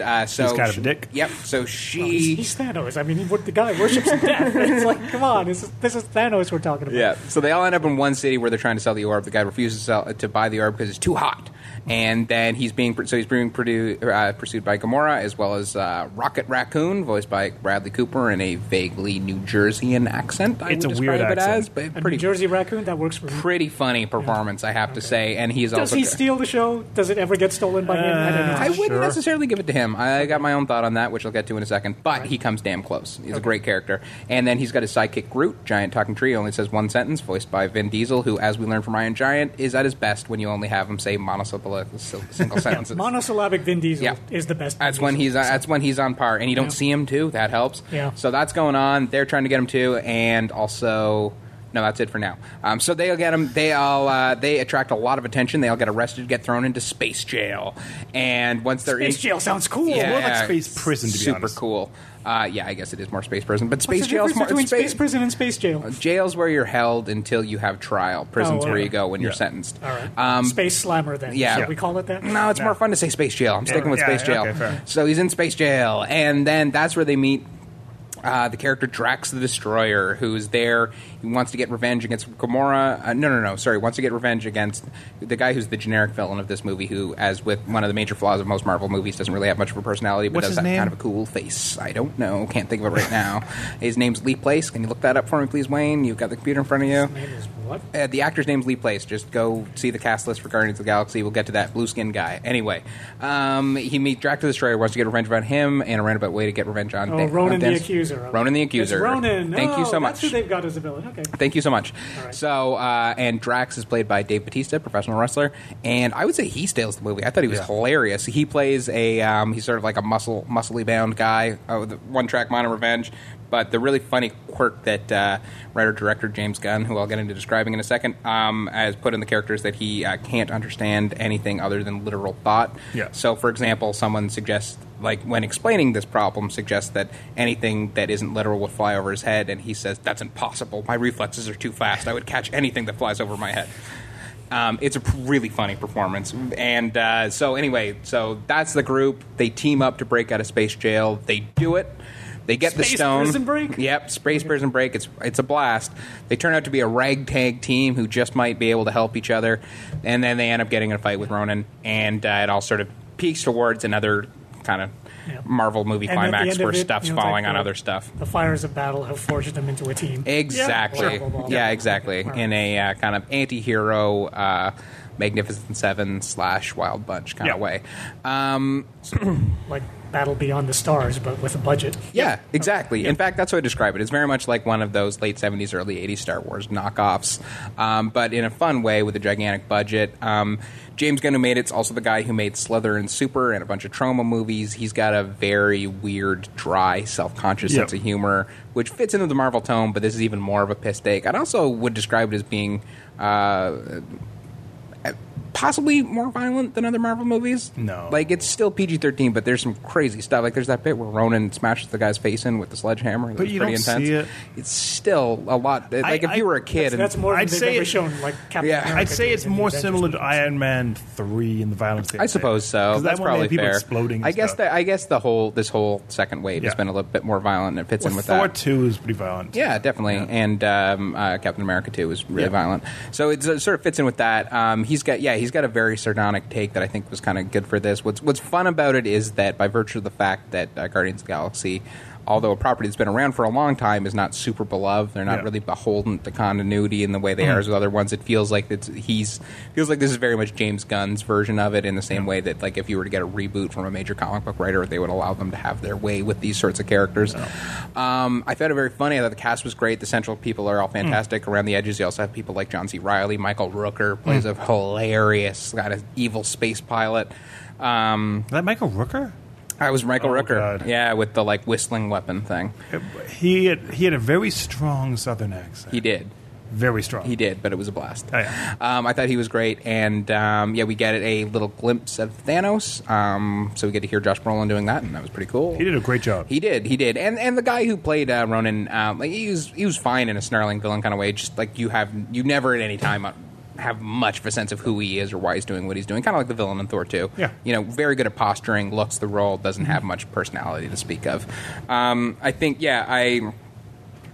[SPEAKER 2] [LAUGHS]
[SPEAKER 3] uh, so
[SPEAKER 2] kind of
[SPEAKER 3] she-
[SPEAKER 2] a dick.
[SPEAKER 3] Yep. So
[SPEAKER 1] Oh,
[SPEAKER 3] she.
[SPEAKER 1] he's, he's Thanos. I mean, he, the guy worships death. [LAUGHS] It's like, come on, this is, this is Thanos we're talking about.
[SPEAKER 3] Yeah. So they all end up in one city where they're trying to sell the orb. The guy refuses to, sell, to buy the orb because it's too hot, and then he's being so he's being produ- uh, pursued by Gamora as well as uh, Rocket Raccoon, voiced by Bradley Cooper in a vaguely New Jerseyan accent. I
[SPEAKER 2] It's
[SPEAKER 3] would
[SPEAKER 2] a weird
[SPEAKER 3] describe it
[SPEAKER 2] accent.
[SPEAKER 3] as, but
[SPEAKER 1] A
[SPEAKER 3] pretty
[SPEAKER 1] New Jersey raccoon that works for me.
[SPEAKER 3] pretty funny performance, I have to say. And he's
[SPEAKER 1] Does
[SPEAKER 3] also
[SPEAKER 1] he steal the show? Does it ever get stolen by him? Uh, I don't know.
[SPEAKER 3] I wouldn't
[SPEAKER 2] Sure.
[SPEAKER 3] necessarily give it to him. I got my own thought on that, which I'll get to in a second. But he comes damn close. He's a great character. And then he's got his sidekick Groot, giant talking tree, only says one sentence, voiced by Vin Diesel, who, as we learned from Ryan Giant, is at his best when you only have him say monosyllabic
[SPEAKER 1] [LAUGHS]
[SPEAKER 3] single sentences.
[SPEAKER 1] Monosyllabic Vin Diesel
[SPEAKER 3] Yeah.
[SPEAKER 1] is the best.
[SPEAKER 3] That's
[SPEAKER 1] Vin
[SPEAKER 3] when
[SPEAKER 1] Diesel.
[SPEAKER 3] he's uh, that's when he's on par, and you don't
[SPEAKER 1] Yeah.
[SPEAKER 3] see him too. That helps.
[SPEAKER 1] Yeah.
[SPEAKER 3] So that's going on. They're trying to get him too, and also. No, that's it for now. Um, so they'll get him. They all uh, they attract a lot of attention. They all get arrested, get thrown into space jail, and once they're
[SPEAKER 1] Space
[SPEAKER 3] in
[SPEAKER 1] jail sounds cool.
[SPEAKER 2] more like space prison, to be
[SPEAKER 3] super
[SPEAKER 2] honest.
[SPEAKER 3] cool. Uh, yeah, I guess it is more space prison, but
[SPEAKER 1] What's
[SPEAKER 3] space
[SPEAKER 1] the
[SPEAKER 3] jail
[SPEAKER 1] difference
[SPEAKER 3] is more
[SPEAKER 1] between space,
[SPEAKER 3] space Uh,
[SPEAKER 1] prison and space jail?
[SPEAKER 3] Jails where you're held until you have trial. Prisons
[SPEAKER 1] Oh,
[SPEAKER 3] where
[SPEAKER 1] okay.
[SPEAKER 3] you go when you're
[SPEAKER 2] Yeah.
[SPEAKER 3] sentenced.
[SPEAKER 1] All right.
[SPEAKER 3] Um,
[SPEAKER 1] space slammer then.
[SPEAKER 3] yeah.
[SPEAKER 1] Should we call it that?
[SPEAKER 3] no, it's more fun to say space jail. I'm sticking with
[SPEAKER 2] Yeah,
[SPEAKER 3] space
[SPEAKER 2] yeah,
[SPEAKER 3] jail.
[SPEAKER 2] okay, fair.
[SPEAKER 3] so he's in space jail, and then that's where they meet uh, the character Drax the Destroyer, who's there. He wants to get revenge against Gamora. Uh, no, no, no. Sorry, wants to get revenge against the guy who's the generic villain of this movie, who, as with one of the major flaws of most Marvel movies, doesn't really have much of a personality, but
[SPEAKER 2] What's
[SPEAKER 3] does
[SPEAKER 2] his
[SPEAKER 3] that
[SPEAKER 2] name?
[SPEAKER 3] kind of a cool face. I don't know. Can't think of it right now.
[SPEAKER 2] [LAUGHS]
[SPEAKER 3] his name's Lee Place. Can you look that up for me, please, Wayne? You've got the computer in front of you.
[SPEAKER 1] His name is what?
[SPEAKER 3] Uh, the actor's name's Lee Place. Just go see the cast list for Guardians of the Galaxy. We'll get to that blue skin guy. Anyway, um, he meets Drax the Destroyer, wants to get revenge on him, and a roundabout way to get revenge on
[SPEAKER 1] Oh,
[SPEAKER 3] Dan-
[SPEAKER 1] Ronan
[SPEAKER 3] on
[SPEAKER 1] the
[SPEAKER 3] Dan's-
[SPEAKER 1] Accuser.
[SPEAKER 3] eh, Ronan the Accuser.
[SPEAKER 1] It's Ronan.
[SPEAKER 3] Thank
[SPEAKER 1] oh,
[SPEAKER 3] you so much.
[SPEAKER 1] That's who they've got as a villain. Okay.
[SPEAKER 3] Thank you so much.
[SPEAKER 1] All right.
[SPEAKER 3] So, uh, and Drax is played by Dave Batista, professional wrestler, and I would say he steals the movie. I thought he was
[SPEAKER 2] Yeah.
[SPEAKER 3] hilarious. He plays a um, he's sort of like a muscle muscly bound guy, uh, with one track mind of revenge. But the really funny quirk that uh, writer director James Gunn, who I'll get into describing in a second, um, has put in the characters that he uh, can't understand anything other than literal thought.
[SPEAKER 2] Yeah.
[SPEAKER 3] So, for example, someone suggests, like when explaining this problem, suggests that anything that isn't literal would fly over his head, and he says, "That's impossible. My reflexes are too fast. I would catch anything that flies over my head." Um, it's a p- really funny performance, and uh, so anyway, so that's the group. They team up to break out of space jail. They do it. They get the
[SPEAKER 1] Space
[SPEAKER 3] stone.
[SPEAKER 1] prison break?
[SPEAKER 3] Yep, space prison break. It's it's a blast. They turn out to be a ragtag team who just might be able to help each other, and then they end up getting in a fight with Ronan, and uh, it all sort of peaks towards another kind of
[SPEAKER 1] Yeah.
[SPEAKER 3] Marvel movie
[SPEAKER 1] And at the
[SPEAKER 3] climax
[SPEAKER 1] end
[SPEAKER 3] where
[SPEAKER 1] of it,
[SPEAKER 3] stuff's
[SPEAKER 1] you know, it's
[SPEAKER 3] falling
[SPEAKER 1] like
[SPEAKER 3] on
[SPEAKER 1] the-
[SPEAKER 3] other stuff.
[SPEAKER 1] The fires of battle have forged them into a team.
[SPEAKER 3] Exactly.
[SPEAKER 1] Yeah,
[SPEAKER 3] Yeah,
[SPEAKER 1] blah, blah, blah.
[SPEAKER 3] exactly.
[SPEAKER 1] All right.
[SPEAKER 3] In a uh, kind of anti-hero, uh, Magnificent Seven slash Wild Bunch kind
[SPEAKER 2] Yeah.
[SPEAKER 3] of way. Um,
[SPEAKER 1] Like Battle Beyond the Stars, but with a budget.
[SPEAKER 3] Yeah, exactly. In fact, that's how I describe it. It's very much like one of those late 70s, early 80s Star Wars knockoffs, um, but in a fun way with a gigantic budget. Um, James Gunn, who made it's also the guy who made Slither and Super and a bunch of trauma movies. He's got a very weird, dry, self conscious
[SPEAKER 2] Yeah.
[SPEAKER 3] sense of humor, which fits into the Marvel tone, but this is even more of a piss take. I'd also would describe it as being. Uh, possibly more violent than other Marvel movies.
[SPEAKER 2] No.
[SPEAKER 3] Like it's still PG thirteen, but there's some crazy stuff. Like there's that bit where Ronan smashes the guy's face in with the sledgehammer. That
[SPEAKER 2] But
[SPEAKER 3] was
[SPEAKER 2] you
[SPEAKER 3] pretty
[SPEAKER 2] don't
[SPEAKER 3] intense.
[SPEAKER 2] see it.
[SPEAKER 3] It's still a lot. Like if
[SPEAKER 2] I-
[SPEAKER 3] you were a kid,
[SPEAKER 1] So
[SPEAKER 3] and,
[SPEAKER 1] that's more than
[SPEAKER 2] I'd
[SPEAKER 1] they've
[SPEAKER 2] say
[SPEAKER 1] ever
[SPEAKER 2] it-
[SPEAKER 1] shown. Like Captain
[SPEAKER 3] Yeah.
[SPEAKER 1] America
[SPEAKER 2] I'd say
[SPEAKER 1] does
[SPEAKER 2] it's
[SPEAKER 1] in the
[SPEAKER 2] more
[SPEAKER 1] Avengers
[SPEAKER 2] similar to
[SPEAKER 1] movies.
[SPEAKER 2] Iron Man three and the violence. they
[SPEAKER 3] I
[SPEAKER 2] did.
[SPEAKER 3] suppose so.
[SPEAKER 2] 'Cause that
[SPEAKER 3] That's
[SPEAKER 2] one had
[SPEAKER 3] probably
[SPEAKER 2] people
[SPEAKER 3] fair.
[SPEAKER 2] exploding. and
[SPEAKER 3] I guess
[SPEAKER 2] stuff.
[SPEAKER 3] that I guess the whole this whole second wave has
[SPEAKER 2] Yeah.
[SPEAKER 3] been a little bit more violent, and it fits
[SPEAKER 2] Well,
[SPEAKER 3] in with
[SPEAKER 2] Thor
[SPEAKER 3] that.
[SPEAKER 2] two is pretty violent.
[SPEAKER 3] Yeah, definitely. And um, uh, Captain America too was really
[SPEAKER 2] Yeah.
[SPEAKER 3] violent. So it's, it sort of fits in with that. Um, he's got yeah, he's got a very sardonic take that I think was kind of good for this. What's what's fun about it is that by virtue of the fact that uh, Guardians of the Galaxy. Although a property that's been around for a long time is not super beloved, they're not
[SPEAKER 2] Yeah. Mm-hmm.
[SPEAKER 3] really beholden to continuity in the way they are as with other ones. It feels like it's he's feels like this is very much James Gunn's version of it in the same way that like if you were to get a reboot from a major comic book writer, they would allow them to have their way with these sorts of characters. Um, I found it very funny. I thought the cast was great. The central people are all
[SPEAKER 2] Mm.
[SPEAKER 3] fantastic. Around the edges, you also have people like John C. Riley, Michael Rooker plays
[SPEAKER 2] Mm.
[SPEAKER 3] a hilarious kind of evil space pilot. Um,
[SPEAKER 2] Is that Michael Rooker?
[SPEAKER 3] I was Michael
[SPEAKER 2] Oh,
[SPEAKER 3] Rooker,
[SPEAKER 2] God.
[SPEAKER 3] yeah, with the like whistling weapon thing.
[SPEAKER 2] He had, he had a very strong Southern accent.
[SPEAKER 3] He did.
[SPEAKER 2] Very strong.
[SPEAKER 3] He did, but it was a blast.
[SPEAKER 2] Oh, yeah.
[SPEAKER 3] um, I thought he was great, and um, yeah, we get a little glimpse of Thanos. Um, so we get to hear Josh Brolin doing that, and that was pretty cool.
[SPEAKER 2] He did a great job.
[SPEAKER 3] He did, he did, and and the guy who played uh, Ronan, um, like he was he was fine in a snarling villain kind of way. Just like you have, you never at any time uh, have much of a sense of who he is or why he's doing what he's doing. Kind of like the villain in Thor two.
[SPEAKER 2] Yeah. Mm-hmm.
[SPEAKER 3] you know, very good at posturing, looks the role, doesn't have much personality to speak of. Um, I think, yeah, I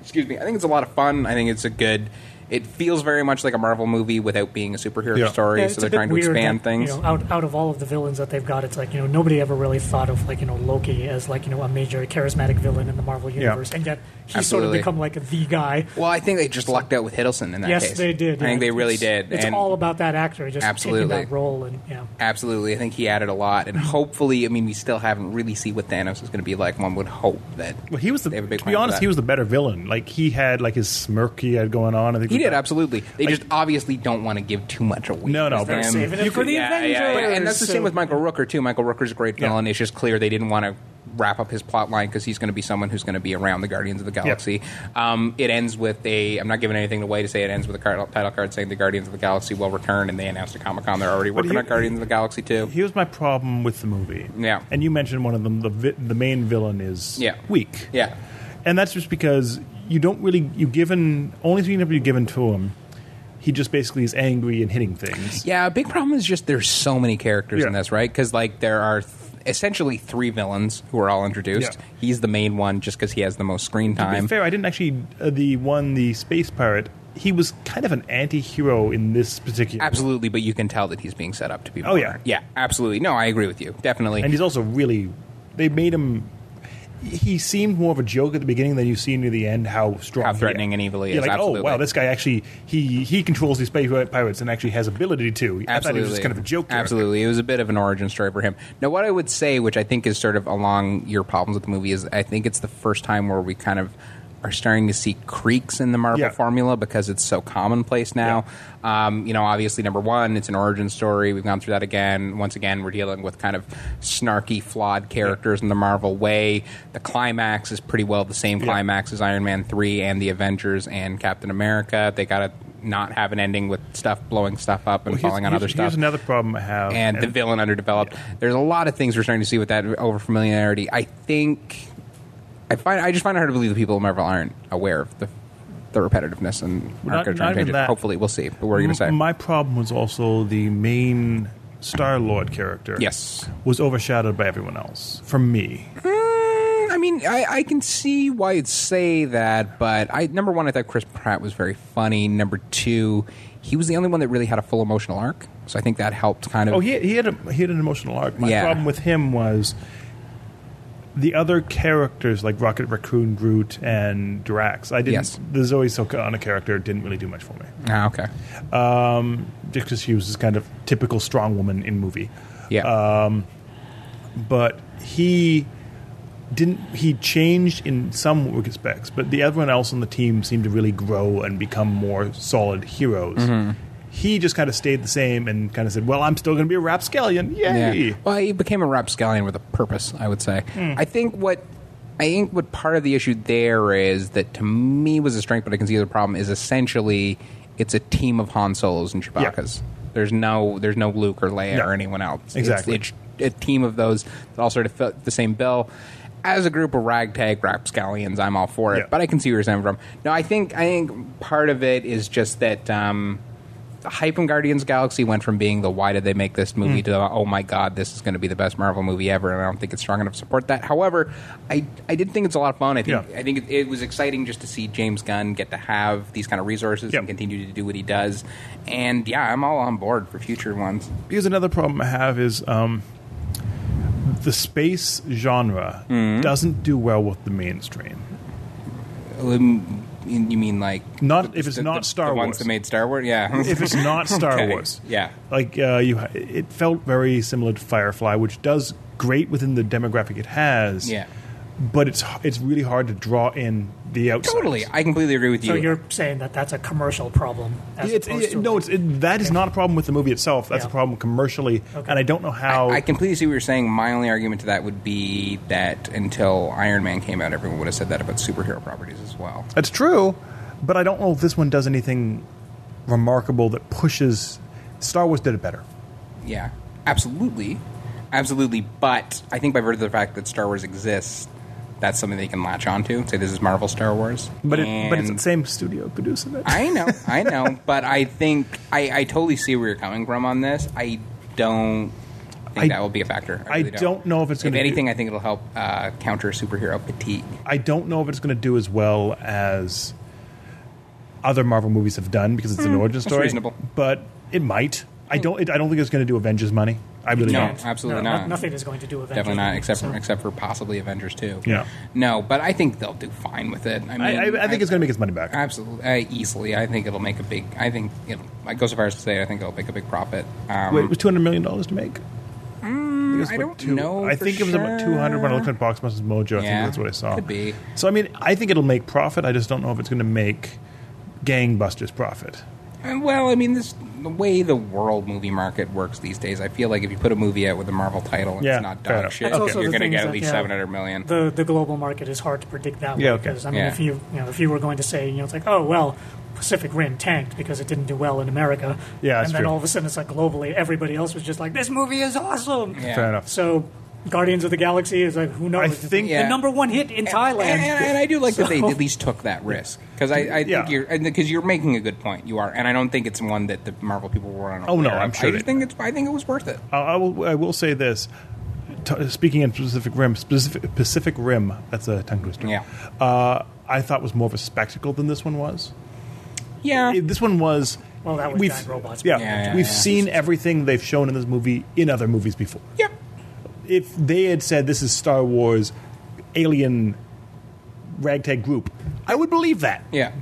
[SPEAKER 3] excuse me. I think it's a lot of fun. I think it's a good. It feels very much like a Marvel movie without being a superhero
[SPEAKER 2] Yeah.
[SPEAKER 3] story.
[SPEAKER 1] Yeah, it's a
[SPEAKER 3] so they're
[SPEAKER 1] bit
[SPEAKER 3] trying to
[SPEAKER 1] weird
[SPEAKER 3] expand
[SPEAKER 1] that,
[SPEAKER 3] things.
[SPEAKER 1] You know, out out of all of the villains that they've got, it's like you know nobody ever really thought of like you know Loki as like you know a major charismatic villain in the Marvel universe, and yet he's sort of
[SPEAKER 3] Absolutely.
[SPEAKER 1] become like the guy.
[SPEAKER 3] well, I think they just lucked out with Hiddleston in that
[SPEAKER 1] yes,
[SPEAKER 3] case.
[SPEAKER 1] they did.
[SPEAKER 3] I think
[SPEAKER 1] yeah.
[SPEAKER 3] they really
[SPEAKER 1] It's-
[SPEAKER 3] did.
[SPEAKER 1] It's
[SPEAKER 3] and
[SPEAKER 1] all about that actor just
[SPEAKER 3] Absolutely.
[SPEAKER 1] taking that role and yeah.
[SPEAKER 3] Absolutely. I think he added a lot. And hopefully, I mean, we still haven't really seen what Thanos is going to be like. One would hope that.
[SPEAKER 2] Well, he was the.
[SPEAKER 3] They have a big
[SPEAKER 2] To
[SPEAKER 3] plan
[SPEAKER 2] be
[SPEAKER 3] for
[SPEAKER 2] honest,
[SPEAKER 3] that.
[SPEAKER 2] he was the better villain. Like he had like his smirk he had going on. I think
[SPEAKER 3] He
[SPEAKER 2] was
[SPEAKER 3] did,
[SPEAKER 2] that-
[SPEAKER 3] absolutely. They just obviously don't want to give too much away.
[SPEAKER 2] No, no,
[SPEAKER 3] With
[SPEAKER 2] but-
[SPEAKER 3] them.
[SPEAKER 1] Saving it
[SPEAKER 2] You
[SPEAKER 1] for
[SPEAKER 2] could-
[SPEAKER 1] the
[SPEAKER 3] Yeah,
[SPEAKER 1] Avengers.
[SPEAKER 3] yeah, yeah. And that's the
[SPEAKER 1] so-
[SPEAKER 3] same with Michael Rooker, too. Michael Rooker's a great
[SPEAKER 2] Yeah.
[SPEAKER 3] villain. It's just clear they didn't want to wrap up his plot line because he's going to be someone who's going to be around the Guardians of the Galaxy. Um, it ends with a. I'm not giving anything away to say it ends with a card, title card saying the Guardians of the Galaxy will return, and they announced at Comic Con they're already working
[SPEAKER 2] he-
[SPEAKER 3] on Guardians of the Galaxy, too.
[SPEAKER 2] Here's my problem with the movie.
[SPEAKER 3] Yeah.
[SPEAKER 2] And you mentioned one of them. The vi- the main villain is
[SPEAKER 3] Yeah.
[SPEAKER 2] weak.
[SPEAKER 3] Yeah.
[SPEAKER 2] And that's just because you don't really you given only thing you have to be given to him. He just basically is angry and hitting things.
[SPEAKER 3] Yeah, a big problem is just there's so many characters in
[SPEAKER 2] Yeah.
[SPEAKER 3] this, right? Because like there are th- essentially three villains who are all introduced.
[SPEAKER 2] Yeah.
[SPEAKER 3] He's the main one just because he has the most screen
[SPEAKER 2] To be
[SPEAKER 3] time.
[SPEAKER 2] fair, I didn't actually uh, the one the space pirate. He was kind of an anti-hero in this particular.
[SPEAKER 3] Absolutely, but you can tell that he's being set up to be.
[SPEAKER 2] Oh, yeah.
[SPEAKER 3] more. yeah, absolutely. No, I agree with you, definitely.
[SPEAKER 2] and he's also really they made him he seemed more of a joke at the beginning than you see near the end how strong
[SPEAKER 3] How
[SPEAKER 2] he-
[SPEAKER 3] threatening and evil he
[SPEAKER 2] Yeah,
[SPEAKER 3] is,
[SPEAKER 2] like
[SPEAKER 3] absolutely.
[SPEAKER 2] oh wow this guy actually he he controls these space pirates and actually has ability to I thought
[SPEAKER 3] Absolutely.
[SPEAKER 2] he was just kind of a joke character.
[SPEAKER 3] Absolutely. It was a bit of an origin story for him. Now, what I would say, which I think is sort of along your problems with the movie, is I think it's the first time where we kind of are starting to see creaks in the Marvel
[SPEAKER 2] Yeah.
[SPEAKER 3] formula because it's so commonplace now. Um, you know, obviously, number one, it's an origin story. We've gone through that again. Once again, we're dealing with kind of snarky, flawed characters in the Marvel way. The climax is pretty well the same climax as Iron Man 3 and the Avengers and Captain America. They got to not have an ending with stuff blowing stuff up and
[SPEAKER 2] Well, here's,
[SPEAKER 3] falling on
[SPEAKER 2] here's-
[SPEAKER 3] other stuff
[SPEAKER 2] here's another problem I have
[SPEAKER 3] and, the villain underdeveloped. There's a lot of things we're starting to see with that over familiarity. I think I find I just find it hard to believe the people in Marvel aren't aware of the the repetitiveness and
[SPEAKER 2] Well,
[SPEAKER 3] aren't
[SPEAKER 2] not-
[SPEAKER 3] going to try
[SPEAKER 2] not
[SPEAKER 3] and change
[SPEAKER 2] even
[SPEAKER 3] it.
[SPEAKER 2] that.
[SPEAKER 3] Hopefully, we'll see. But what are you going to say?
[SPEAKER 2] my problem was also the main Star Lord character
[SPEAKER 3] Yes.
[SPEAKER 2] was overshadowed by everyone else from me
[SPEAKER 3] Mm, I mean, I, I can see why you'd say that, but I number one, I thought Chris Pratt was very funny. Number two, he was the only one that really had a full emotional arc, so I think that helped kind of.
[SPEAKER 2] Oh, he, he had a, he had an emotional arc. My
[SPEAKER 3] Yeah.
[SPEAKER 2] problem with him was the other characters like Rocket Raccoon, Groot, and Drax. I didn't.
[SPEAKER 3] Yes.
[SPEAKER 2] The Zoe Saldana character didn't really do much for me,
[SPEAKER 3] Ah, okay.
[SPEAKER 2] Uh, just because she was this kind of typical strong woman in movie.
[SPEAKER 3] Yeah.
[SPEAKER 2] but he didn't he changed in some respects, but the everyone else on the team seemed to really grow and become more solid heroes.
[SPEAKER 3] Mm-hmm.
[SPEAKER 2] He just kind of stayed the same and kind of said, "Well, I'm still going to be a rapscallion,
[SPEAKER 3] Yeah.
[SPEAKER 2] yay!" Hmm.
[SPEAKER 3] Well, he became a rapscallion with a purpose, I would say. I think what I think what part of the issue there is that to me was a strength, but I can see the problem is essentially it's a team of Han Solos and Chewbacca's. There's no there's no Luke or Leia
[SPEAKER 2] No.
[SPEAKER 3] or anyone else.
[SPEAKER 2] Exactly.
[SPEAKER 3] It's, it's a team of those that all sort of fit the same bill. As a group of ragtag rapscallions, I'm all for it.
[SPEAKER 2] Yeah.
[SPEAKER 3] But I can see where you're coming from. No, I think I think part of it is just that um, the hype in Guardians of the Galaxy went from being the why did they make this
[SPEAKER 2] Mm.
[SPEAKER 3] movie to oh my god this is going to be the best Marvel movie ever and I don't think it's strong enough to support that. However, I I did think it's a lot of fun. I think
[SPEAKER 2] Yeah.
[SPEAKER 3] I think it, it was exciting just to see James Gunn get to have these kind of resources
[SPEAKER 2] Yep.
[SPEAKER 3] and continue to do what he does. And yeah, I'm all on board for future ones.
[SPEAKER 2] Because another problem I have is um, the space genre
[SPEAKER 3] Mm-hmm.
[SPEAKER 2] doesn't do well with the mainstream.
[SPEAKER 3] Um, you mean like
[SPEAKER 2] Not if it's
[SPEAKER 3] the-
[SPEAKER 2] not
[SPEAKER 3] the-
[SPEAKER 2] Star
[SPEAKER 3] the
[SPEAKER 2] Wars.
[SPEAKER 3] ones that made Star Wars? Yeah.
[SPEAKER 2] if it's not Star
[SPEAKER 3] Okay.
[SPEAKER 2] Wars.
[SPEAKER 3] Yeah.
[SPEAKER 2] Like uh, you, it felt very similar to Firefly, which does great within the demographic it has.
[SPEAKER 3] [LAUGHS] Yeah.
[SPEAKER 2] But it's it's really hard to draw in the outside.
[SPEAKER 3] Totally, I completely agree with
[SPEAKER 1] So
[SPEAKER 3] you.
[SPEAKER 1] you're saying that that's a commercial problem? As
[SPEAKER 2] It's,
[SPEAKER 1] opposed
[SPEAKER 2] it-
[SPEAKER 1] to
[SPEAKER 2] no, it's, it, that is not a problem with the movie itself. That's
[SPEAKER 1] Yeah.
[SPEAKER 2] a problem commercially, and I don't know how.
[SPEAKER 3] I, I completely see what you're saying. My only argument to that would be that until Iron Man came out, everyone would have said that about superhero properties as well.
[SPEAKER 2] That's true, but I don't know if this one does anything remarkable that pushes. Star Wars did it better.
[SPEAKER 3] Yeah, absolutely, absolutely. But I think by virtue of the fact that Star Wars exists, that's something they can latch onto. Say this is Marvel Star Wars,
[SPEAKER 2] But it, but it's
[SPEAKER 3] And-
[SPEAKER 2] the same studio producing it.
[SPEAKER 3] I know, I know, but I think I, I totally see where you're coming from on this. I don't think
[SPEAKER 2] I-
[SPEAKER 3] that will be a factor.
[SPEAKER 2] I
[SPEAKER 3] really
[SPEAKER 2] don't know if it's gonna
[SPEAKER 3] If
[SPEAKER 2] do-
[SPEAKER 3] anything, I think it'll help uh, counter superhero fatigue.
[SPEAKER 2] I don't know if it's going to do as well as other Marvel movies have done because it's an origin story.
[SPEAKER 3] Hmm, reasonable. Hmm.
[SPEAKER 2] but it might. I don't. It, I don't think it's going to do Avengers money. I really
[SPEAKER 3] No.
[SPEAKER 2] don't.
[SPEAKER 3] absolutely
[SPEAKER 1] no, no-
[SPEAKER 3] not.
[SPEAKER 1] Nothing is going to do Avengers.
[SPEAKER 3] Definitely not, except
[SPEAKER 1] so.
[SPEAKER 3] for, except for possibly Avengers two.
[SPEAKER 2] Yeah.
[SPEAKER 3] No, but I think they'll do fine with it. I mean,
[SPEAKER 2] I, I, I think it's going to make its money back.
[SPEAKER 3] absolutely uh, easily. I think it'll make a big. I think it'll, I go so far as to say I think it'll make a big profit. Um,
[SPEAKER 2] Wait, it was two hundred million dollars to make. I, think it was
[SPEAKER 3] Mm, I
[SPEAKER 2] about
[SPEAKER 3] don't know
[SPEAKER 2] I
[SPEAKER 3] for
[SPEAKER 2] think it was about two hundred when I looked
[SPEAKER 3] sure.
[SPEAKER 2] at Box Office Mojo. I
[SPEAKER 3] Yeah,
[SPEAKER 2] think that's what I saw.
[SPEAKER 3] could be.
[SPEAKER 2] So I mean, I think it'll make profit. I just don't know if it's going to make gangbusters profit.
[SPEAKER 3] Uh, Well, I mean, this the way the world movie market works these days. I feel like if you put a movie out with a Marvel title, and
[SPEAKER 2] Yeah,
[SPEAKER 3] it's not
[SPEAKER 2] fair
[SPEAKER 3] dog
[SPEAKER 2] enough.
[SPEAKER 3] shit.
[SPEAKER 2] That's
[SPEAKER 1] also the
[SPEAKER 3] You're going to
[SPEAKER 1] thing
[SPEAKER 3] get
[SPEAKER 1] is
[SPEAKER 3] at
[SPEAKER 1] that,
[SPEAKER 3] least
[SPEAKER 1] yeah,
[SPEAKER 3] seven hundred million.
[SPEAKER 1] the the global market is hard to predict that
[SPEAKER 2] Yeah,
[SPEAKER 1] way
[SPEAKER 2] okay.
[SPEAKER 1] because I mean
[SPEAKER 3] Yeah.
[SPEAKER 1] if you you know if you were going to say you know it's like oh well Pacific Rim tanked because it didn't do well in America
[SPEAKER 2] Yeah, that's
[SPEAKER 1] and then
[SPEAKER 2] true.
[SPEAKER 1] all of a sudden it's like globally everybody else was just like this movie is awesome
[SPEAKER 3] Yeah.
[SPEAKER 2] Fair enough.
[SPEAKER 1] so Guardians of the Galaxy is like who knows
[SPEAKER 2] I
[SPEAKER 1] It's
[SPEAKER 2] think-
[SPEAKER 1] the,
[SPEAKER 3] Yeah.
[SPEAKER 1] the number one hit in Thailand
[SPEAKER 3] And, and- and I do like that they
[SPEAKER 1] So-
[SPEAKER 3] at least took that risk because I, I
[SPEAKER 2] Yeah.
[SPEAKER 3] think you're because you're making a good point. You are, and I don't think it's one that the Marvel people were on.
[SPEAKER 2] Oh, no, I'm sure
[SPEAKER 3] I
[SPEAKER 2] they
[SPEAKER 3] just think it's. I think it was worth it.
[SPEAKER 2] I I will. I will say this. T- speaking in Pacific Rim, Pacific, Pacific Rim. That's a tongue twister.
[SPEAKER 3] Yeah.
[SPEAKER 2] Uh, I thought was more of a spectacle than this one was.
[SPEAKER 3] Yeah,
[SPEAKER 2] It- this one was.
[SPEAKER 1] Well, that was
[SPEAKER 2] we've-
[SPEAKER 1] giant robots.
[SPEAKER 2] Yeah,
[SPEAKER 3] Yeah, yeah,
[SPEAKER 2] we've
[SPEAKER 3] yeah.
[SPEAKER 2] seen everything they've shown in this movie in other movies before.
[SPEAKER 3] yeah.
[SPEAKER 2] If they had said this is Star Wars, alien, ragtag group, I would believe that.
[SPEAKER 3] Yeah.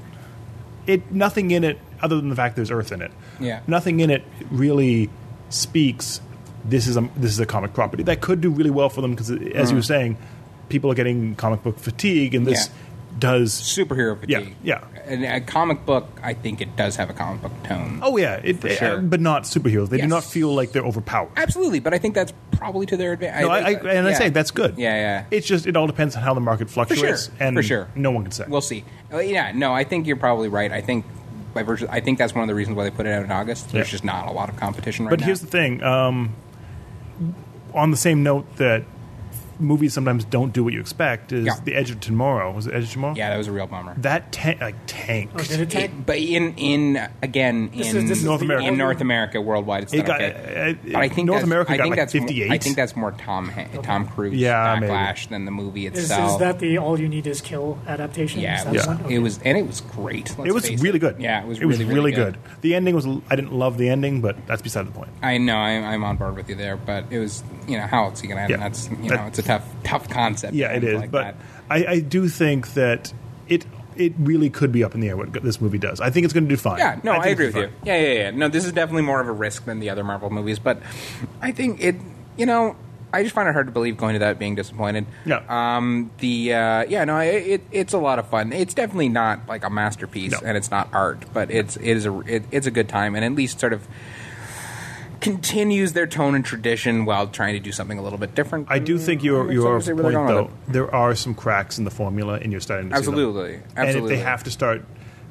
[SPEAKER 2] It nothing in it other than the fact there's Earth in it.
[SPEAKER 3] Yeah.
[SPEAKER 2] nothing in it really speaks. This is a this is a comic property that could do really well for them because, as
[SPEAKER 3] Mm.
[SPEAKER 2] you were saying, people are getting comic book fatigue, and this does.
[SPEAKER 3] Superhero fatigue.
[SPEAKER 2] Yeah, yeah.
[SPEAKER 3] And a comic book, I think it does have a comic book tone.
[SPEAKER 2] Oh yeah, it,
[SPEAKER 3] For sure.
[SPEAKER 2] uh, but not superheroes. They do
[SPEAKER 3] Yes.
[SPEAKER 2] not feel like they're overpowered.
[SPEAKER 3] Absolutely, but I think that's probably to their advantage.
[SPEAKER 2] No, I, I, and I say that's good.
[SPEAKER 3] Yeah, yeah.
[SPEAKER 2] It's just it all depends on how the market
[SPEAKER 3] for sure.
[SPEAKER 2] fluctuates, and
[SPEAKER 3] for sure.
[SPEAKER 2] no one can say.
[SPEAKER 3] We'll see. Uh, yeah, no, I think you're probably right. I think by virtue, I think that's one of the reasons why they put it out in August. There's
[SPEAKER 2] Yeah.
[SPEAKER 3] just not a lot of competition right
[SPEAKER 2] but
[SPEAKER 3] now.
[SPEAKER 2] here's the thing. Um, on the same note that movies sometimes don't do what you expect is
[SPEAKER 3] Yeah.
[SPEAKER 2] the Edge of Tomorrow. Was it Edge of Tomorrow?
[SPEAKER 3] yeah, that was a real bummer.
[SPEAKER 2] That ta- like tanked.
[SPEAKER 1] oh, did it tank
[SPEAKER 3] It- but in in again
[SPEAKER 1] This
[SPEAKER 3] in
[SPEAKER 1] is- this is
[SPEAKER 2] North
[SPEAKER 1] the
[SPEAKER 2] America.
[SPEAKER 3] in
[SPEAKER 1] only-
[SPEAKER 3] North America worldwide it's
[SPEAKER 2] It
[SPEAKER 3] not
[SPEAKER 2] got-
[SPEAKER 3] okay.
[SPEAKER 2] uh,
[SPEAKER 3] But I think
[SPEAKER 2] North
[SPEAKER 3] that's-
[SPEAKER 2] America
[SPEAKER 3] I
[SPEAKER 2] got
[SPEAKER 3] think
[SPEAKER 2] like
[SPEAKER 3] that's more-
[SPEAKER 2] 58.
[SPEAKER 3] I think that's more Tom Ha- Tom Cruise
[SPEAKER 2] Yeah, maybe.
[SPEAKER 3] backlash than the movie
[SPEAKER 1] Is,
[SPEAKER 3] itself.
[SPEAKER 1] is that the all you need is kill adaptation?
[SPEAKER 3] yeah,
[SPEAKER 1] Is
[SPEAKER 3] it
[SPEAKER 1] that
[SPEAKER 3] was,
[SPEAKER 1] the one? Okay.
[SPEAKER 3] it was and it was great. let's
[SPEAKER 2] It was
[SPEAKER 3] face
[SPEAKER 2] really good.
[SPEAKER 3] Yeah, it was
[SPEAKER 2] It was
[SPEAKER 3] really,
[SPEAKER 2] good. The ending was. I didn't love the ending, but that's beside the point.
[SPEAKER 3] I know I'm, I'm on board with you there, but it was you know how else you gonna end?
[SPEAKER 2] Yeah.
[SPEAKER 3] That's you
[SPEAKER 2] That-
[SPEAKER 3] know it's a tough tough concept.
[SPEAKER 2] Yeah, it
[SPEAKER 3] things
[SPEAKER 2] is.
[SPEAKER 3] like
[SPEAKER 2] but
[SPEAKER 3] that.
[SPEAKER 2] I, I do think that it it really could be up in the air what this movie does. I think it's going to do fine.
[SPEAKER 3] Yeah, no, I,
[SPEAKER 2] think
[SPEAKER 3] agree
[SPEAKER 2] it's
[SPEAKER 3] with
[SPEAKER 2] fine.
[SPEAKER 3] you. Yeah, yeah, yeah. No, this is definitely more of a risk than the other Marvel movies, but I think it, you know, I just find it hard to believe going to that being disappointed.
[SPEAKER 2] Yeah.
[SPEAKER 3] Um. The uh, yeah no it, it it's a lot of fun. It's definitely not like a masterpiece
[SPEAKER 2] No.
[SPEAKER 3] and it's not art, but it's it is a it, it's a good time and at least sort of continues their tone and tradition while trying to do something a little bit different.
[SPEAKER 2] I do think you're
[SPEAKER 3] Makes
[SPEAKER 2] you are
[SPEAKER 3] sense. They
[SPEAKER 2] point
[SPEAKER 3] really gone with
[SPEAKER 2] though. There are some cracks in the formula, and you're starting to see them.
[SPEAKER 3] Absolutely.
[SPEAKER 2] And if
[SPEAKER 3] Absolutely.
[SPEAKER 2] they have to start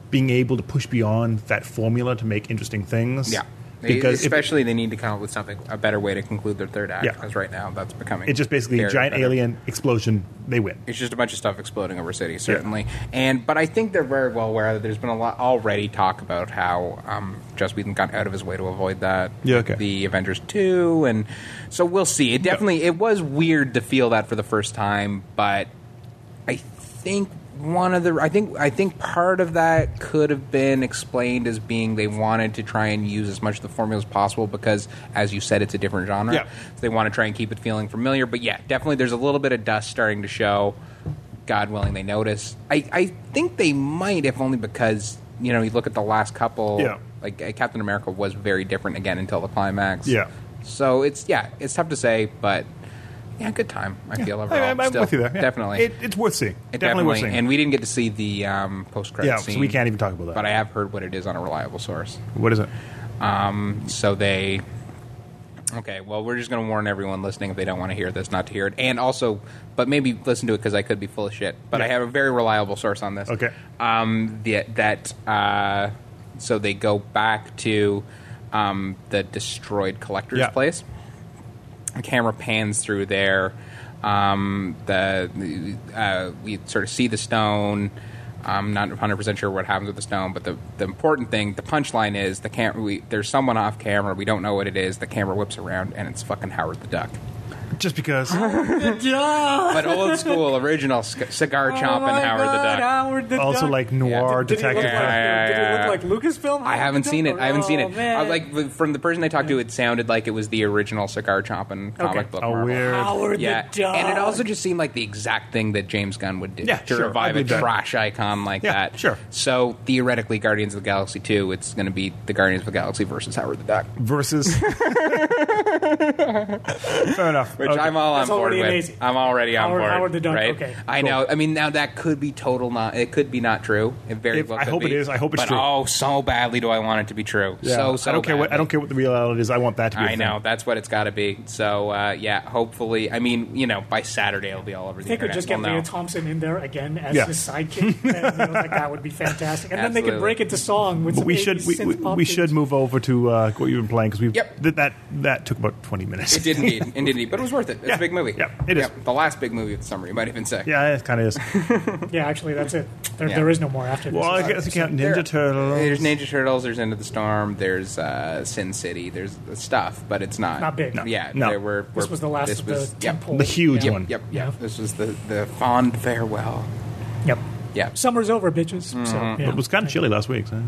[SPEAKER 2] being able to push beyond that formula to make interesting things,
[SPEAKER 3] yeah. They-
[SPEAKER 2] because if-
[SPEAKER 3] especially they need to come up with something a better way to conclude their third act
[SPEAKER 2] Yeah.
[SPEAKER 3] because right now that's becoming
[SPEAKER 2] it's just basically a
[SPEAKER 3] very
[SPEAKER 2] giant
[SPEAKER 3] better.
[SPEAKER 2] alien explosion. They win.
[SPEAKER 3] It's just a bunch of stuff exploding over cities, certainly. And but I think they're very well aware that there's been a lot already talk about how um, Joss Whedon got out of his way to avoid that.
[SPEAKER 2] Yeah, okay.
[SPEAKER 3] The Avengers two, and so we'll see. It definitely it was weird to feel that for the first time, but I think one of the I think I think part of that could have been explained as being they wanted to try and use as much of the formula as possible because as you said it's a different genre.
[SPEAKER 2] Yeah.
[SPEAKER 3] So they want to try and keep it feeling familiar, but yeah, definitely there's a little bit of dust starting to show. God willing they notice. I I think they might if only because you know, you look at the last couple
[SPEAKER 2] Yeah.
[SPEAKER 3] like uh, Captain America was very different again until the climax.
[SPEAKER 2] Yeah.
[SPEAKER 3] So it's yeah, it's tough to say, but yeah, good time. I feel overall.
[SPEAKER 2] I, am
[SPEAKER 3] still.
[SPEAKER 2] with you there. yeah.
[SPEAKER 3] Definitely.
[SPEAKER 2] It, it's worth seeing.
[SPEAKER 3] It
[SPEAKER 2] definitely, worth seeing.
[SPEAKER 3] and we didn't get to see the um, post credit
[SPEAKER 2] Yeah, so
[SPEAKER 3] scene.
[SPEAKER 2] we can't even talk about that.
[SPEAKER 3] But I have heard what it is on a reliable source.
[SPEAKER 2] what is it?
[SPEAKER 3] Um, so they. Okay, well, we're just going to warn everyone listening if they don't want to hear this, not to hear it, and also, but maybe listen to it because I could be full of shit. But I have a very reliable source on this.
[SPEAKER 2] Okay.
[SPEAKER 3] um, the, that uh, so they go back to um, the destroyed collector's
[SPEAKER 2] Yeah.
[SPEAKER 3] place. The camera pans through there. Um, the uh, we sort of see the stone. I'm not 100 percent sure what happens with the stone, but the, the important thing, the punchline is the camera. We, there's someone off camera. We don't know what it is. The camera whips around, and it's fucking Howard the Duck.
[SPEAKER 2] Just
[SPEAKER 3] [LAUGHS]
[SPEAKER 2] because
[SPEAKER 3] But old school, original sc- cigar
[SPEAKER 1] Oh
[SPEAKER 3] chomping Howard the Duck.
[SPEAKER 2] also like noir
[SPEAKER 1] Did he look
[SPEAKER 2] detective.
[SPEAKER 1] like,
[SPEAKER 3] Yeah, yeah, yeah.
[SPEAKER 1] Did he look like Lucasfilm?
[SPEAKER 3] I haven't seen it. I haven't seen
[SPEAKER 1] Oh,
[SPEAKER 3] it.
[SPEAKER 1] man.
[SPEAKER 3] I was like from the person I talked to, it sounded like it was the original cigar chomping comic
[SPEAKER 1] Okay.
[SPEAKER 3] book.
[SPEAKER 2] Oh,
[SPEAKER 3] Marvel.
[SPEAKER 2] weird.
[SPEAKER 1] Howard
[SPEAKER 3] Yeah,
[SPEAKER 1] the Duck.
[SPEAKER 3] and it also just seemed like the exact thing that James Gunn would do
[SPEAKER 2] Yeah,
[SPEAKER 3] to
[SPEAKER 2] sure. I
[SPEAKER 3] revive a
[SPEAKER 2] believe that.
[SPEAKER 3] trash icon like
[SPEAKER 2] Yeah,
[SPEAKER 3] that.
[SPEAKER 2] sure.
[SPEAKER 3] So theoretically, Guardians of the Galaxy two, it's going to be the Guardians of the Galaxy versus Howard the Duck, [LAUGHS]
[SPEAKER 2] versus. Fair enough.
[SPEAKER 3] which
[SPEAKER 2] Okay.
[SPEAKER 3] I'm all
[SPEAKER 1] That's
[SPEAKER 3] on board
[SPEAKER 1] already
[SPEAKER 3] with.
[SPEAKER 1] amazing.
[SPEAKER 3] I'm already on
[SPEAKER 1] Howard-
[SPEAKER 3] board.
[SPEAKER 1] Howard the Duck,
[SPEAKER 3] Right?
[SPEAKER 1] okay.
[SPEAKER 3] I
[SPEAKER 2] Cool.
[SPEAKER 3] know. I mean, now that could be total. Not it could be not true. It very
[SPEAKER 2] If-
[SPEAKER 3] well.
[SPEAKER 2] I
[SPEAKER 3] could
[SPEAKER 2] hope it
[SPEAKER 3] be.
[SPEAKER 2] is. I hope it's
[SPEAKER 3] But,
[SPEAKER 2] true.
[SPEAKER 3] Oh, so badly do I want it to be true.
[SPEAKER 2] Yeah.
[SPEAKER 3] So so
[SPEAKER 2] I don't care what I
[SPEAKER 3] badly.
[SPEAKER 2] don't care what the reality is. I want that to be. a
[SPEAKER 3] I know
[SPEAKER 2] thing.
[SPEAKER 3] that's what it's got to be. So uh, yeah, hopefully. I mean, you know, by Saturday it'll be all over the
[SPEAKER 1] They could
[SPEAKER 3] internet.
[SPEAKER 1] just get
[SPEAKER 3] We'll
[SPEAKER 1] Leah
[SPEAKER 3] know.
[SPEAKER 1] Thompson in there again as
[SPEAKER 2] Yeah.
[SPEAKER 1] his sidekick. and, you know, like,
[SPEAKER 3] [LAUGHS]
[SPEAKER 1] that would be fantastic. And then they could
[SPEAKER 3] Absolutely.
[SPEAKER 1] break it to song with
[SPEAKER 2] But
[SPEAKER 1] some
[SPEAKER 2] we should
[SPEAKER 1] 80s
[SPEAKER 2] we, we,
[SPEAKER 1] synth-pop
[SPEAKER 2] we should
[SPEAKER 1] tunes.
[SPEAKER 2] move over to uh, what you've been playing because we
[SPEAKER 3] Yep.
[SPEAKER 2] that, that that took about twenty minutes.
[SPEAKER 3] It did indeed, it did indeed, but it was worth it. It's
[SPEAKER 2] Yeah.
[SPEAKER 3] a big movie.
[SPEAKER 2] Yeah, it is.
[SPEAKER 3] the last big movie of the summer. You might even say.
[SPEAKER 2] Yeah, it kind of [LAUGHS] is.
[SPEAKER 1] Yeah, actually, that's it. There,
[SPEAKER 3] Yeah.
[SPEAKER 1] there is no more after this. Uh,
[SPEAKER 2] Well, I guess you count
[SPEAKER 3] There-
[SPEAKER 2] Ninja Turtles.
[SPEAKER 3] There's Ninja Turtles. There's End of the Storm. There's uh, Sin City. There's stuff, but it's not
[SPEAKER 1] Not big. No.
[SPEAKER 3] Yeah,
[SPEAKER 2] No.
[SPEAKER 3] There were,
[SPEAKER 1] this
[SPEAKER 3] were-
[SPEAKER 1] was the last
[SPEAKER 3] This
[SPEAKER 1] of
[SPEAKER 3] was
[SPEAKER 1] the
[SPEAKER 3] yep,
[SPEAKER 1] tentpole.
[SPEAKER 2] The huge
[SPEAKER 1] yeah.
[SPEAKER 2] one.
[SPEAKER 3] yep, yep,
[SPEAKER 1] Yeah.
[SPEAKER 3] This was the the fond farewell.
[SPEAKER 1] Yep.
[SPEAKER 3] Yeah, [LAUGHS]
[SPEAKER 1] Summer's over, bitches. So,
[SPEAKER 3] Mm-hmm.
[SPEAKER 1] yeah.
[SPEAKER 2] It was kind of chilly last week. So.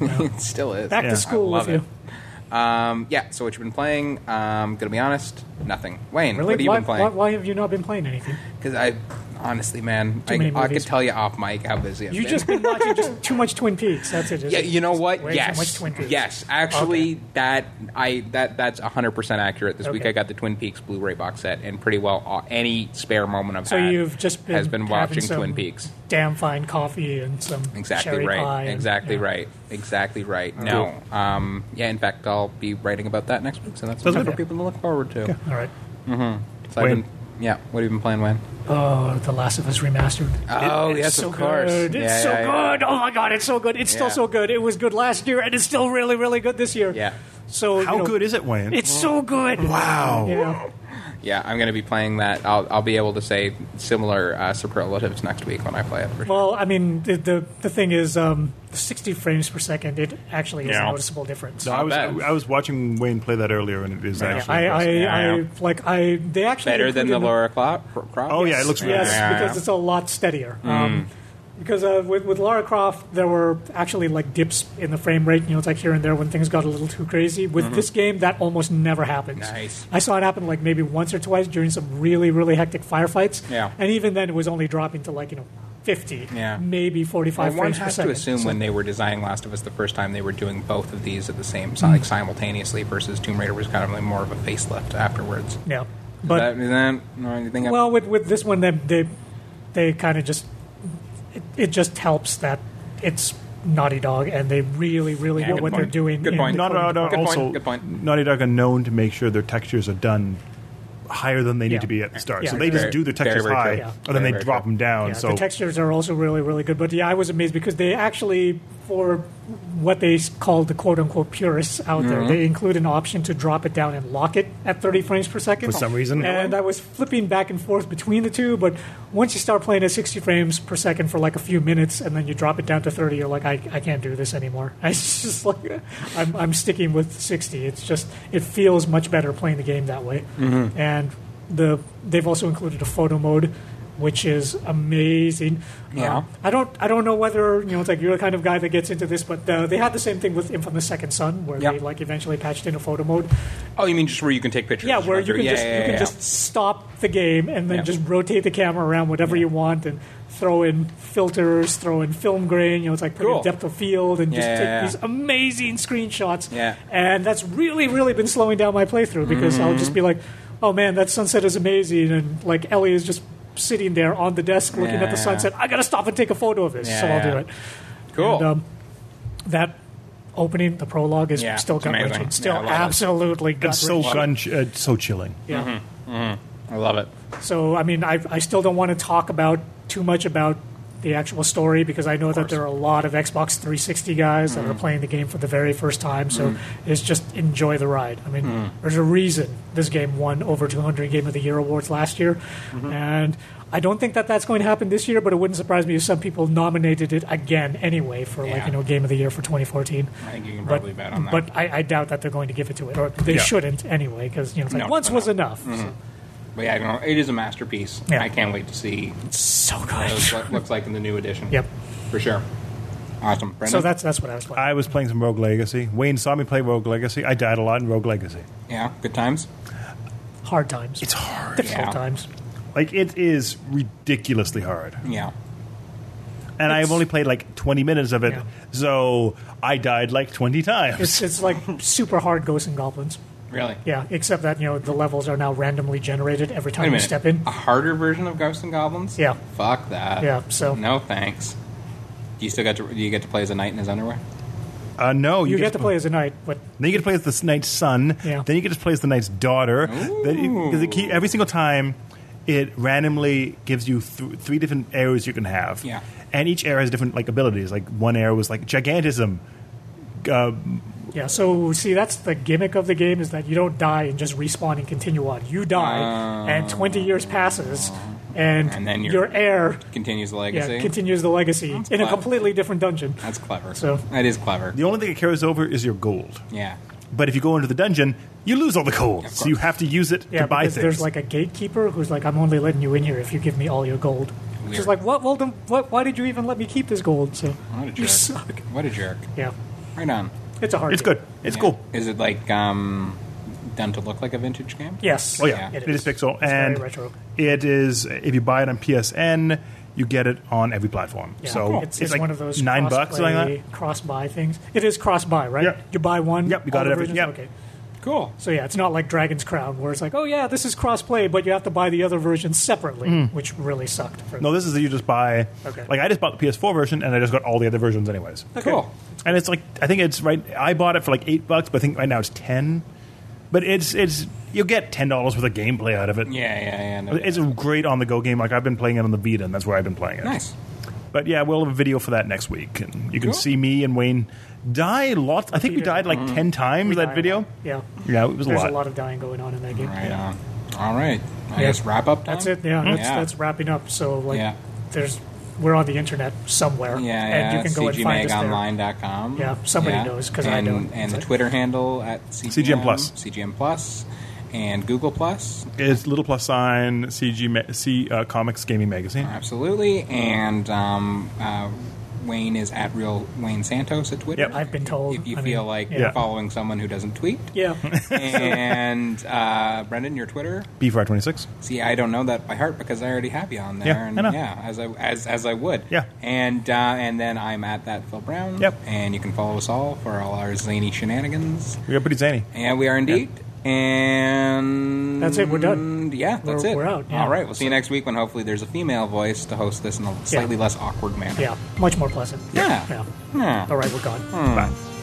[SPEAKER 3] it still is.
[SPEAKER 1] Back
[SPEAKER 2] Yeah.
[SPEAKER 1] to school
[SPEAKER 3] I love
[SPEAKER 1] with you.
[SPEAKER 3] it. Um, yeah. So what you've been playing? Um, gonna be honest, nothing. Wayne,
[SPEAKER 1] Really?
[SPEAKER 3] what have you
[SPEAKER 1] why,
[SPEAKER 3] been playing?
[SPEAKER 1] Why, why have you not been playing anything?
[SPEAKER 3] Because I honestly, man, I,
[SPEAKER 1] many
[SPEAKER 3] I could
[SPEAKER 1] movies.
[SPEAKER 3] tell you off mic how busy I've
[SPEAKER 1] You
[SPEAKER 3] been.
[SPEAKER 1] just been watching just too much Twin Peaks. That's it.
[SPEAKER 3] yeah, you know what?
[SPEAKER 1] Way
[SPEAKER 3] yes,
[SPEAKER 1] too much Twin Peaks.
[SPEAKER 3] yes. Actually, that I that that's hundred percent accurate. This week
[SPEAKER 1] Okay.
[SPEAKER 3] I got the Twin Peaks Blu-ray box set, and pretty well all, any spare moment I've
[SPEAKER 1] So
[SPEAKER 3] had
[SPEAKER 1] you've just been
[SPEAKER 3] has been
[SPEAKER 1] having
[SPEAKER 3] watching
[SPEAKER 1] some
[SPEAKER 3] Twin Peaks.
[SPEAKER 1] Damn fine coffee and some
[SPEAKER 3] Exactly
[SPEAKER 1] cherry
[SPEAKER 3] right.
[SPEAKER 1] pie. and-
[SPEAKER 3] exactly
[SPEAKER 1] yeah.
[SPEAKER 3] right. Exactly right. No, um, yeah. In fact, I'll be writing about that next week, so that's
[SPEAKER 2] Sounds
[SPEAKER 3] something for
[SPEAKER 2] good.
[SPEAKER 3] people to look forward to.
[SPEAKER 1] All right.
[SPEAKER 3] So I've
[SPEAKER 2] Wayne.
[SPEAKER 3] been- yeah. What have you been playing, Wayne?
[SPEAKER 1] Oh, The Last of Us remastered.
[SPEAKER 3] Oh,
[SPEAKER 1] It's
[SPEAKER 3] yes,
[SPEAKER 1] so
[SPEAKER 3] of course.
[SPEAKER 1] Good. It's
[SPEAKER 3] Yeah,
[SPEAKER 1] so
[SPEAKER 3] yeah, yeah.
[SPEAKER 1] good. Oh my god, it's so good. It's
[SPEAKER 3] Yeah.
[SPEAKER 1] still so good. It was good last year, and it's still really, really good this year.
[SPEAKER 3] Yeah.
[SPEAKER 1] So
[SPEAKER 2] How
[SPEAKER 1] you know,
[SPEAKER 2] good is it, Wayne?
[SPEAKER 1] It's so good.
[SPEAKER 2] wow.
[SPEAKER 1] Yeah.
[SPEAKER 3] Yeah, I'm going to be playing that. I'll, I'll be able to say similar uh, superlatives next week when I play it. for sure.
[SPEAKER 1] Well, I mean, the the, the thing is, um, 60 frames per second. It actually is
[SPEAKER 3] Yeah.
[SPEAKER 1] a noticeable difference.
[SPEAKER 2] No, I was
[SPEAKER 3] bad.
[SPEAKER 2] I was watching Wayne play that earlier, and it is
[SPEAKER 1] Yeah,
[SPEAKER 2] actually.
[SPEAKER 1] I, I,
[SPEAKER 2] impressive.
[SPEAKER 1] I,
[SPEAKER 3] Yeah.
[SPEAKER 1] like I. They actually
[SPEAKER 3] Better than the
[SPEAKER 1] included-
[SPEAKER 3] Laura Cro- Cro- Croft?
[SPEAKER 2] Oh, yeah, it looks really
[SPEAKER 1] yes,
[SPEAKER 3] Yeah, yeah,
[SPEAKER 1] because
[SPEAKER 3] yeah.
[SPEAKER 1] it's a lot steadier.
[SPEAKER 3] Mm.
[SPEAKER 1] Um, because uh, with, with Lara Croft, there were actually like dips in the frame rate. You know, it's like here and there when things got a little too crazy. With this game, that almost never happens.
[SPEAKER 3] Mm-hmm. Nice.
[SPEAKER 1] I saw it happen like maybe once or twice during some really really hectic firefights.
[SPEAKER 3] Yeah.
[SPEAKER 1] And even then, it was only dropping to like you know fifty,
[SPEAKER 3] Yeah.
[SPEAKER 1] maybe forty
[SPEAKER 3] Well,
[SPEAKER 1] five
[SPEAKER 3] one
[SPEAKER 1] frames per
[SPEAKER 3] has to
[SPEAKER 1] second.
[SPEAKER 3] assume
[SPEAKER 1] So-
[SPEAKER 3] when they were designing Last of Us the first time, they were doing both of these at the same like simultaneously. Versus Tomb Raider was kind of like more of a facelift afterwards.
[SPEAKER 1] yeah. But
[SPEAKER 3] that, is that or anything?
[SPEAKER 1] well, with with this one, they they, they kind of just it, it just helps that it's Naughty Dog, and they really really
[SPEAKER 3] Yeah,
[SPEAKER 1] know
[SPEAKER 3] good
[SPEAKER 1] what they're
[SPEAKER 3] point.
[SPEAKER 1] doing.
[SPEAKER 3] Good
[SPEAKER 1] in-
[SPEAKER 3] point.
[SPEAKER 2] Naughty Dog
[SPEAKER 3] Good point,
[SPEAKER 2] also
[SPEAKER 3] good point.
[SPEAKER 2] Naughty Dog are known to make sure their textures are done higher than they
[SPEAKER 1] Yeah.
[SPEAKER 2] need to be at the start.
[SPEAKER 1] Yeah.
[SPEAKER 2] so they just
[SPEAKER 3] Very-
[SPEAKER 2] do their
[SPEAKER 3] very,
[SPEAKER 2] textures
[SPEAKER 3] very
[SPEAKER 2] high,
[SPEAKER 3] true.
[SPEAKER 1] Yeah.
[SPEAKER 2] and then
[SPEAKER 3] Very,
[SPEAKER 2] they
[SPEAKER 3] very
[SPEAKER 2] drop
[SPEAKER 3] true.
[SPEAKER 2] them down.
[SPEAKER 1] Yeah,
[SPEAKER 2] so
[SPEAKER 1] the textures are also really really good. But yeah, I was amazed because they actually for what they s- call the quote unquote purists out
[SPEAKER 3] Mm-hmm.
[SPEAKER 1] there, they include an option to drop it down and lock it at 30 frames per second
[SPEAKER 2] For some reason.
[SPEAKER 1] And I was flipping back and forth between the two, but once you start playing at 60 frames per second for like a few minutes, and then you drop it down to 30, you're like, I, I can't do this anymore. [LAUGHS] It's just like I'm I'm sticking with 60. It's just it feels much better playing the game that way.
[SPEAKER 2] Mm-hmm.
[SPEAKER 1] And the they've also included a photo mode. Which is amazing.
[SPEAKER 3] Yeah.
[SPEAKER 1] Um, I don't. I don't know whether you know. It's like you're the kind of guy that gets into this, but uh, they had the same thing with Infamous Second Son, where
[SPEAKER 3] Yep.
[SPEAKER 1] they like eventually patched in a photo mode,
[SPEAKER 3] oh, you mean just where you can take pictures?
[SPEAKER 1] yeah, where you can
[SPEAKER 3] Yeah,
[SPEAKER 1] just
[SPEAKER 3] yeah,
[SPEAKER 1] you can
[SPEAKER 3] yeah,
[SPEAKER 1] just stop the game and then
[SPEAKER 3] Yeah.
[SPEAKER 1] just rotate the camera around whatever you want and throw in filters, throw in film grain. You know, it's like put
[SPEAKER 3] Cool.
[SPEAKER 1] in depth of field and just
[SPEAKER 3] Yeah,
[SPEAKER 1] take
[SPEAKER 3] yeah, yeah.
[SPEAKER 1] these amazing screenshots.
[SPEAKER 3] Yeah.
[SPEAKER 1] and that's really really been slowing down my playthrough because I'll just be like,
[SPEAKER 3] Mm-hmm.
[SPEAKER 1] oh man, that sunset is amazing, and like Ellie is just sitting there on the desk looking at
[SPEAKER 3] Yeah.
[SPEAKER 1] the sunset. I gotta stop and take a photo of this,
[SPEAKER 3] Yeah,
[SPEAKER 1] so I'll do
[SPEAKER 3] yeah.
[SPEAKER 1] it.
[SPEAKER 3] Cool.
[SPEAKER 1] And, um, that opening, the prologue is
[SPEAKER 3] Yeah,
[SPEAKER 1] still
[SPEAKER 3] it's amazing.
[SPEAKER 1] gut-wrenching.
[SPEAKER 3] Yeah, I
[SPEAKER 1] Still
[SPEAKER 3] love it.
[SPEAKER 1] absolutely gut-wrenching.
[SPEAKER 2] it's so gun uh, so chilling.
[SPEAKER 1] Yeah.
[SPEAKER 3] I love it.
[SPEAKER 1] So I mean, I, I still don't want to talk about too much about the actual story because I know that there are a lot of Xbox 360 guys that
[SPEAKER 3] Mm-hmm.
[SPEAKER 1] are playing the game for the very first time. So it's just enjoy the ride. I mean,
[SPEAKER 3] Mm-hmm.
[SPEAKER 1] there's a reason this game won over 200 Game of the Year awards last year,
[SPEAKER 3] Mm-hmm.
[SPEAKER 1] and I don't think that that's going to happen this year. But it wouldn't surprise me if some people nominated it again anyway for like
[SPEAKER 3] Yeah.
[SPEAKER 1] you know Game of the Year for 2014.
[SPEAKER 3] I think you can probably
[SPEAKER 1] but,
[SPEAKER 3] bet on that.
[SPEAKER 1] But I, I doubt that they're going to give it to it, or they
[SPEAKER 2] Yeah.
[SPEAKER 1] shouldn't anyway because you know it's like
[SPEAKER 3] No,
[SPEAKER 1] once
[SPEAKER 3] no.
[SPEAKER 1] was
[SPEAKER 3] Mm-hmm.
[SPEAKER 1] enough. So-
[SPEAKER 3] But yeah, I don't know. It is a masterpiece.
[SPEAKER 1] Yeah.
[SPEAKER 3] I can't wait to see
[SPEAKER 1] so good.
[SPEAKER 3] what it looks like in the new edition.
[SPEAKER 1] Yep.
[SPEAKER 3] For sure. Awesome. Brendan?
[SPEAKER 1] So that's that's what I was playing.
[SPEAKER 2] I was playing some Rogue Legacy. Wayne saw me play Rogue Legacy. I died a lot in Rogue Legacy.
[SPEAKER 3] Yeah, good times.
[SPEAKER 1] hard times.
[SPEAKER 2] It's hard.
[SPEAKER 1] difficult
[SPEAKER 3] Yeah.
[SPEAKER 1] times.
[SPEAKER 2] Like it is ridiculously hard.
[SPEAKER 3] Yeah.
[SPEAKER 2] And
[SPEAKER 1] It's-
[SPEAKER 2] I've only played like 20 minutes of it.
[SPEAKER 1] Yeah.
[SPEAKER 2] So I died like 20 times.
[SPEAKER 1] It's it's like super hard ghosts and goblins.
[SPEAKER 3] Really.
[SPEAKER 1] Yeah, except that you know the levels are now randomly generated every
[SPEAKER 3] Wait a
[SPEAKER 1] time you
[SPEAKER 3] minute.
[SPEAKER 1] step in.
[SPEAKER 3] A harder version of Ghosts and Goblins?
[SPEAKER 1] Yeah.
[SPEAKER 3] Fuck that.
[SPEAKER 1] Yeah, so-
[SPEAKER 3] No thanks. Do you still got to do you get to play as a knight in his underwear?
[SPEAKER 2] uh, no,
[SPEAKER 1] You, get, to play as a knight, but
[SPEAKER 2] Then you get to play as the knight's son.
[SPEAKER 1] Yeah.
[SPEAKER 2] Then you get to play as the knight's daughter. Then you- 'cause it keep- every single time, it randomly gives you th- three different arrows you can have.
[SPEAKER 3] Yeah.
[SPEAKER 2] And each arrow has different like abilities. Like one arrow was like gigantism.
[SPEAKER 1] yeah. So see, that's the gimmick of the game is that you don't die and just respawn and continue on. You die, and twenty years passes, and,
[SPEAKER 3] Ah. And then you're-
[SPEAKER 1] your heir
[SPEAKER 3] Continues the
[SPEAKER 1] yeah,
[SPEAKER 3] legacy.
[SPEAKER 1] continues the legacy in a
[SPEAKER 3] clever.
[SPEAKER 1] completely different dungeon.
[SPEAKER 3] That's clever.
[SPEAKER 1] So-
[SPEAKER 3] that is clever.
[SPEAKER 2] The only thing it carries over is your gold.
[SPEAKER 3] Yeah.
[SPEAKER 2] But if you go into the dungeon, you lose all the gold. so you have to use it
[SPEAKER 1] Yeah,
[SPEAKER 2] to buy
[SPEAKER 1] because
[SPEAKER 2] things.
[SPEAKER 1] there's like a gatekeeper who's like, "I'm only letting you in here if you give me all your gold." She's
[SPEAKER 3] Weird.
[SPEAKER 1] like, "What? Well, then, what? Why did you even let me keep this gold?" So
[SPEAKER 3] What a jerk.
[SPEAKER 1] you suck.
[SPEAKER 3] What a jerk.
[SPEAKER 1] Yeah,
[SPEAKER 3] Right on.
[SPEAKER 1] it's a hard.
[SPEAKER 2] it's
[SPEAKER 1] game.
[SPEAKER 2] good. It's
[SPEAKER 3] Yeah.
[SPEAKER 2] cool.
[SPEAKER 3] Is it like um done to look like a vintage game?
[SPEAKER 1] Yes.
[SPEAKER 2] Oh yeah,
[SPEAKER 3] Yeah.
[SPEAKER 2] it is, pixel,
[SPEAKER 1] It's
[SPEAKER 2] and
[SPEAKER 1] very retro.
[SPEAKER 2] it is. If you buy it on PSN, you get it on every platform.
[SPEAKER 1] Yeah.
[SPEAKER 2] So
[SPEAKER 1] it's, it's
[SPEAKER 2] like
[SPEAKER 1] one of those
[SPEAKER 2] nine bucks, something like that.
[SPEAKER 1] cross buy things. It is cross buy, right?
[SPEAKER 2] Yep.
[SPEAKER 1] You buy one.
[SPEAKER 2] Yep, you
[SPEAKER 1] all
[SPEAKER 2] got
[SPEAKER 1] the
[SPEAKER 2] it,
[SPEAKER 1] versions-
[SPEAKER 2] everything. Yep.
[SPEAKER 1] Okay.
[SPEAKER 3] Cool.
[SPEAKER 1] So yeah, it's not like Dragon's Crown where it's like, oh yeah, this is cross play, but you have to buy the other version separately,
[SPEAKER 2] Mm.
[SPEAKER 1] which really sucked. For
[SPEAKER 2] No, this is that you just buy.
[SPEAKER 1] Okay.
[SPEAKER 2] Like I just bought the PS4 version, and I just got all the other versions anyways.
[SPEAKER 3] Cool.
[SPEAKER 2] And it's like I think it's right. I bought it for like eight bucks, but I think right now it's ten. But it's it's you'll get ten dollars worth of gameplay out of it.
[SPEAKER 3] Yeah, yeah, yeah. no
[SPEAKER 2] It's a
[SPEAKER 3] doubt.
[SPEAKER 2] great on the go game. Like I've been playing it on the Vita, and that's where I've been playing it.
[SPEAKER 3] nice.
[SPEAKER 2] But yeah, we'll have a video for that next week, and you can
[SPEAKER 3] Cool.
[SPEAKER 2] see me and Wayne die lots. I think we died like ten times
[SPEAKER 1] Mm-hmm. We
[SPEAKER 2] that
[SPEAKER 1] die a
[SPEAKER 2] video.
[SPEAKER 1] lot. Yeah.
[SPEAKER 2] Yeah, it was
[SPEAKER 1] There's a lot of dying going on in that game.
[SPEAKER 3] Right
[SPEAKER 1] Yeah.
[SPEAKER 3] on. All right. I
[SPEAKER 1] Yeah.
[SPEAKER 3] guess wrap up. Time?
[SPEAKER 1] That's it. Yeah, that's
[SPEAKER 3] Yeah.
[SPEAKER 1] that's wrapping up. So like,
[SPEAKER 3] Yeah.
[SPEAKER 1] there's we're on the internet somewhere.
[SPEAKER 3] Yeah, yeah.
[SPEAKER 1] and you can go and find us there.
[SPEAKER 3] cgmagonline.com.
[SPEAKER 1] Yeah, somebody knows, 'cause I
[SPEAKER 3] And-
[SPEAKER 1] don't.
[SPEAKER 3] And the Twitter handle at CGM,
[SPEAKER 2] CGM Plus.
[SPEAKER 3] CGM Plus, and Google Plus,
[SPEAKER 2] It's little plus sign CG ma- C uh, Comics Gaming Magazine.
[SPEAKER 3] absolutely. And um, uh, Wayne is at real Wayne Santos at Twitter.
[SPEAKER 2] Yep.
[SPEAKER 1] I've been told.
[SPEAKER 3] If you
[SPEAKER 1] I mean,
[SPEAKER 3] feel like
[SPEAKER 1] yeah.
[SPEAKER 2] Yeah.
[SPEAKER 3] following someone who doesn't tweet.
[SPEAKER 1] yeah,
[SPEAKER 3] [LAUGHS]
[SPEAKER 1] [LAUGHS]
[SPEAKER 3] and uh, Brendan, your Twitter.
[SPEAKER 2] B for twenty six.
[SPEAKER 3] See, I don't know that by heart because I already have you on there.
[SPEAKER 2] Yeah,
[SPEAKER 3] and
[SPEAKER 2] I know.
[SPEAKER 3] yeah, as I as as I would.
[SPEAKER 2] Yeah.
[SPEAKER 3] And uh, and then I'm at that Phil Brown.
[SPEAKER 2] Yep.
[SPEAKER 3] And you can follow us all for all our zany shenanigans.
[SPEAKER 2] We are pretty zany.
[SPEAKER 3] And we are indeed. And
[SPEAKER 1] That's it, we're done.
[SPEAKER 3] Yeah, that's
[SPEAKER 1] We're-
[SPEAKER 3] it.
[SPEAKER 1] we're out, yeah.
[SPEAKER 3] All right, we'll see you next week when hopefully there's a female voice to host this in a slightly less awkward manner.
[SPEAKER 1] Yeah, much more pleasant.
[SPEAKER 3] Yeah.
[SPEAKER 1] Yeah.
[SPEAKER 3] Yeah.
[SPEAKER 1] All right, we're gone.
[SPEAKER 2] Bye.